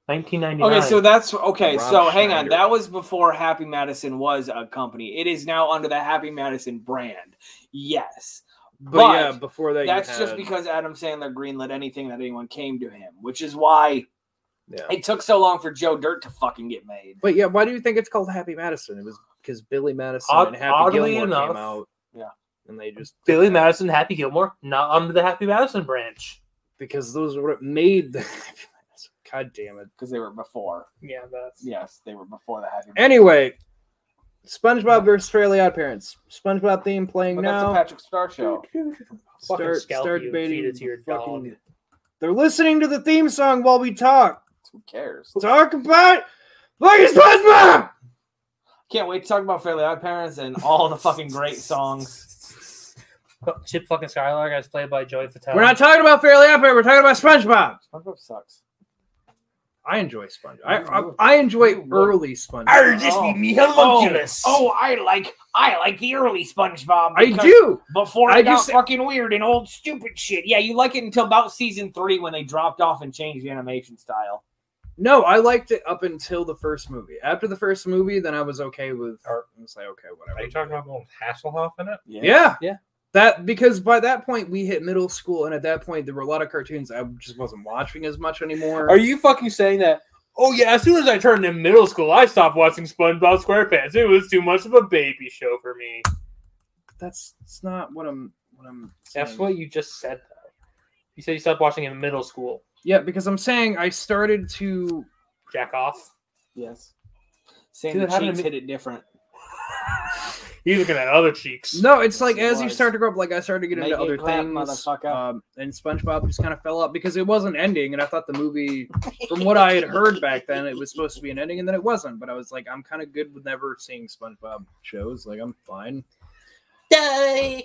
Speaker 2: 1999.
Speaker 3: Okay, so that's okay.
Speaker 4: Rob
Speaker 3: so hang on,
Speaker 4: Schneider.
Speaker 3: that was before Happy Madison was a company. It is now under the Happy Madison brand. Yes,
Speaker 4: but,
Speaker 3: but
Speaker 4: yeah before that you
Speaker 3: that's just
Speaker 4: had-
Speaker 3: because Adam Sandler greenlit anything that anyone came to him, which is why
Speaker 4: yeah.
Speaker 3: it took so long for Joe Dirt to fucking get made.
Speaker 4: but yeah why do you think it's called happy madison it was because billy madison
Speaker 2: Odd-
Speaker 4: and happy
Speaker 2: oddly
Speaker 4: gilmore
Speaker 2: enough-
Speaker 4: came out
Speaker 3: Yeah.
Speaker 4: and they just
Speaker 2: Billy Madison, Happy Gilmore, not under the Happy Madison branch.
Speaker 4: because those were what made the [LAUGHS] Happy Madison. god damn it
Speaker 3: Because they were before.
Speaker 2: Yeah, that's
Speaker 3: Yes, they were before the Happy.
Speaker 4: anyway spongebob versus fairly odd parents spongebob theme playing
Speaker 3: but
Speaker 4: now
Speaker 3: that's a Patrick Star show.
Speaker 2: Fucking
Speaker 4: start
Speaker 2: scalp
Speaker 4: start
Speaker 2: you and feed
Speaker 4: debating
Speaker 2: it to your
Speaker 4: fucking-
Speaker 2: dog.
Speaker 4: They're listening to the theme song while we talk.
Speaker 3: Who cares?
Speaker 4: Talk about fucking SpongeBob.
Speaker 3: Can't wait to talk about Fairly Odd Parents and all the fucking
Speaker 4: [LAUGHS]
Speaker 3: great songs.
Speaker 2: Oh, Chip fucking Skylark as played by Joey Fatale.
Speaker 4: We're not talking about Fairly Odd Parents. We're talking about SpongeBob.
Speaker 3: SpongeBob sucks.
Speaker 4: I enjoy SpongeBob. I, I, I enjoy early SpongeBob.
Speaker 8: Arr, this
Speaker 3: Oh.
Speaker 8: be me homunculus.
Speaker 3: Oh, I like I like the early SpongeBob.
Speaker 4: I
Speaker 3: because
Speaker 4: do.
Speaker 3: Before
Speaker 4: I
Speaker 3: it got
Speaker 4: just-
Speaker 3: fucking weird and old stupid shit. Yeah, you like it until about season three when they dropped off and changed the animation style.
Speaker 4: No, I liked it up until the first movie. After the first movie, then I was okay with. Or, I was like, okay, whatever.
Speaker 5: Are you talking about old Hasselhoff in it?
Speaker 4: Yeah.
Speaker 2: Yeah.
Speaker 4: That because by that point we hit middle school, and at that point there were a lot of cartoons I just wasn't watching as much anymore.
Speaker 2: Are you fucking saying that? Oh yeah, as soon as I turned in middle school, I stopped watching SpongeBob SquarePants. It was too much of a baby show for me.
Speaker 4: That's, that's not what I'm. What what I'm saying.
Speaker 2: That's what you just said. Though. You said you stopped watching in middle school.
Speaker 4: Yeah, because I'm saying I started to
Speaker 2: Jack off.
Speaker 18: Yes.
Speaker 2: Dude,
Speaker 18: Sandy
Speaker 2: it happened to
Speaker 18: Cheeks
Speaker 2: me-
Speaker 18: hit it different.
Speaker 2: He's looking at other cheeks.
Speaker 4: No, it's like
Speaker 18: Yes, it
Speaker 4: as you
Speaker 18: was.
Speaker 4: start to grow up, like I started to get
Speaker 18: Make
Speaker 4: into
Speaker 18: it
Speaker 4: other
Speaker 18: clap,
Speaker 4: things.
Speaker 18: motherfucker.
Speaker 4: Um, and SpongeBob just kind of fell off because it wasn't ending. And I thought the movie, from what I had heard back then, it was supposed to be an ending, and then it wasn't. But I was like, I'm kind of good with never seeing SpongeBob shows. Like, I'm fine.
Speaker 3: and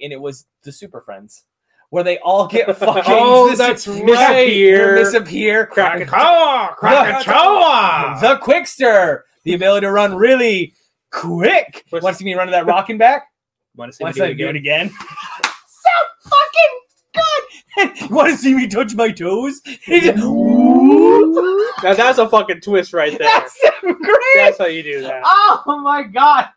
Speaker 3: it was the Super Friends, where they
Speaker 4: [LAUGHS]
Speaker 3: all get fucking [LAUGHS]
Speaker 4: Oh,
Speaker 3: dis-
Speaker 4: that's
Speaker 3: disappear,
Speaker 4: right.
Speaker 3: disappear, crack
Speaker 4: Krakatoa! Ah.
Speaker 3: Krakatoa! the Quickster, the ability to run really quick.
Speaker 2: What's-
Speaker 3: Wants to be running that rock and back.
Speaker 4: Want to see
Speaker 3: Wants
Speaker 4: me do
Speaker 3: to
Speaker 4: it
Speaker 3: do it
Speaker 4: again?
Speaker 3: again. [LAUGHS] so fucking good. [LAUGHS] Want to see me touch my toes? That's
Speaker 2: Now that's a fucking twist right there. That's,
Speaker 3: great.
Speaker 2: how you do that.
Speaker 3: Oh my god.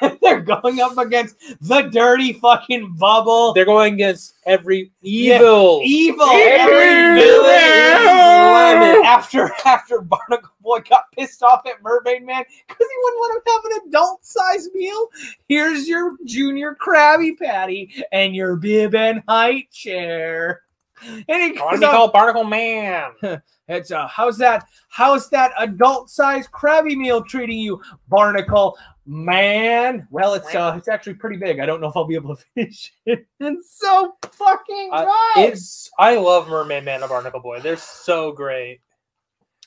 Speaker 3: [LAUGHS] They're going up against the dirty fucking bubble.
Speaker 2: They're going against every
Speaker 3: Yeah.
Speaker 2: evil.
Speaker 3: evil.
Speaker 2: Every villain is lemon.
Speaker 3: After after Barnacle Boy got pissed off at Mermaid Man because he wouldn't let him have an adult sized meal, here's your junior Krabby Patty and your bib and height chair. And he
Speaker 2: I want
Speaker 3: goes
Speaker 2: to be
Speaker 3: on,
Speaker 2: called Barnacle Man.
Speaker 3: [LAUGHS] it's uh, how's that how's that adult sized Krabby meal treating you, Barnacle Man? Well, it's uh, it's actually pretty big. I don't know if I'll be able to [LAUGHS] finish it. It's so fucking
Speaker 2: Uh,
Speaker 3: good.
Speaker 2: It's I love Mermaid Man and Barnacle Boy. They're so great,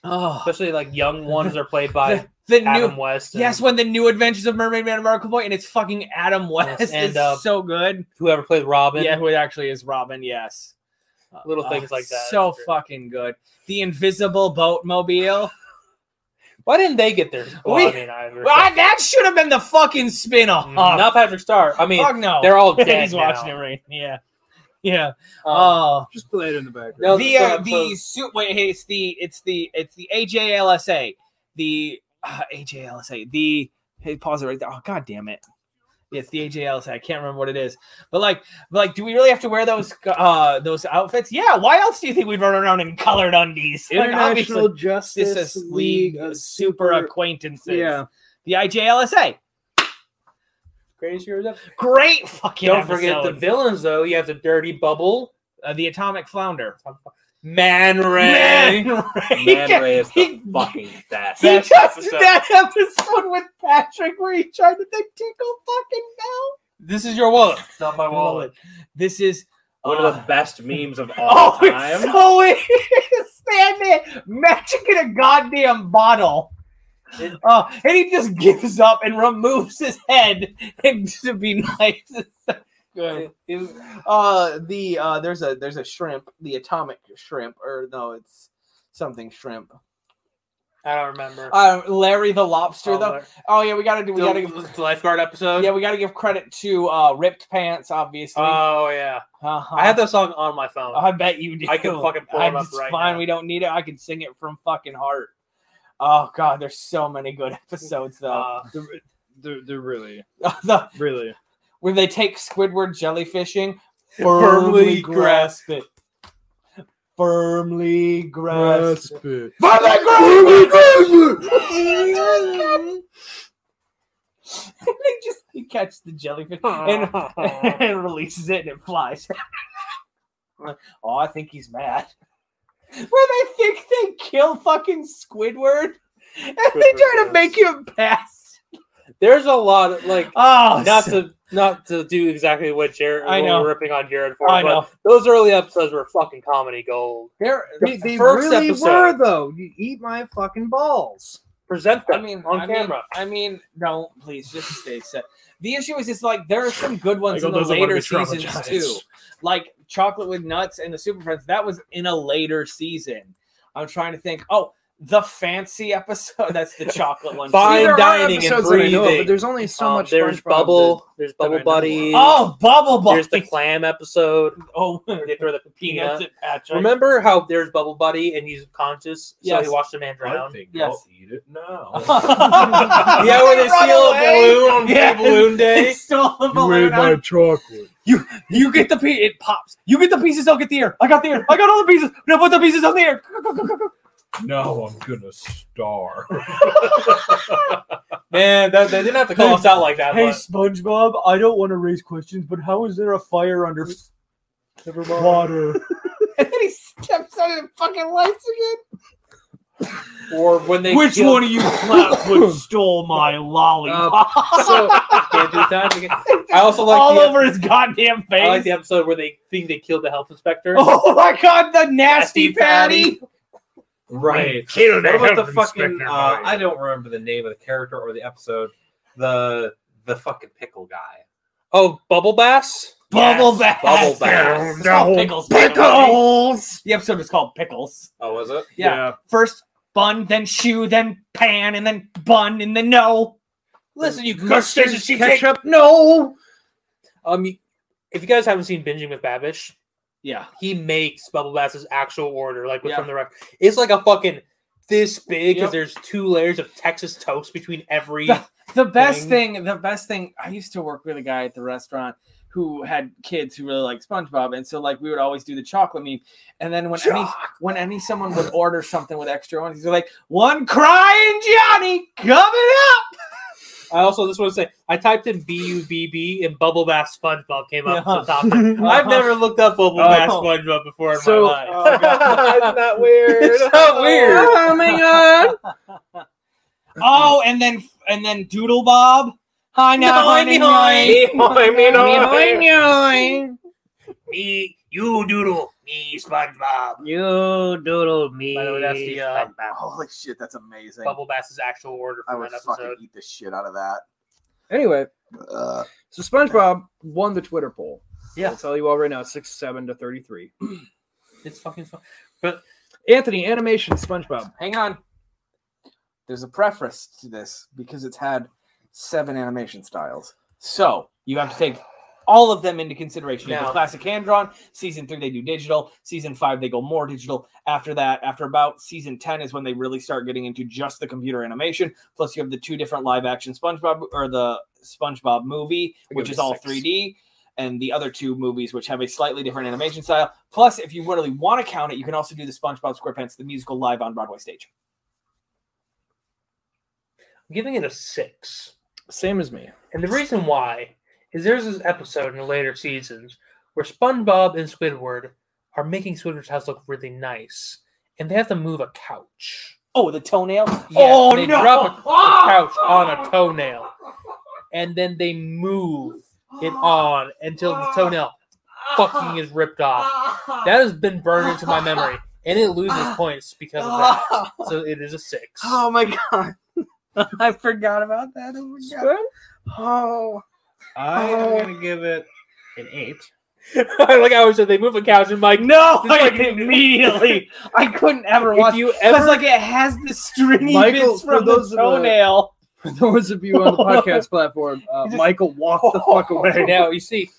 Speaker 3: oh.
Speaker 2: especially like young ones are played by
Speaker 3: the new
Speaker 2: Adam West. and
Speaker 3: Yes, when the new adventures of Mermaid Man and Barnacle Boy, and it's fucking Adam West. [LAUGHS]
Speaker 2: Yes, and,
Speaker 3: it's
Speaker 2: uh,
Speaker 3: so good.
Speaker 2: whoever played Robin.
Speaker 3: yeah, who it actually is Robin, yes. Uh,
Speaker 2: Little things like that.
Speaker 3: So
Speaker 2: That's great.
Speaker 3: fucking good. The Invisible
Speaker 2: [LAUGHS]
Speaker 3: Boat Mobile.
Speaker 2: Why didn't they get their? [LAUGHS] Well,
Speaker 3: We-
Speaker 2: I mean, I
Speaker 3: Well, I- Ah, that should have been the fucking spin off.
Speaker 2: not Patrick Star. I mean,
Speaker 3: Fuck no.
Speaker 2: they're
Speaker 3: [LAUGHS]
Speaker 2: all dead.
Speaker 3: He's watching it right. Yeah. Yeah.
Speaker 2: Um,
Speaker 3: oh.
Speaker 4: Just play it in the background.
Speaker 2: no,
Speaker 3: the uh,
Speaker 2: so-
Speaker 3: the suit. Wait, hey, it's the it's the it's the AJLSA. The uh, AJLSA. The hey, pause it right there. Oh god damn it! It's the AJLSA. I can't remember what it is. But like, but like, do we really have to wear those uh those outfits? Yeah. Why else do you think we'd run around in colored undies? Like, obviously,
Speaker 4: International Justice
Speaker 3: this is
Speaker 4: League
Speaker 3: league
Speaker 4: of
Speaker 2: uh,
Speaker 3: of super acquaintances.
Speaker 4: Yeah.
Speaker 3: The IJLSA.
Speaker 2: greatest heroes ever.
Speaker 3: Great fucking.
Speaker 2: Don't forget the
Speaker 3: episode.
Speaker 2: villains though. You have the Dirty Bubble,
Speaker 3: Uh, the atomic flounder.
Speaker 2: Man Ray.
Speaker 3: Man, Ray.
Speaker 19: Man Ray is the
Speaker 3: [LAUGHS] He-
Speaker 19: fucking best.
Speaker 3: He
Speaker 2: Best
Speaker 3: just
Speaker 2: episode.
Speaker 3: did that episode with Patrick where he tried to think tickle fucking bell.
Speaker 2: This is your wallet, not my wallet.
Speaker 3: This is
Speaker 19: One
Speaker 3: uh,
Speaker 19: of the best memes of all
Speaker 3: oh,
Speaker 19: time.
Speaker 3: it's so [LAUGHS] it is. Stand there, magic in a goddamn bottle. Uh, and he just gives up and removes his head and [LAUGHS] to be nice. It's so Good. Uh, the uh, there's a there's a shrimp, the atomic shrimp, or no, it's something shrimp.
Speaker 2: I don't remember.
Speaker 3: Uh, Larry the lobster
Speaker 2: Oh,
Speaker 3: though. Oh yeah, we gotta do. We gotta
Speaker 2: the,
Speaker 3: give.
Speaker 2: the lifeguard episode.
Speaker 3: Yeah, we gotta give credit to uh, Ripped Pants, obviously.
Speaker 2: Oh yeah,
Speaker 3: Uh-huh.
Speaker 2: I have that song on my phone.
Speaker 3: [LAUGHS] I bet you do.
Speaker 2: I can fucking pull
Speaker 3: I-
Speaker 2: it up
Speaker 3: it's
Speaker 2: right
Speaker 3: fine.
Speaker 2: now.
Speaker 3: We don't need it. I can sing it from fucking heart. Oh god, there's so many good [LAUGHS] episodes though.
Speaker 2: Uh,
Speaker 4: They're, they're really,
Speaker 3: [LAUGHS] The-
Speaker 4: really.
Speaker 3: where they take Squidward jellyfishing,
Speaker 2: Firmly
Speaker 3: grasp it. Firmly
Speaker 4: Oh,
Speaker 2: Uh,
Speaker 3: grasp.
Speaker 4: it.
Speaker 3: Firmly grasp. it. [LAUGHS] they just they catch the jellyfish
Speaker 2: [LAUGHS]
Speaker 3: and and releases it and it flies. [LAUGHS] oh, I think he's mad. Where they think they kill fucking Squidward and they try to make him pass.
Speaker 2: there's a lot of
Speaker 3: [LAUGHS]
Speaker 2: like
Speaker 3: Oh,
Speaker 2: not
Speaker 3: so-
Speaker 2: to not to do exactly what Jared.
Speaker 3: I
Speaker 2: what
Speaker 3: know.
Speaker 2: we're ripping on Jared for.
Speaker 3: I
Speaker 2: but
Speaker 3: know.
Speaker 2: those early episodes were fucking comedy gold.
Speaker 3: They're,
Speaker 4: They, they
Speaker 2: first
Speaker 4: really
Speaker 2: episode.
Speaker 4: were, though. You eat my fucking balls.
Speaker 2: Present
Speaker 3: I
Speaker 2: them
Speaker 3: mean,
Speaker 2: on
Speaker 3: I mean-
Speaker 2: camera.
Speaker 3: I mean, don't please just stay set. The issue is, it's like there are some good ones
Speaker 4: Michael
Speaker 3: in the
Speaker 4: doesn't wanna
Speaker 3: later
Speaker 4: be
Speaker 3: seasons
Speaker 4: traumatized.
Speaker 3: too, like Chocolate with Nuts and the Super Friends. That was in a later season. I'm trying to think. Oh, the fancy episode. [LAUGHS] That's the chocolate one. too.
Speaker 2: Fine
Speaker 4: See, there are
Speaker 2: dining and
Speaker 4: episodes that I know of,
Speaker 2: breathing.
Speaker 4: but there's only so
Speaker 2: Um,
Speaker 4: much.
Speaker 2: there's
Speaker 4: SpongeBob
Speaker 2: bubble.
Speaker 4: [LAUGHS] that-
Speaker 2: there's
Speaker 4: that I
Speaker 2: bubble
Speaker 4: know
Speaker 2: buddy.
Speaker 3: Oh, Bubble Boy.
Speaker 2: There's the clam episode.
Speaker 3: [LAUGHS] oh, [LAUGHS]
Speaker 2: They throw the peanut.
Speaker 3: peanuts at Patrick. [LAUGHS]
Speaker 2: Remember [LAUGHS] how there's Bubble Buddy and he's conscious, so
Speaker 3: Yes.
Speaker 2: he watched a man drown.
Speaker 5: [LAUGHS] think
Speaker 3: Yes.
Speaker 5: I'll eat it [LAUGHS] now.
Speaker 3: yeah,
Speaker 2: yeah, where they steal a balloon eh? on
Speaker 3: [LAUGHS] Yes.
Speaker 2: balloon
Speaker 3: They
Speaker 2: day.
Speaker 3: stole the balloon. out of-
Speaker 4: chocolate.
Speaker 3: You you get the piece. It pops. You get the pieces. I'll get the air. I got the air. I got all the pieces. Now put the pieces on the air.
Speaker 5: no, I'm gonna starve.
Speaker 20: Man, that, they didn't have
Speaker 3: [LAUGHS]
Speaker 20: to call us out like that.
Speaker 3: Hey,
Speaker 20: but-
Speaker 3: SpongeBob, I don't want to raise questions, but how is there a fire under water?
Speaker 21: and then he steps out of the fucking lights again.
Speaker 20: or when they
Speaker 3: Which
Speaker 20: killed-
Speaker 3: one of you flatfoot stole my lollipop?
Speaker 2: so can't do times again.
Speaker 20: I also like
Speaker 3: all
Speaker 20: the,
Speaker 3: over his goddamn face.
Speaker 2: I like the episode where they think they killed the health inspector.
Speaker 3: oh my god, the nasty patty!
Speaker 5: [LAUGHS] Right. What about the fucking? Uh, I don't remember the name of the character or the episode. The the fucking pickle guy.
Speaker 2: Oh, Bubble Bass.
Speaker 3: Bubble bath.
Speaker 22: Bubble bath.
Speaker 3: No, pickles. Pickles. The episode is called Pickles.
Speaker 22: Oh, was
Speaker 5: [LAUGHS]
Speaker 22: it?
Speaker 3: Yeah. First bun, then shoe, then pan, and then bun, and then no.
Speaker 2: Listen, you
Speaker 3: Mustard,
Speaker 2: custards,
Speaker 3: she
Speaker 2: ketchup.
Speaker 3: No.
Speaker 2: Um, if you guys haven't seen Binging with Babish,
Speaker 3: Yeah.
Speaker 2: he makes Bubble Bass's actual order, like with
Speaker 3: Yeah.
Speaker 2: from the rep. It's like a fucking this big because
Speaker 3: Yep.
Speaker 2: there's two layers of Texas toast between [LAUGHS] every.
Speaker 3: The best thing, the best thing, I used to work with a guy at the restaurant who had kids who really liked SpongeBob, and so like we would always do the chocolate meme. And then when any when any someone would order something with extra ones, he's like, "One crying Johnny coming up."
Speaker 2: I also just want to say I typed in B U B B and Bubble Bass SpongeBob came up
Speaker 3: Yeah.
Speaker 2: at the top. [LAUGHS] I've never looked up Bubble
Speaker 3: Oh.
Speaker 2: Bass SpongeBob before in
Speaker 4: So-
Speaker 2: my life.
Speaker 4: [LAUGHS]
Speaker 22: Isn't that weird?
Speaker 2: weird.
Speaker 4: Oh my god!
Speaker 3: [LAUGHS] Oh, and then and then Doodle Bob. Hi now, honey. hi.
Speaker 2: Me, you doodle, me SpongeBob.
Speaker 4: You doodle me.
Speaker 2: By the way, that's the uh,
Speaker 23: Holy shit, that's amazing.
Speaker 2: Bubble Bass's actual order
Speaker 23: I
Speaker 2: from
Speaker 23: would
Speaker 2: that
Speaker 23: fucking
Speaker 2: episode.
Speaker 23: eat the shit out of that.
Speaker 4: [LAUGHS] Anyway,
Speaker 23: Uh,
Speaker 4: so SpongeBob won the Twitter poll.
Speaker 3: Yeah.
Speaker 4: I'll tell you all right now: sixty-seven to thirty-three.
Speaker 2: It's fucking fun.
Speaker 4: Anthony, animation, SpongeBob.
Speaker 21: Hang on. There's a preface to this because it's had seven animation styles.
Speaker 3: So you have to take all of them into consideration. You
Speaker 2: Now-
Speaker 3: do classic hand drawn. Season three, they do digital. Season five, they go more digital. After that, after about season 10 is when they really start getting into just the computer animation. Plus, you have the two different live action SpongeBob or the SpongeBob movie, which
Speaker 4: it
Speaker 3: is all
Speaker 4: six.
Speaker 3: 3D. And the other two movies, which have a slightly different animation style. Plus, if you really want to count it, you can also do the SpongeBob SquarePants, the musical live on Broadway stage.
Speaker 2: I'm giving it a six.
Speaker 4: Same as me.
Speaker 2: And the reason why is there's this episode in the later seasons where SpongeBob and Squidward are making Squidward's house look really nice, and they have to move a couch.
Speaker 3: Oh, the toenail.
Speaker 2: oh
Speaker 3: oh,
Speaker 2: they
Speaker 3: no.
Speaker 2: drop a, [LAUGHS] a couch on a toenail, and then they move it on until the toenail fucking is ripped off.
Speaker 3: [LAUGHS]
Speaker 2: That has been burned into my memory, and it loses points because
Speaker 3: Oh.
Speaker 2: of that. So it is a six.
Speaker 22: Oh my
Speaker 3: [LAUGHS]
Speaker 22: god. I forgot about that. Oh my god. Oh.
Speaker 5: I am gonna give it an eight.
Speaker 2: [LAUGHS] like I always said, they move a couch, and Mike,
Speaker 3: No, like immediately. I couldn't ever watch
Speaker 2: if you
Speaker 3: Because
Speaker 2: ever
Speaker 3: like it has the stringy
Speaker 4: Michael,
Speaker 3: bits
Speaker 4: for
Speaker 3: from the
Speaker 4: those of the- [LAUGHS]
Speaker 3: toenail.
Speaker 4: For those of [LAUGHS] you on the podcast platform, uh,
Speaker 3: Just-
Speaker 4: Michael walked [LAUGHS] the fuck away.
Speaker 2: now you see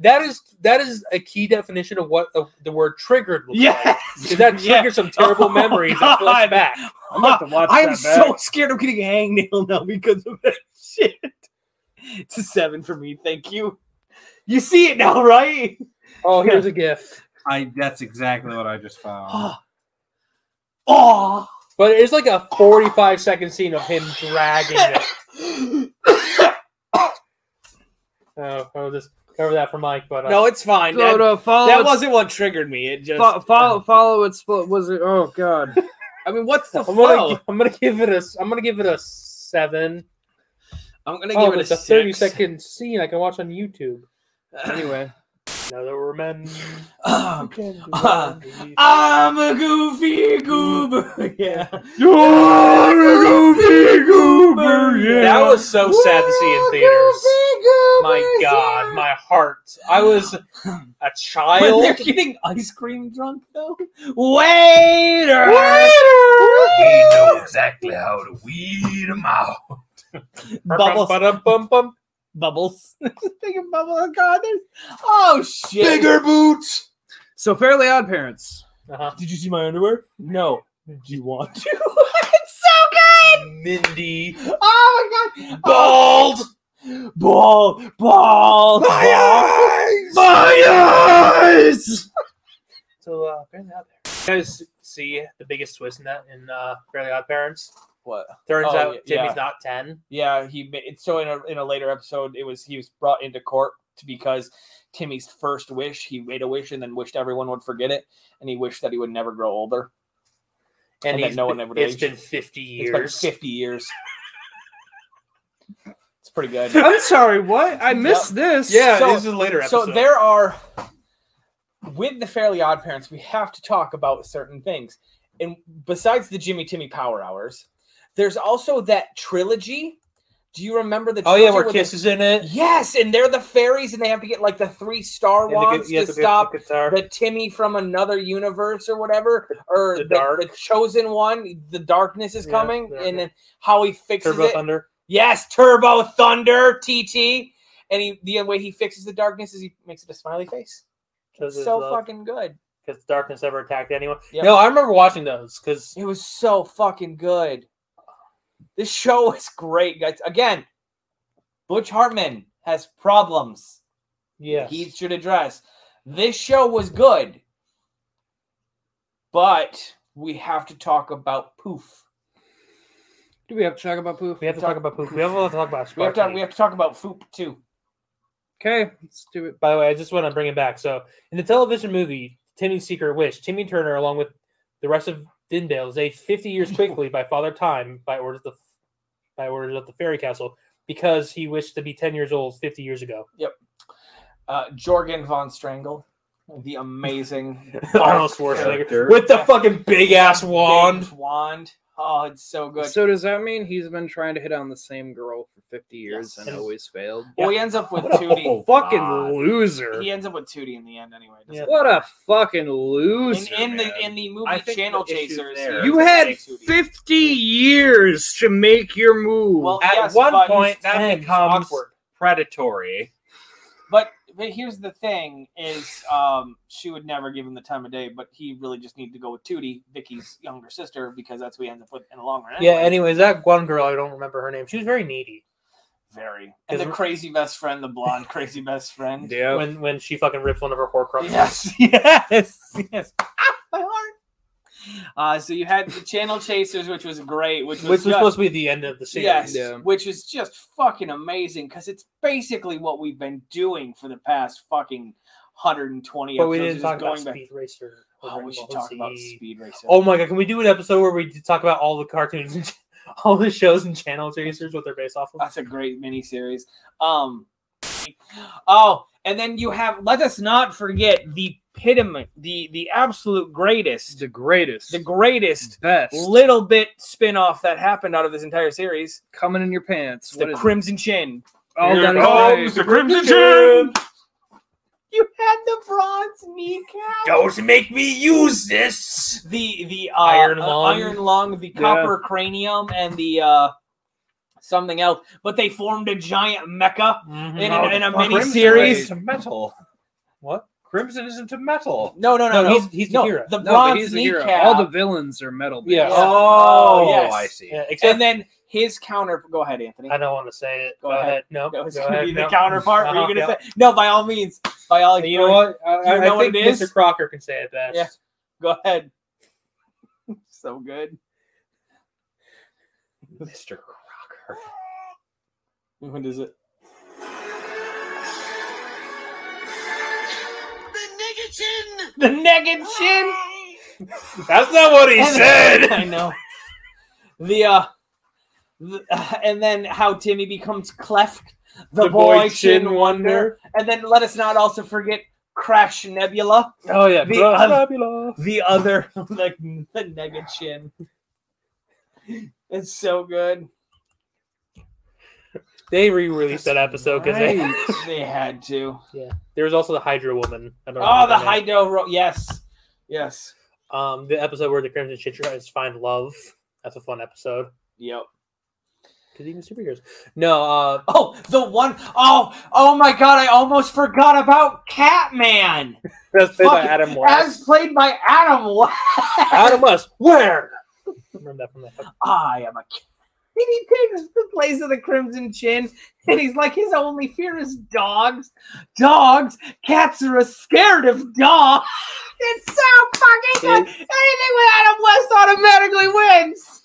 Speaker 2: that is that is a key definition of what the, the word triggered looks like.
Speaker 3: Yes.
Speaker 2: 'Cause that triggers
Speaker 3: Yeah.
Speaker 2: some terrible
Speaker 3: Oh,
Speaker 2: memories and flash
Speaker 3: God.
Speaker 2: back.
Speaker 4: I'm about to watch
Speaker 3: I'm
Speaker 4: that
Speaker 3: so
Speaker 4: back.
Speaker 3: scared of getting hangnail now because of that [LAUGHS] shit. It's a seven for me. Thank you. You see it now, right?
Speaker 2: Oh, here's a gift.
Speaker 5: I. That's exactly what I just found.
Speaker 3: [GASPS]
Speaker 4: Ah.
Speaker 3: Oh,
Speaker 2: But it's like a 45 second scene of him dragging it. Oh, I'll just cover that for Mike. But uh,
Speaker 3: no, it's fine.
Speaker 4: So
Speaker 3: That,
Speaker 4: to follow
Speaker 3: that
Speaker 4: Oh, its-
Speaker 3: wasn't what triggered me. It just.
Speaker 4: fo- follow follow its fo- was it? Oh [LAUGHS] god.
Speaker 3: I mean, what's the
Speaker 2: I'm gonna
Speaker 3: flow?
Speaker 2: I'm gonna give it a s- I'm gonna give it a seven.
Speaker 3: I'm gonna
Speaker 2: Oh,
Speaker 3: give it
Speaker 2: it's
Speaker 3: a
Speaker 2: a 30
Speaker 3: six.
Speaker 2: second scene I can watch on YouTube.
Speaker 4: Anyway,
Speaker 2: Another we're men.
Speaker 3: Um, [LAUGHS] uh, I'm a goofy goober. [LAUGHS] Yeah.
Speaker 2: That was so sad to see in theaters. My God, my heart. I was a
Speaker 3: When they're
Speaker 2: child.
Speaker 3: getting ice cream drunk, though. Waiter!
Speaker 5: You know exactly how to weed them out.
Speaker 3: Bubbles.
Speaker 2: Ba-dum-bum-bum.
Speaker 3: Bubbles. [LAUGHS] Bigger bubble. Oh, God. There's... Oh, shit. Bigger.
Speaker 4: so Fairly Odd Parents.
Speaker 2: Uh-huh.
Speaker 3: Did you see my underwear? No. Do you want to? it's
Speaker 2: Mindy.
Speaker 3: so. Oh, my God. Bald! Bald. Bald.
Speaker 2: So, uh, Fairly Odd Parents. You guys see the biggest twist in that in uh, Fairly Odd Parents?
Speaker 3: What?
Speaker 2: Turns
Speaker 3: Oh,
Speaker 2: out
Speaker 3: yeah,
Speaker 2: Jimmy's
Speaker 3: yeah.
Speaker 2: not ten.
Speaker 3: Yeah, he ma- it's so in a, in a later episode, it was he was brought into court to- because Timmy's first wish, he made a wish and then wished everyone would forget it, and he wished that he would never grow older.
Speaker 2: And,
Speaker 3: And
Speaker 2: he's
Speaker 3: that no
Speaker 2: been-
Speaker 3: one ever
Speaker 2: It's
Speaker 3: aged.
Speaker 2: been fifty years.
Speaker 3: It's been fifty years. it's pretty good.
Speaker 4: I'm sorry, what? I missed this.
Speaker 2: Yeah, this is a later
Speaker 3: So
Speaker 2: episode.
Speaker 3: there are with the Fairly Odd Parents, we have to talk about certain things, and besides the Jimmy Timmy Power Hours, there's also that trilogy. Do you remember the?
Speaker 2: Oh yeah,
Speaker 3: trilogy
Speaker 2: where
Speaker 3: where they-
Speaker 2: Kiss is in it.
Speaker 3: Yes, and they're the fairies, and they have to get like the three star
Speaker 2: And the gu-
Speaker 3: wands
Speaker 2: yeah,
Speaker 3: to
Speaker 2: the gu-
Speaker 3: stop
Speaker 2: guitar.
Speaker 3: the Timmy from another universe or whatever, or
Speaker 2: The
Speaker 3: the,
Speaker 2: dark.
Speaker 3: the chosen one. The darkness is
Speaker 2: Yeah,
Speaker 3: coming,
Speaker 2: dark.
Speaker 3: and then how he fixes
Speaker 2: Turbo
Speaker 3: it.
Speaker 2: Thunder.
Speaker 3: Yes, Turbo Thunder TT, and he the way he fixes the darkness is he makes it a smiley face. It's so
Speaker 2: uh,
Speaker 3: fucking good.
Speaker 2: because darkness ever attacked anyone.
Speaker 3: Yep.
Speaker 2: No, I remember watching those because
Speaker 3: It was so fucking good. This show is great, guys. Again, Butch Hartman has problems.
Speaker 2: yeah,
Speaker 3: he should address. This show was good, but we have to talk about poof.
Speaker 4: Do we have to talk about poof?
Speaker 2: we have to talk about poop. We have
Speaker 3: [LAUGHS]
Speaker 2: to talk about.
Speaker 3: We have to we have to talk about foop too.
Speaker 4: Okay, let's do it.
Speaker 2: By the way, I just want to bring it back. So, in the television movie Timmy's Secret Wish, Timmy Turner, along with the rest of Dindale, is aged 50 years quickly by Father Time by orders of the by orders of the Fairy Castle because he wished to be 10 years old 50 years ago.
Speaker 3: Uh, Jorgen von Strangle, the amazing
Speaker 5: [LAUGHS]
Speaker 2: Arnold Schwarzenegger with the fucking big ass wand.
Speaker 3: Big wand. Oh, it's so good.
Speaker 4: So does that mean he's been trying to hit on the same girl for 50 years
Speaker 3: Yes.
Speaker 4: and always failed?
Speaker 3: well, he ends up with
Speaker 5: Oh,
Speaker 3: Tootie.
Speaker 4: Fucking
Speaker 16: God.
Speaker 4: loser.
Speaker 3: He ends up with Tootie in the end, anyway. doesn't
Speaker 4: What a fucking loser.
Speaker 3: he? And in the in the
Speaker 17: I
Speaker 3: movie
Speaker 17: think
Speaker 3: Channel
Speaker 17: the issue
Speaker 3: Chasers,
Speaker 17: there-
Speaker 3: he
Speaker 4: You
Speaker 3: ends up
Speaker 4: had
Speaker 3: with Tootie.
Speaker 4: 50 years to make your move.
Speaker 3: Well,
Speaker 17: At
Speaker 3: yes,
Speaker 17: one
Speaker 3: but
Speaker 17: point,
Speaker 3: he's
Speaker 17: that
Speaker 3: 10, it's
Speaker 17: becomes-
Speaker 3: awkward.
Speaker 17: predatory.
Speaker 3: But but here's the thing: is um, she would never give him the time of day, but he really just needed to go with Tootie, Vicky's younger sister, because that's who he ends up with in the long run.
Speaker 2: Yeah,
Speaker 3: anyway.
Speaker 2: anyways, that one girl, I don't remember her name. She was very needy
Speaker 3: very. And the
Speaker 2: Because-
Speaker 3: crazy best friend, the blonde crazy best friend.
Speaker 4: yeah.
Speaker 2: when when she fucking ripped one of her Horcruxes.
Speaker 3: Yes, [LAUGHS] yes, yes. Ah, my heart. Uh, so you had the Channel Chasers, which was great, which was,
Speaker 2: Which was
Speaker 3: just,
Speaker 2: supposed to be the end of the series.
Speaker 3: yes,
Speaker 4: Yeah.
Speaker 3: which is just fucking amazing because it's basically what we've been doing for the past fucking 120
Speaker 2: But we
Speaker 3: episodes,
Speaker 2: didn't
Speaker 3: is
Speaker 2: talk
Speaker 3: going
Speaker 2: about
Speaker 3: back-
Speaker 2: Speed Racer.
Speaker 3: Oh, we should talk about Speed Racer.
Speaker 2: Oh my god, can we do an episode where we talk about all the cartoons, and [LAUGHS] all the shows and channel chasers, what they're based off of?
Speaker 3: That's a great miniseries. Um, oh, and then you have. Let us not forget the epitome, the the absolute greatest,
Speaker 4: The greatest.
Speaker 3: the greatest
Speaker 4: best.
Speaker 3: little bit spin-off that happened out of this entire series.
Speaker 4: Coming in your pants.
Speaker 3: The
Speaker 4: What is it?
Speaker 3: Crimson Chin.
Speaker 4: Oh,
Speaker 17: Here
Speaker 4: that is
Speaker 17: comes
Speaker 4: right.
Speaker 17: the Crimson Chin.
Speaker 3: You had the bronze kneecap.
Speaker 5: Don't make me use this.
Speaker 3: The the uh,
Speaker 2: Iron
Speaker 3: uh,
Speaker 2: Lung.
Speaker 3: iron lung, the copper cranium, and the uh, something else. But they formed a giant mecha
Speaker 2: Mm-hmm.
Speaker 3: in,
Speaker 5: Oh,
Speaker 3: a, in a mini series.
Speaker 16: Crimson isn't metal.
Speaker 2: What?
Speaker 16: Crimson isn't to metal.
Speaker 3: No, no, no,
Speaker 2: No,
Speaker 3: no.
Speaker 2: he's- he's the
Speaker 3: no,
Speaker 2: hero.
Speaker 3: The
Speaker 4: No, but
Speaker 3: bronze
Speaker 4: he's a hero.
Speaker 3: kneecap.
Speaker 4: All the villains are metal. based. [LAUGHS]
Speaker 2: Yeah.
Speaker 3: Oh, yes.
Speaker 16: I see.
Speaker 2: Yeah, except
Speaker 3: and then his counter. Go ahead, Anthony.
Speaker 2: I don't want to say it.
Speaker 3: Go
Speaker 2: Go,
Speaker 3: ahead.
Speaker 2: ahead. No,
Speaker 3: [LAUGHS] That was
Speaker 2: go
Speaker 3: going to
Speaker 2: ahead.
Speaker 3: be the
Speaker 2: No.
Speaker 3: counterpart. Were
Speaker 2: Uh-huh,
Speaker 3: you going to
Speaker 2: yeah.
Speaker 3: say? No, by all means. By all.
Speaker 2: You know what? I,
Speaker 3: You
Speaker 2: I-
Speaker 3: know
Speaker 2: I
Speaker 3: what
Speaker 2: think
Speaker 3: it is?
Speaker 2: Mr. Crocker can say it best.
Speaker 3: Yeah. Go ahead. [LAUGHS] so good.
Speaker 16: Mr. Crocker.
Speaker 3: What is it? The naked chin.
Speaker 2: That's not what he
Speaker 3: And-
Speaker 2: said.
Speaker 3: [LAUGHS] I know. The uh, the, uh, and then how Timmy becomes cleft. The, boy, chin, wonder. And then let us not also forget Crash Nebula.
Speaker 2: Oh yeah,
Speaker 3: The
Speaker 2: bro.
Speaker 3: other-
Speaker 2: Fabulous.
Speaker 3: the other [LAUGHS] the, the nugget chin. It's so good.
Speaker 2: They re-released that episode because
Speaker 3: They had to.
Speaker 2: there was also the Hydra woman. I don't
Speaker 3: Oh,
Speaker 2: remember
Speaker 3: the
Speaker 2: her name.
Speaker 3: Hydro Ro- yes. Yes.
Speaker 2: Um, the episode where the Crimson Chin tries to find love. That's a fun episode.
Speaker 3: Yep.
Speaker 2: Because even superheroes. No, uh,
Speaker 3: Oh, the one oh oh my god, I almost forgot about Catman.
Speaker 2: that's played by
Speaker 3: Fuck,
Speaker 2: Adam West.
Speaker 3: As played by Adam West. [LAUGHS]
Speaker 2: Adam West, where? Remember that from the
Speaker 3: I am a cat. And he takes the place of the Crimson Chin, and he's like, his only fear is dogs. Dogs? Cats are scared of dogs. It's so fucking good. Anything with Adam West automatically wins.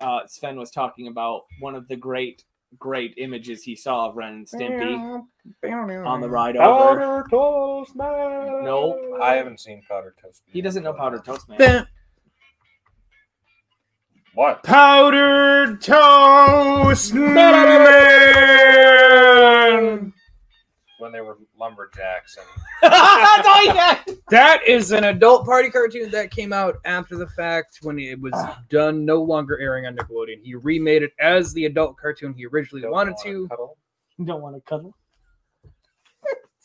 Speaker 3: uh, Sven was talking about one of the great, great images he saw of Ren and Stimpy on the ride over.
Speaker 5: Toast
Speaker 3: Nope.
Speaker 5: I haven't seen Powder Toast Man.
Speaker 3: He doesn't know Powdered Toast [LAUGHS] Man.
Speaker 5: What?
Speaker 4: Powdered toast man.
Speaker 5: When they were lumberjacks and
Speaker 8: That's
Speaker 3: [LAUGHS]
Speaker 8: all you got.
Speaker 4: That is an adult party cartoon that came out after the fact when it was done, no longer airing on Nickelodeon. He remade it as the adult cartoon he originally
Speaker 5: Don't
Speaker 4: wanted
Speaker 5: wanna
Speaker 4: to,
Speaker 5: cuddle.
Speaker 8: Don't want to cuddle.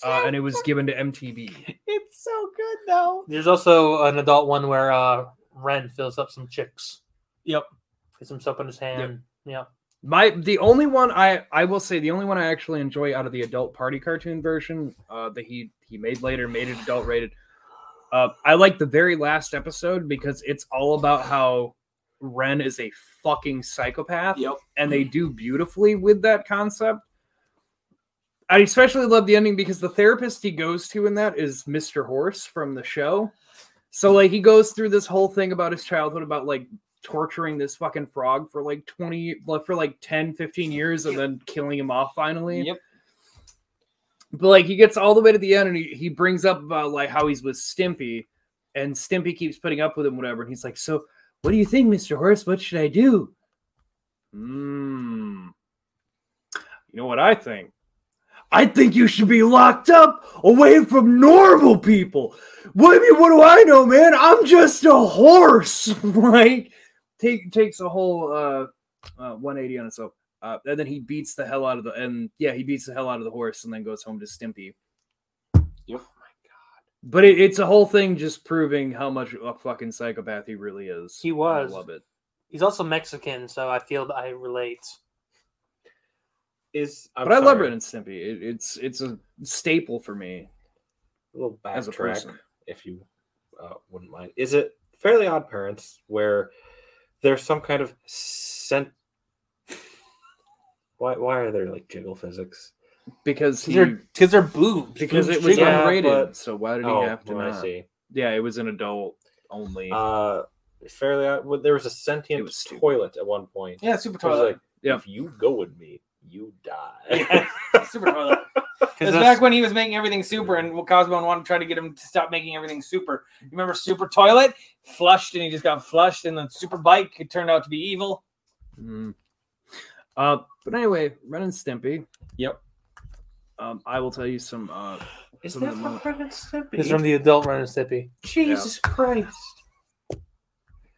Speaker 4: uh, and it was given to MTV.
Speaker 8: It's so good though.
Speaker 10: There's also an adult one where uh, Ren fills up some chicks.
Speaker 8: Yep.
Speaker 10: Puts some soap in his hand. Yep.
Speaker 4: My the only one I I will say the only one I actually enjoy out of the adult party cartoon version uh, that he he made later made it adult rated. Uh, I like the very last episode because it's all about how Ren is a fucking psychopath.
Speaker 3: Yep.
Speaker 4: and they do beautifully with that concept. I especially love the ending because the therapist he goes to in that is Mr. Horse from the show. So like he goes through this whole thing about his childhood about like torturing this fucking frog for like 20 like, for like 10 15 years and then killing him off finally.
Speaker 3: Yep.
Speaker 4: But like he gets all the way to the end and he, he brings up about like how he's with Stimpy and Stimpy keeps putting up with him whatever and he's like so what do you think Mr. Horse what should I do? Hmm. You know what I think? I think you should be locked up away from normal people. What, I mean, what do I know, man? I'm just a horse. [LAUGHS] like, take, takes a whole uh, uh, 180 on itself. Uh, and then he beats the hell out of the and yeah, he beats the hell out of the horse and then goes home to Stimpy.
Speaker 3: Yep.
Speaker 10: Oh
Speaker 4: But it, it's a whole thing just proving how much a fucking psychopath he really is.
Speaker 10: He was.
Speaker 4: I love it.
Speaker 10: He's also Mexican, so I feel that I relate.
Speaker 5: Is I'm
Speaker 4: but I love
Speaker 5: sorry,
Speaker 4: Ren and Stimpy. It, it's it's a staple for me.
Speaker 5: A little
Speaker 4: as a
Speaker 5: backtrack,
Speaker 4: person.
Speaker 5: if you uh, wouldn't mind. Is it Fairly Odd Parents where there's some kind of sent? Why why are there like jiggle physics?
Speaker 4: because
Speaker 10: Because
Speaker 4: he
Speaker 10: they're, because they're boobs.
Speaker 4: because
Speaker 10: Boobs
Speaker 4: it was
Speaker 10: jiggle.
Speaker 5: Yeah,
Speaker 4: unrated.
Speaker 5: but-
Speaker 4: so why did
Speaker 5: oh,
Speaker 4: he have to?
Speaker 5: when I
Speaker 4: not?
Speaker 5: see.
Speaker 4: Yeah, it was an adult only.
Speaker 5: Uh, Fairly Odd. Well, there was a sentient
Speaker 4: was stupid.
Speaker 5: toilet at one point.
Speaker 3: Yeah, super
Speaker 5: It was
Speaker 3: toilet.
Speaker 5: like,
Speaker 4: Yeah.
Speaker 5: if you go with me, you
Speaker 4: [LAUGHS]
Speaker 5: die.
Speaker 3: Yeah, super [LAUGHS] toilet.
Speaker 5: [LAUGHS]
Speaker 3: It's back when he was making everything super, and Cosmo wanted to try to get him to stop making everything super. You remember Super Toilet? Flushed, and he just got flushed, and then Super Bike it turned out to be evil.
Speaker 4: Mm. Uh, but anyway, Ren and Stimpy. Yep. Um, I will tell you some. Uh,
Speaker 5: Is
Speaker 4: Some of them are-
Speaker 5: Ren and Stimpy?
Speaker 10: It's from the adult Ren and Stimpy.
Speaker 5: Jesus Christ.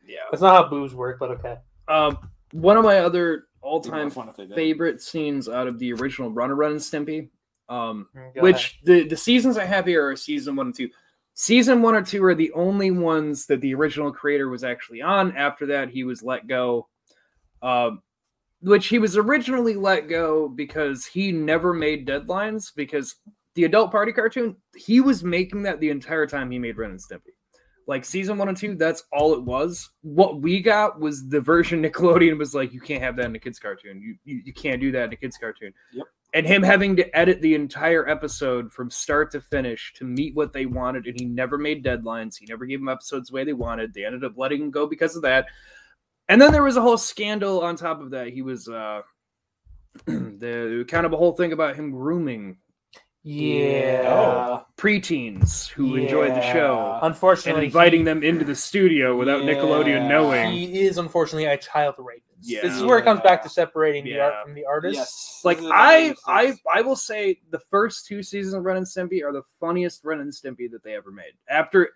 Speaker 4: yeah.
Speaker 10: That's not how boobs work, but okay.
Speaker 4: Um, one of my other all-time
Speaker 3: That's one if they did.
Speaker 4: favorite scenes out of the original Runner Run and Stimpy. Um,
Speaker 10: Mm,
Speaker 2: Oh
Speaker 10: go ahead.
Speaker 4: which the the seasons I have here are season one and two. Season one or two are the only ones that the original creator was actually on. After that, he was let go. Um, which he was originally let go because he never made deadlines. Because the adult party cartoon, he was making that the entire time he made Ren and Stimpy. Like season one and two, that's all it was. What we got was the version [LAUGHS] Nickelodeon was like, you can't have that in a kids cartoon. You you, you can't do that in a kids cartoon and him having to edit the entire episode from start to finish to meet what they wanted and he never made deadlines he never gave them episodes the way they wanted they ended up letting him go because of that and then there was a whole scandal on top of that he was uh [CLEARS THROAT] the kind of a whole thing about him grooming uh,
Speaker 10: yeah.
Speaker 4: preteens who enjoyed the show and
Speaker 10: Unfortunately,
Speaker 4: inviting them into the studio without nickelodeon
Speaker 3: Yeah.
Speaker 4: knowing
Speaker 10: he is unfortunately a child rapist.
Speaker 4: Yeah.
Speaker 10: This is where it comes back to separating the
Speaker 4: Yeah.
Speaker 10: art from the artist.
Speaker 3: Yes.
Speaker 4: like
Speaker 3: This is
Speaker 4: I,
Speaker 3: another
Speaker 4: I,
Speaker 3: instance.
Speaker 4: I will say the first two seasons of Ren and Stimpy are the funniest Ren and Stimpy that they ever made. After,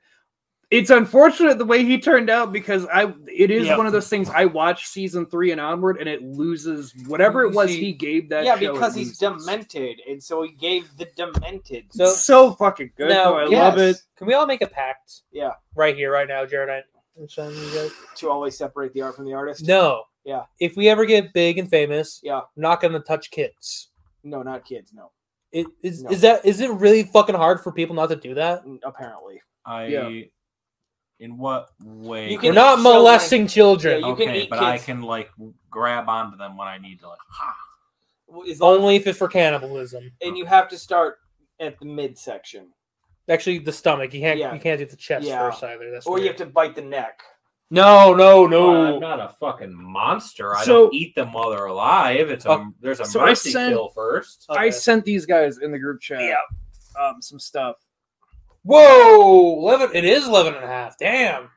Speaker 4: it's unfortunate the way he turned out because I, it is
Speaker 10: Yep.
Speaker 4: one of those things. I watch season three and onward, and it loses whatever it was
Speaker 3: See,
Speaker 4: he gave that.
Speaker 3: yeah,
Speaker 4: show, it
Speaker 3: because he's
Speaker 4: loses.
Speaker 3: demented, and so he gave the demented.
Speaker 10: So-
Speaker 4: so fucking good.
Speaker 10: No,
Speaker 4: though. I
Speaker 10: yes.
Speaker 4: love it.
Speaker 10: Can we all make a pact?
Speaker 3: Yeah.
Speaker 10: Right here, right now, Jared. I- and Sean, you guys-
Speaker 3: to always separate the art from the artist.
Speaker 10: No.
Speaker 3: Yeah.
Speaker 10: If we ever get big and famous,
Speaker 3: Yeah.
Speaker 10: I'm not gonna touch kids.
Speaker 3: No, not kids. No,
Speaker 10: It, is
Speaker 3: No.
Speaker 10: is that is it really fucking hard for people not to do that?
Speaker 3: Mm, apparently.
Speaker 17: I.
Speaker 4: Yeah.
Speaker 17: In what way?
Speaker 3: You
Speaker 10: We're
Speaker 3: can-
Speaker 10: not
Speaker 3: so, like-
Speaker 10: molesting children.
Speaker 3: Yeah, you can
Speaker 17: okay,
Speaker 3: eat
Speaker 17: but I
Speaker 3: kids.
Speaker 17: can like grab onto them when I need to. Like, [LAUGHS] ha.
Speaker 3: Well, As long
Speaker 10: Only if it's for cannibalism.
Speaker 3: and you have to start at the midsection,
Speaker 10: Actually, the stomach. You can't
Speaker 3: Yeah.
Speaker 10: you can't do the chest
Speaker 3: Yeah.
Speaker 10: first either. That's
Speaker 3: or you
Speaker 10: weird.
Speaker 3: have to bite the neck.
Speaker 2: No, no,
Speaker 17: Well,
Speaker 2: no.
Speaker 4: Uh,
Speaker 17: I'm not a fucking monster. I
Speaker 4: So-
Speaker 17: don't eat them while they're alive. It's a
Speaker 4: Oh,
Speaker 17: there's a
Speaker 4: so I
Speaker 17: mercy
Speaker 4: sent-
Speaker 17: kill first.
Speaker 4: I sent these guys in the group chat. Um, some stuff.
Speaker 2: Whoa, 11, it is 11 and a half. Damn.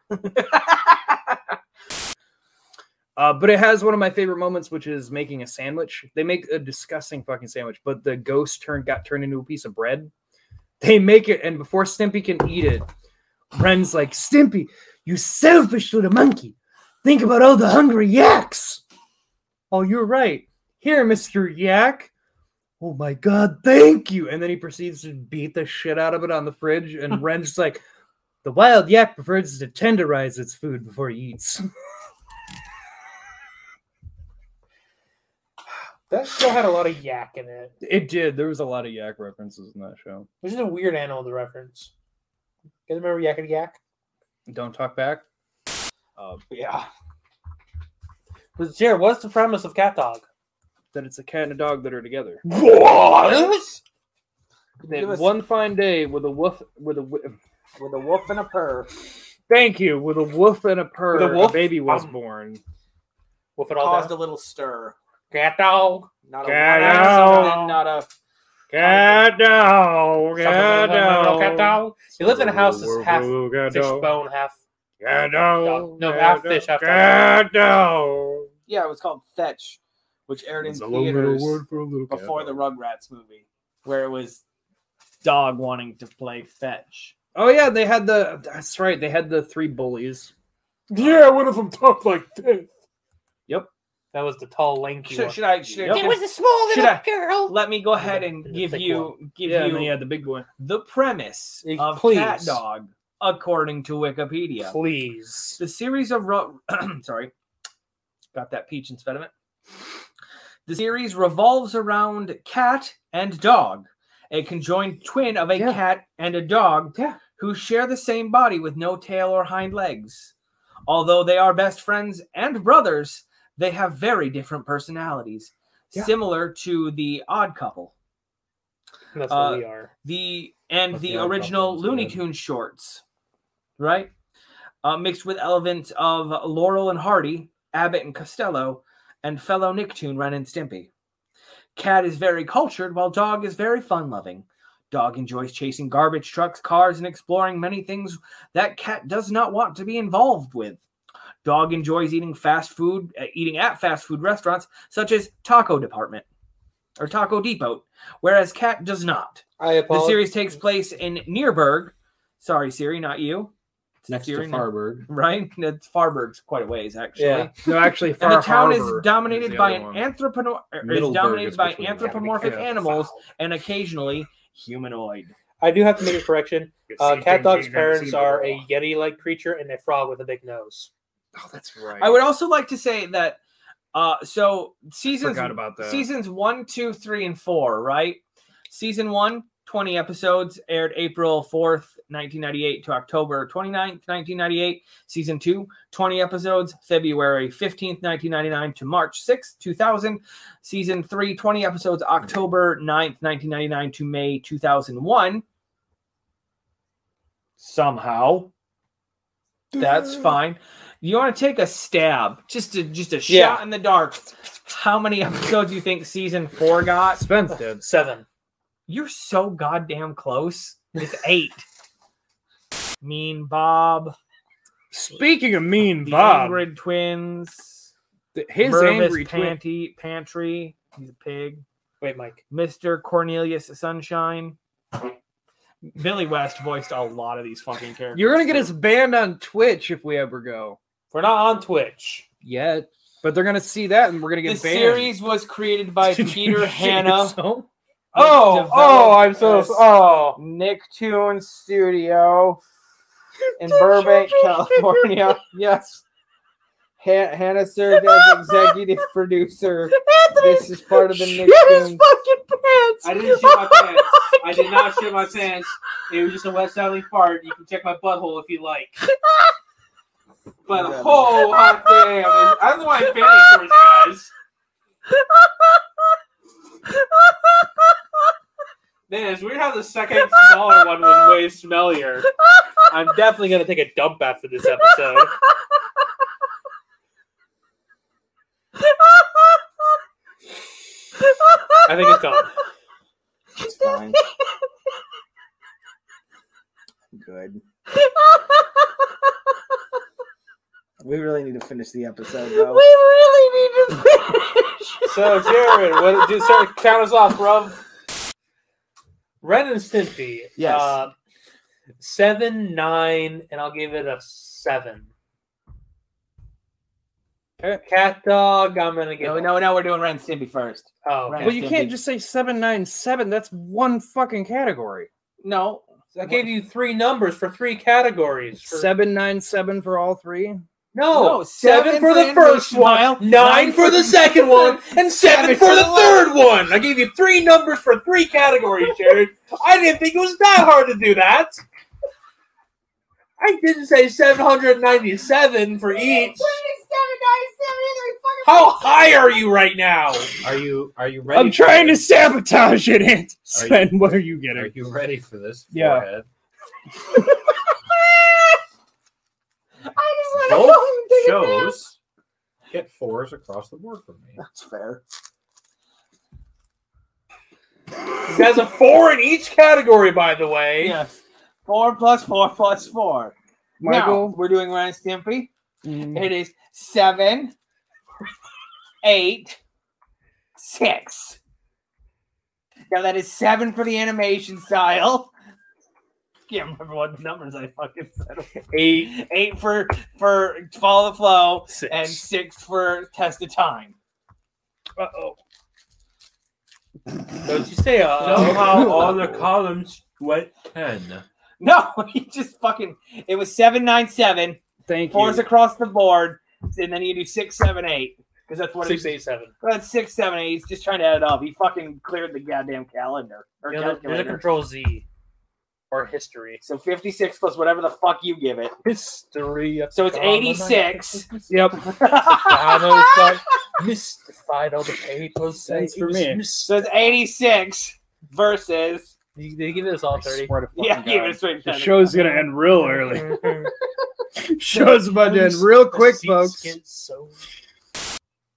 Speaker 4: Uh, but it has one of my favorite moments, which is making a sandwich. They make a disgusting fucking sandwich, but the ghost turned got turned into a piece of bread. [LAUGHS] They make it, and before Stimpy can eat it, Ren's like, "Stimpy, you selfish little monkey! Think about all the hungry yaks." Oh, you're right. Here, Mister Yak. Oh my God, thank you. And then he proceeds to beat the shit out of it on the fridge, and Ren's just like, "The wild yak prefers to tenderize its food before he eats."
Speaker 8: That show had a lot of yak in it.
Speaker 4: It did. There was a lot of yak references in that show.
Speaker 8: Which is a weird animal to reference. You guys remember Yakety Yak?
Speaker 4: Don't talk back.
Speaker 3: Yeah.
Speaker 2: But Jared, what's the premise of Cat Dog?
Speaker 4: That it's a cat and a dog that are together.
Speaker 2: What?
Speaker 4: That
Speaker 3: Give us-
Speaker 4: one fine day, with a woof, with a wi-
Speaker 3: With a wolf and a purr.
Speaker 4: thank you, with a woof and a Um, purr,
Speaker 2: With
Speaker 4: the
Speaker 2: a wolf?
Speaker 4: baby was born.
Speaker 2: Wolf it all
Speaker 3: Caused
Speaker 2: down.
Speaker 3: a little stir.
Speaker 2: Cat Dog.
Speaker 3: Not a
Speaker 4: Get
Speaker 3: not a
Speaker 4: out.
Speaker 3: something, not a
Speaker 4: Cat dog, cat dog,
Speaker 2: Cat Dog. He lived in a house that's half
Speaker 4: Ooh, cat
Speaker 2: fish
Speaker 4: dog,
Speaker 2: bone, half
Speaker 4: cat dog,
Speaker 2: No,
Speaker 4: cat
Speaker 2: half
Speaker 4: dog,
Speaker 2: fish, half dog.
Speaker 4: cat dog.
Speaker 3: yeah, it was called Fetch, which aired in
Speaker 4: It's a little bit of
Speaker 3: theaters
Speaker 4: wood for a little cat
Speaker 3: before the
Speaker 4: dog.
Speaker 3: Rugrats movie, where it was dog wanting to play fetch.
Speaker 4: Oh yeah, they had the. That's right. They had the three bullies.
Speaker 2: Yeah, one of them talked like this.
Speaker 4: Yep.
Speaker 2: That was the tall, lanky
Speaker 3: Should,
Speaker 2: one.
Speaker 3: should I? Should I
Speaker 4: Yep.
Speaker 3: was a small little girl. Let me go ahead
Speaker 2: The
Speaker 3: and give
Speaker 2: thick
Speaker 3: you give
Speaker 4: Yeah, and then
Speaker 3: you
Speaker 4: you had the big boy.
Speaker 3: the premise
Speaker 2: Eh,
Speaker 3: of
Speaker 2: please.
Speaker 3: Cat Dog, according to Wikipedia.
Speaker 2: Please.
Speaker 3: The series of ro- [CLEARS THROAT] sorry, got that peach impediment. The series revolves around cat and dog, a conjoined twin of a
Speaker 4: Yeah.
Speaker 3: cat and a dog
Speaker 4: Yeah.
Speaker 3: who share the same body with no tail or hind legs. Although they are best friends and brothers, they have very different personalities,
Speaker 4: Yeah.
Speaker 3: similar to the odd couple
Speaker 2: That's
Speaker 3: Uh,
Speaker 2: what we are.
Speaker 3: the and
Speaker 17: But
Speaker 3: the,
Speaker 17: the Odd
Speaker 3: original
Speaker 17: Couple is
Speaker 3: Looney
Speaker 17: good.
Speaker 3: Tunes shorts, right? Uh, mixed with elements of Laurel and Hardy, Abbott and Costello, and fellow Nicktoon Ren and Stimpy. Cat is very cultured, while Dog is very fun-loving. Dog enjoys chasing garbage trucks, cars, and exploring many things that Cat does not want to be involved with. Dog enjoys eating fast food, uh, eating at fast food restaurants such as Taco Department or Taco Depot, whereas Cat does not.
Speaker 2: I
Speaker 3: The
Speaker 2: apologize.
Speaker 3: series takes place in Nearburg. Sorry, Siri, not you. [LAUGHS] It's
Speaker 17: Next
Speaker 3: Siri,
Speaker 17: to
Speaker 3: not-
Speaker 17: Farberg.
Speaker 3: Right? That's Farberg's quite a ways, actually.
Speaker 2: Yeah.
Speaker 4: No, [LAUGHS] actually,
Speaker 3: And the
Speaker 4: Far
Speaker 3: town
Speaker 4: Harbor
Speaker 3: is dominated
Speaker 17: the
Speaker 3: by
Speaker 17: other
Speaker 3: an
Speaker 17: one.
Speaker 3: anthropomor- er, is
Speaker 17: Middleburg
Speaker 3: dominated
Speaker 17: is
Speaker 3: by
Speaker 17: between them.
Speaker 3: anthropomorphic
Speaker 4: Yeah.
Speaker 3: animals and occasionally humanoid.
Speaker 2: I do have to make a correction. Uh, Cat Dog's parents are a Yeti like creature and a frog with a big nose.
Speaker 4: Oh, that's right.
Speaker 3: I would also like to say that uh so seasons
Speaker 4: forgot about that.
Speaker 3: seasons one, two, three, and four, right? Season one, 20 episodes, aired April 4th, 1998 to October 29th, 1998. Season two, 20 episodes, February 15th, 1999 to March 6th, 2000. Season three, 20 episodes, October 9th, 1999 to May 2001. Somehow.
Speaker 4: [LAUGHS]
Speaker 3: That's fine. You want to take a stab, just a just a shot
Speaker 2: Yeah.
Speaker 3: in the dark. How many episodes do you think season four got?
Speaker 4: Spence did.
Speaker 2: Seven.
Speaker 3: You're so goddamn close. It's eight. mean Bob,
Speaker 4: [LAUGHS] Speaking of mean
Speaker 3: the
Speaker 4: Bob,
Speaker 3: Ingrid twins,
Speaker 4: th- his
Speaker 3: Mervis
Speaker 4: angry twin.
Speaker 3: panty pantry. He's a pig.
Speaker 2: Wait, Mike.
Speaker 3: Mister Cornelius Sunshine. Billy West voiced a lot of these fucking characters.
Speaker 4: You're gonna get us banned on Twitch if we ever go.
Speaker 2: We're not on Twitch.
Speaker 4: Yet, but they're gonna see that and we're gonna
Speaker 3: The
Speaker 4: get banned. [LAUGHS]
Speaker 3: series was created [LAUGHS] by
Speaker 4: Did you
Speaker 3: Peter
Speaker 4: shit [LAUGHS]
Speaker 3: Hanna.
Speaker 4: yourself?
Speaker 2: Oh, oh, I'm so.
Speaker 3: Developers.
Speaker 2: Oh.
Speaker 3: Nicktoon Studio in Burbank, [LAUGHS] California. Yes. Han- Hannah served
Speaker 4: [LAUGHS]
Speaker 3: as executive producer. This is part of the Nicktoon.
Speaker 2: I didn't shit
Speaker 3: [LAUGHS]
Speaker 2: my pants. I did not shit my pants. It was just a West Valley fart. You can check my butthole if you like. But oh, hot damn. I don't know why I'm fanning towards you guys. Man, it's weird how the second smaller one was way smellier. I'm definitely gonna take a dump after this episode. I think it's gone.
Speaker 24: It's fine. Good. We really need to finish the episode, though.
Speaker 3: really need to finish.
Speaker 2: So, Jared, what do start count us off, Rob? Ren and Stimpy.
Speaker 24: Yes.
Speaker 2: Uh, seven, nine, and I'll give it a seven. Cat dog, I'm gonna give.
Speaker 3: No, no, no. We're doing Ren and Stimpy first.
Speaker 2: Oh,
Speaker 3: Ren
Speaker 2: okay.
Speaker 3: and
Speaker 4: Well, you
Speaker 3: Stimpy.
Speaker 4: can't just say seven nine seven. That's one fucking category.
Speaker 3: No.
Speaker 2: I gave you three numbers for three categories. For...
Speaker 4: Seven nine seven for all three.
Speaker 2: No,
Speaker 3: No,
Speaker 2: seven,
Speaker 3: seven
Speaker 2: for the
Speaker 3: for
Speaker 2: first
Speaker 3: Innovation
Speaker 2: one,
Speaker 3: Mile,
Speaker 2: nine,
Speaker 3: nine
Speaker 2: for the second one, and seven for the third one. I gave you three numbers for three categories, Jared. I didn't think it was that hard to do that. I didn't say 797 for each. How high are you right now?
Speaker 5: Are you are you ready?
Speaker 4: I'm trying to
Speaker 5: for this?
Speaker 4: sabotage it, Aunt.
Speaker 5: Are
Speaker 4: Sven, what are you
Speaker 5: Are
Speaker 4: getting?
Speaker 5: you ready for this?
Speaker 4: Yeah.
Speaker 5: Forehead?
Speaker 3: [LAUGHS] I just
Speaker 5: Both
Speaker 3: want to
Speaker 5: shows get fours across the board for [LAUGHS] me.
Speaker 24: That's fair.
Speaker 2: That's a four in each category, by the way.
Speaker 3: Yes. Four plus four plus four.
Speaker 4: Michael?
Speaker 3: Now we're doing Ren and Stimpy.
Speaker 4: Mm,
Speaker 3: It is seven, eight, six. Now that is seven for the animation style. Can't remember what the numbers I fucking said. Eight, eight for for follow the flow,
Speaker 2: Six.
Speaker 3: and six for test of time.
Speaker 2: Uh oh. Don't you say uh [LAUGHS]
Speaker 5: Somehow all the columns went ten.
Speaker 3: No, [LAUGHS] he just fucking. It was seven, nine, seven.
Speaker 4: Thank
Speaker 3: Fours
Speaker 4: you.
Speaker 3: across the board, and then you do six, seven, eight, because that's what
Speaker 2: six,
Speaker 3: it's
Speaker 2: eight, seven.
Speaker 3: That's six, seven, eight. He's just trying to add it up. He fucking cleared the goddamn calendar or
Speaker 2: There's a, there's a
Speaker 3: calculator.
Speaker 2: control Z or history.
Speaker 3: so fifty-six plus whatever the fuck you give it.
Speaker 2: [LAUGHS] [LAUGHS] History of
Speaker 3: So it's eighty-six. [LAUGHS]
Speaker 2: [LAUGHS]
Speaker 4: Yep.
Speaker 2: Chicago, like, mystified all the papers.
Speaker 4: Thanks
Speaker 2: say
Speaker 4: for
Speaker 2: it was
Speaker 4: me.
Speaker 2: mis-
Speaker 3: so it's eighty-six versus.
Speaker 2: They they give us all
Speaker 4: I
Speaker 2: thirty.
Speaker 4: swear to fucking
Speaker 3: yeah,
Speaker 4: God.
Speaker 3: give it a straight
Speaker 4: The
Speaker 3: seven.
Speaker 4: show's gonna end real early.
Speaker 2: Mm-hmm.
Speaker 4: [LAUGHS] show's about to end real quick,
Speaker 2: Seats
Speaker 4: folks.
Speaker 2: get so-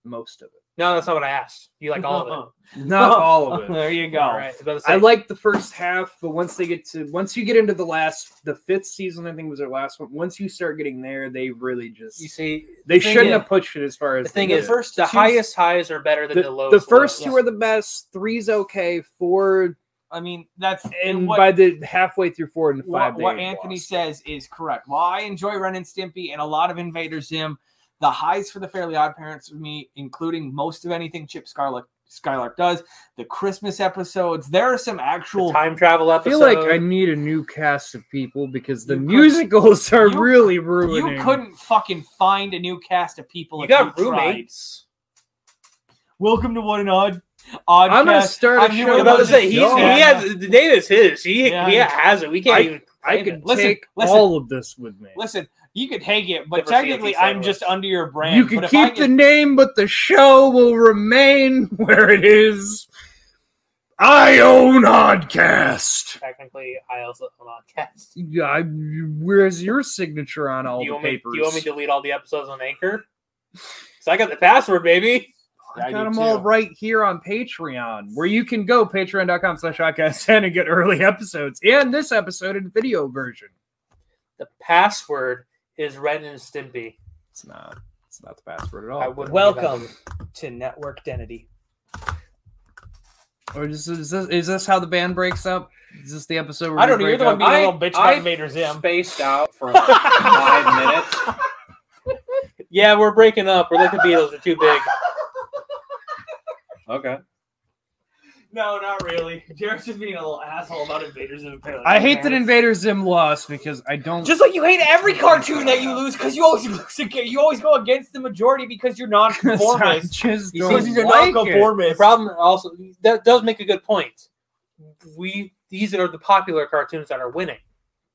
Speaker 4: Most of it.
Speaker 2: No, that's not what I asked. You like all
Speaker 4: [LAUGHS]
Speaker 2: of it?
Speaker 4: Not all of it.
Speaker 3: [LAUGHS] There you go.
Speaker 2: All right. I was about to say,
Speaker 4: Oh. I like the first half, but once they get to once you get into the last the fifth season, I think was their last one. Once you start getting there, they really just
Speaker 2: You see,
Speaker 4: they
Speaker 2: the thing
Speaker 4: shouldn't
Speaker 2: is-
Speaker 4: have pushed it as far as
Speaker 2: The thing
Speaker 4: they
Speaker 2: is,
Speaker 4: did.
Speaker 2: first the
Speaker 4: two-
Speaker 2: highest highs are better than the,
Speaker 4: the,
Speaker 2: lowest.
Speaker 4: the first
Speaker 2: lows.
Speaker 4: two are the best. Three's okay. Four
Speaker 3: I mean, that's
Speaker 4: and
Speaker 3: what-
Speaker 4: by the halfway through four and five,
Speaker 3: what,
Speaker 4: they
Speaker 3: what
Speaker 4: had
Speaker 3: Anthony
Speaker 4: lost.
Speaker 3: says is correct. While I enjoy Ren and Stimpy and a lot of Invader Zim, the highs for the Fairly Odd Parents for me, including most of anything Chip Scarlet Skylark does, the Christmas episodes. There are some actual.
Speaker 2: The time travel
Speaker 4: I feel
Speaker 2: episode.
Speaker 4: like I need a new cast of people because the musicals are
Speaker 3: you-
Speaker 4: really
Speaker 3: you
Speaker 4: ruining.
Speaker 3: couldn't fucking find a new cast of people.
Speaker 2: you
Speaker 3: if
Speaker 2: got
Speaker 3: you tried.
Speaker 2: roommates.
Speaker 3: Welcome to What an Odd Odd.
Speaker 4: I'm gonna
Speaker 3: Cast.
Speaker 4: start a
Speaker 3: I'm here
Speaker 4: show.
Speaker 3: with
Speaker 2: I'm about to say he's,
Speaker 3: No.
Speaker 2: he has the name is his. He
Speaker 3: Yeah.
Speaker 2: he has it. We can't even.
Speaker 4: I
Speaker 2: claim
Speaker 4: could
Speaker 2: it.
Speaker 3: Listen,
Speaker 4: take
Speaker 3: listen.
Speaker 4: all of this with me.
Speaker 3: Listen, you could take it, but
Speaker 2: Never seen
Speaker 3: technically,
Speaker 2: it,
Speaker 3: I'm
Speaker 2: so-
Speaker 3: just under your brand.
Speaker 4: You can
Speaker 3: But if I
Speaker 4: keep the name, but the show will remain [LAUGHS] where it is. I own Oddcast.
Speaker 2: Technically, I also am on [LAUGHS] cast.
Speaker 4: Yeah, I, where's your signature on all
Speaker 2: Do you,
Speaker 4: the
Speaker 2: want me, do
Speaker 4: papers?
Speaker 2: you want me to delete all the episodes on Anchor? So I got the password, baby.
Speaker 4: I
Speaker 3: I
Speaker 4: got
Speaker 3: do
Speaker 4: them all
Speaker 3: too.
Speaker 4: right here on Patreon, where you can go patreon.com slash oddcast and get early [LAUGHS] episodes and this episode in video version.
Speaker 2: The password is Ren and Stimpy.
Speaker 4: It's not. It's not the password at
Speaker 2: I
Speaker 4: all.
Speaker 2: would
Speaker 3: welcome to Network Identity.
Speaker 4: Or is this, is this is this how the band breaks up? Is this the episode? Where
Speaker 3: I
Speaker 4: we
Speaker 3: don't know. You're
Speaker 4: break
Speaker 3: the one
Speaker 4: up?
Speaker 3: being a
Speaker 2: I-
Speaker 3: little bitch
Speaker 2: I-
Speaker 3: about Invader Zim.
Speaker 2: Spaced out for.
Speaker 5: Five minutes.
Speaker 2: yeah, we're breaking up. We're like the Beatles. We're too [LAUGHS] big.
Speaker 5: Okay.
Speaker 3: No, not really. Jared's just being a little asshole about Invaders of Apparently.
Speaker 4: I hate that Invader Zim lost because I don't. [LAUGHS]
Speaker 3: Just like you hate every cartoon that you lose because you always lose again. You always go against the majority because you're
Speaker 4: I [LAUGHS]
Speaker 3: non-conformist.
Speaker 4: just
Speaker 2: You
Speaker 4: don't
Speaker 3: because
Speaker 2: see,
Speaker 3: you're
Speaker 4: like
Speaker 2: The
Speaker 4: it.
Speaker 3: non-conformist.
Speaker 2: problem also that does make a good point. We these are the popular cartoons that are winning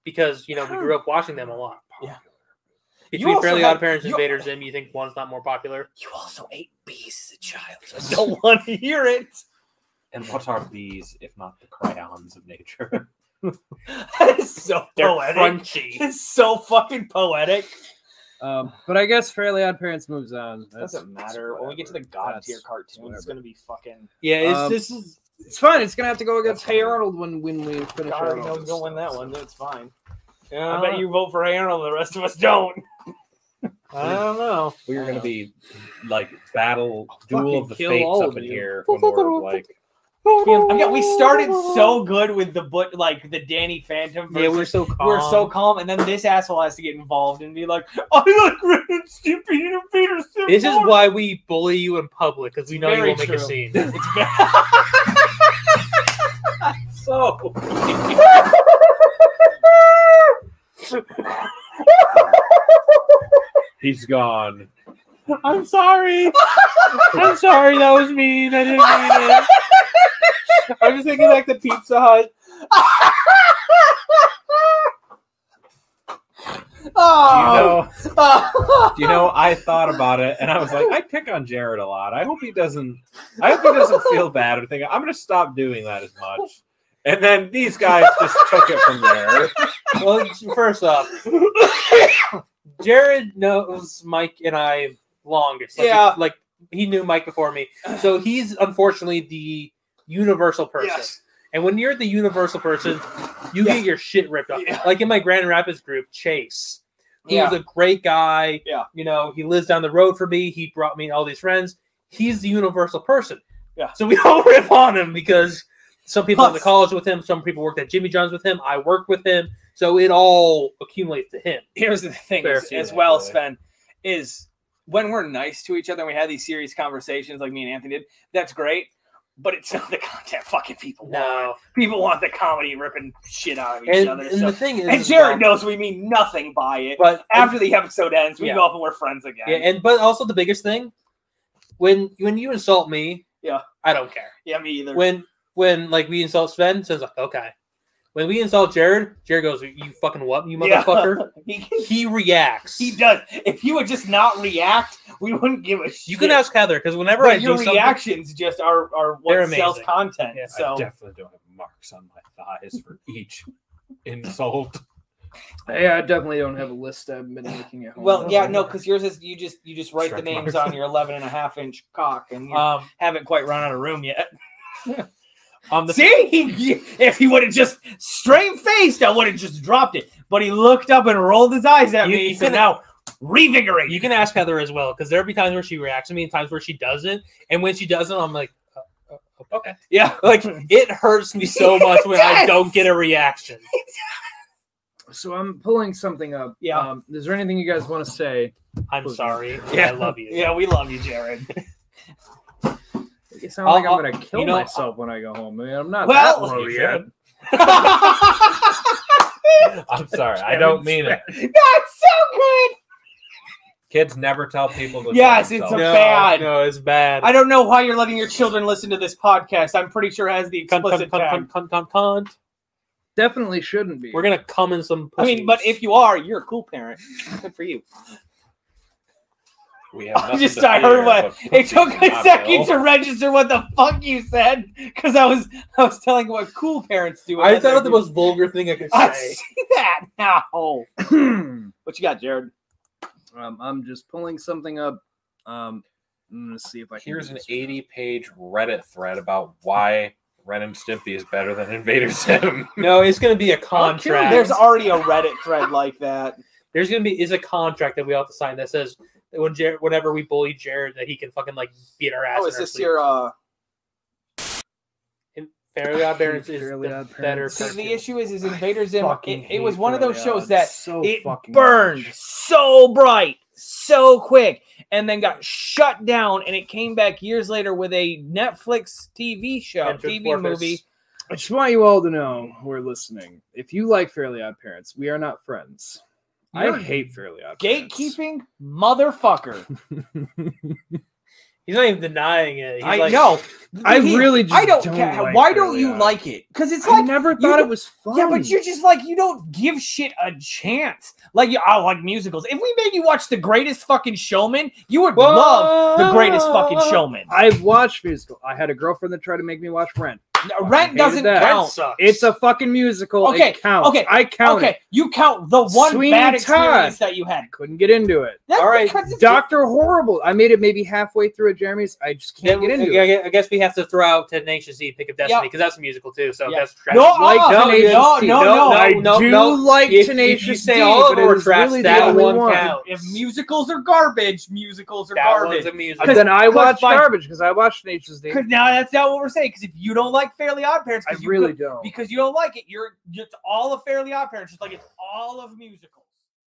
Speaker 2: because you know we grew up watching them a lot.
Speaker 3: Yeah. You
Speaker 2: Between
Speaker 3: also
Speaker 2: Fairly
Speaker 3: had-
Speaker 2: Odd Parents and
Speaker 3: you-
Speaker 2: Invader Zim, you think one's not more popular?
Speaker 3: You also ate bees as a child. so I don't [LAUGHS] want to hear it.
Speaker 5: And what are bees if not the cryons of nature? [LAUGHS]
Speaker 3: That is so
Speaker 2: They're
Speaker 3: poetic.
Speaker 2: crunchy.
Speaker 3: It's so fucking poetic.
Speaker 4: Um, but I guess Fairly Odd Parents moves on. That's,
Speaker 25: doesn't matter. When we get to the god tier cartoons, it's gonna be fucking.
Speaker 4: Yeah, it's,
Speaker 2: Um,
Speaker 4: this is it's fine. It's gonna have to go against Hey Arnold when when we finish.
Speaker 25: God already
Speaker 4: Arnold.
Speaker 25: knows gonna win that one. It's fine.
Speaker 3: I
Speaker 4: Uh,
Speaker 3: bet you vote for Arnold. The rest of us don't.
Speaker 25: I don't know.
Speaker 5: We're gonna be like battle duel of the
Speaker 4: kill
Speaker 5: fates
Speaker 4: all
Speaker 5: up
Speaker 4: of
Speaker 5: in
Speaker 4: you.
Speaker 5: here when we're like
Speaker 3: I mean, we started so good with the but like the Danny Phantom.
Speaker 4: Yeah, we're
Speaker 3: versus-
Speaker 4: so calm.
Speaker 3: we're so calm, and then this asshole has to get involved and be like, "I like Ren and Stimpy and Peter Stimpy."
Speaker 2: This is why we bully you in public because we know you
Speaker 3: Very
Speaker 2: will make a [LAUGHS]
Speaker 3: true.
Speaker 2: scene.
Speaker 3: so.
Speaker 5: he's gone.
Speaker 2: I'm sorry. I'm sorry. That was mean. I didn't mean it. I'm just thinking like the Pizza Hut.
Speaker 5: Oh. You know, you know, I thought about it and I was like, I pick on Jared a lot. I hope he doesn't. I hope he doesn't feel bad or think I'm gonna stop doing that as much. And then these guys just took it from there.
Speaker 2: Well,
Speaker 26: [LAUGHS]
Speaker 2: first off, Jared knows Mike and I longest. Like,
Speaker 26: Yeah.
Speaker 2: like he knew Mike before me, so he's unfortunately the universal person.
Speaker 26: Yes.
Speaker 2: And when you're the universal person, you get your shit ripped off. Like in my Grand Rapids group, Chase. He was a great guy.
Speaker 3: Yeah.
Speaker 2: You know, he lives down the road for me. He brought me all these friends. He's the universal person.
Speaker 3: Yeah.
Speaker 2: So we [LAUGHS] all rip on him because some people went to
Speaker 3: Plus-
Speaker 2: college with him, some people worked at Jimmy John's with him, I worked with him. So it all accumulates to him.
Speaker 26: here's the thing
Speaker 2: Fair
Speaker 26: as,
Speaker 2: few,
Speaker 26: as well,
Speaker 5: actually.
Speaker 26: Sven, is when we're nice to each other and we have these serious conversations like me and Anthony did, that's great. But it's not the content fucking people want.
Speaker 2: No.
Speaker 26: People want the comedy ripping shit out of each
Speaker 2: And,
Speaker 26: other.
Speaker 2: and
Speaker 26: And,
Speaker 2: the
Speaker 26: stuff.
Speaker 2: thing is
Speaker 26: and Jared knows we mean nothing by it.
Speaker 2: [LAUGHS] but
Speaker 26: After the episode ends, we
Speaker 2: Yeah.
Speaker 26: go up and we're friends again.
Speaker 2: yeah, and but also the biggest thing, when when you insult me,
Speaker 26: Yeah.
Speaker 2: I don't care.
Speaker 26: Yeah, me either.
Speaker 2: When when like we insult Sven, Sven's like, okay. When we insult Jared, Jared goes, You fucking what, you
Speaker 26: Yeah.
Speaker 2: motherfucker?
Speaker 3: [LAUGHS]
Speaker 26: he,
Speaker 2: He reacts.
Speaker 26: he does. If he would just not react, we wouldn't give a shit.
Speaker 2: You can ask Heather because whenever I
Speaker 26: but
Speaker 2: do
Speaker 26: your
Speaker 2: something,
Speaker 26: reactions just are are what
Speaker 2: They're amazing.
Speaker 26: sells content.
Speaker 2: Yeah.
Speaker 5: I
Speaker 26: So
Speaker 5: definitely don't have marks on my thighs for
Speaker 3: [LAUGHS]
Speaker 5: each insult.
Speaker 4: Yeah, I definitely don't have a list I've been making at home.
Speaker 3: Well, yeah, no, because yours is you just you just write the
Speaker 5: Stretch
Speaker 3: names
Speaker 5: marks.
Speaker 3: on your 11 and a half inch cock, and you
Speaker 2: um,
Speaker 3: haven't quite run out of room yet.
Speaker 2: um, the
Speaker 3: [LAUGHS] See, he, if he would have just straight faced, I would have just dropped it. But he looked up and rolled his eyes at
Speaker 2: You-
Speaker 3: me.
Speaker 2: you
Speaker 3: He said,
Speaker 2: can-
Speaker 3: "Now revigorate."
Speaker 2: You can ask Heather as well because there'll be times where she reacts to me and times where she doesn't. And when she doesn't, I'm like, uh, uh, okay. [LAUGHS] Yeah. Like it hurts me
Speaker 3: [LAUGHS]
Speaker 2: so much when I don't get a reaction.
Speaker 4: So I'm pulling something up.
Speaker 3: Yeah.
Speaker 4: Um, is there anything you guys want to say?
Speaker 2: I'm sorry.
Speaker 3: Yeah.
Speaker 2: I love you.
Speaker 3: yeah, we love you, [LAUGHS] Jared.
Speaker 4: It sounds like I'm gonna kill
Speaker 2: you know,
Speaker 4: myself when I go home. I mean, I'm not
Speaker 3: Well-
Speaker 4: that worried
Speaker 5: [LAUGHS] You
Speaker 4: yet.
Speaker 5: should. I'm sorry. I don't mean it.
Speaker 3: [LAUGHS] That's so good.
Speaker 5: Kids never tell people to.
Speaker 3: Yes,
Speaker 5: kill
Speaker 3: it's
Speaker 5: themselves.
Speaker 3: a- Bad.
Speaker 2: No, it's bad.
Speaker 3: I don't know why you're letting your children listen to this podcast. I'm pretty sure it has the
Speaker 2: Cunt,
Speaker 3: explicit
Speaker 2: cunt, cunt, cunt,
Speaker 3: tag.
Speaker 2: cunt, cunt, cunt.
Speaker 4: Definitely shouldn't be.
Speaker 2: We're gonna come in some.
Speaker 3: I mean, but
Speaker 2: pussies.
Speaker 3: if you are, you're a cool parent. Good for you.
Speaker 5: We have nothing
Speaker 3: just-
Speaker 5: to
Speaker 3: [LAUGHS] I heard
Speaker 5: fear
Speaker 3: what-
Speaker 5: but
Speaker 3: It took
Speaker 5: pussy,
Speaker 3: a
Speaker 5: not Bill.
Speaker 3: second to register what the fuck you said because I was I was telling what cool parents do.
Speaker 2: I thought of the most vulgar thing I could
Speaker 3: I
Speaker 2: say.
Speaker 3: see [LAUGHS] that now. What [CLEARS THROAT]
Speaker 4: um,
Speaker 3: you got, Jared?
Speaker 4: I'm just pulling something up. Um, I'm gonna see if I can.
Speaker 5: Here's
Speaker 4: do
Speaker 5: an
Speaker 4: this.
Speaker 5: 80 page Reddit thread about why Ren and Stimpy is better than Invader Sim.
Speaker 2: No, it's gonna be a contract.
Speaker 3: There's already a Reddit thread like that.
Speaker 2: there's gonna be is a contract that we all have to sign that says that when Jared, whenever we bully Jared, that he can fucking like beat our ass.
Speaker 3: Oh,
Speaker 2: in
Speaker 3: is
Speaker 2: our
Speaker 3: this
Speaker 2: sleep.
Speaker 3: your uh?
Speaker 2: Fairly Odd Parents is
Speaker 4: [LAUGHS] Fairly
Speaker 2: the
Speaker 4: Odd
Speaker 2: better.
Speaker 4: Parents.
Speaker 3: So the
Speaker 2: cartoon.
Speaker 3: issue is, is Invader Zim.
Speaker 4: Fucking
Speaker 3: It, it was
Speaker 4: hate
Speaker 3: one of those
Speaker 4: Fairly
Speaker 3: shows
Speaker 4: Odd
Speaker 3: that
Speaker 4: so
Speaker 3: it
Speaker 4: fucking
Speaker 3: burned
Speaker 4: much.
Speaker 3: so bright, so quick, and then got shut down. And it came back years later with a Netflix TV show,
Speaker 2: Enter
Speaker 3: TV
Speaker 2: Porpoise.
Speaker 3: movie.
Speaker 4: I just want you all to know who are listening. If you like Fairly Odd Parents, we are not friends. I
Speaker 3: You're
Speaker 4: hate Fairly Odd Parents.
Speaker 3: Gatekeeping motherfucker.
Speaker 4: [LAUGHS]
Speaker 2: He's not even denying it. [LAUGHS] He's
Speaker 3: I
Speaker 2: like,
Speaker 3: know.
Speaker 4: I
Speaker 3: He-
Speaker 4: really just
Speaker 3: I don't,
Speaker 4: don't
Speaker 3: care.
Speaker 4: like
Speaker 3: Why don't
Speaker 4: Fairly
Speaker 3: you
Speaker 4: Odd.
Speaker 3: like it? Because it's
Speaker 4: I
Speaker 3: like,
Speaker 4: never thought it
Speaker 3: don't-
Speaker 4: was fun.
Speaker 3: yeah, but you're just like you don't give shit a chance. Like you, I like musicals. If we made you watch The Greatest Fucking Showman, you would love The Greatest Fucking Showman.
Speaker 4: I've watched musical. I had a girlfriend that tried to make me watch Rent.
Speaker 3: Rent doesn't
Speaker 4: that.
Speaker 3: count.
Speaker 4: It's a fucking musical.
Speaker 3: Okay,
Speaker 4: It counts.
Speaker 3: okay,
Speaker 4: I count
Speaker 3: okay,
Speaker 4: it.
Speaker 3: you count the one
Speaker 4: Sweeney
Speaker 3: bad
Speaker 4: Todd.
Speaker 3: experience that you had.
Speaker 4: Couldn't get into it.
Speaker 3: That's
Speaker 4: All right.
Speaker 3: because it's-
Speaker 4: Doctor Horrible. I made it maybe halfway through at Jeremy's. I just can't get into
Speaker 2: I,
Speaker 4: it.
Speaker 2: gue- I guess we have to throw out Tenacious D, Pick of Destiny,
Speaker 3: Yeah.
Speaker 2: because that's a musical too. So
Speaker 3: Yeah.
Speaker 2: that's trash.
Speaker 3: No,
Speaker 4: Like
Speaker 3: uh, no,
Speaker 4: Tenacious
Speaker 3: no,
Speaker 4: D.
Speaker 3: no, no,
Speaker 4: I
Speaker 2: no,
Speaker 4: do
Speaker 2: no.
Speaker 4: like
Speaker 2: If- if you
Speaker 4: Tenacious
Speaker 2: say
Speaker 4: D,
Speaker 2: all of
Speaker 4: but
Speaker 2: them
Speaker 4: it
Speaker 2: are
Speaker 4: was
Speaker 2: trash,
Speaker 4: really
Speaker 2: that
Speaker 4: the only
Speaker 2: one
Speaker 4: one.
Speaker 2: counts.
Speaker 3: If musicals are garbage, musicals are
Speaker 2: That
Speaker 3: garbage.
Speaker 2: one's a musical.
Speaker 4: But Then I
Speaker 3: Because
Speaker 4: watched
Speaker 3: by-
Speaker 4: garbage because I watched Nature's Day.
Speaker 3: Because now that's not what we're saying. Because if you don't like Fairly Odd Parents,
Speaker 4: I
Speaker 3: 'cause you
Speaker 4: really
Speaker 3: could-
Speaker 4: don't.
Speaker 3: because you don't like it, you're it's all of Fairly Odd Parents, just like it's all of musicals.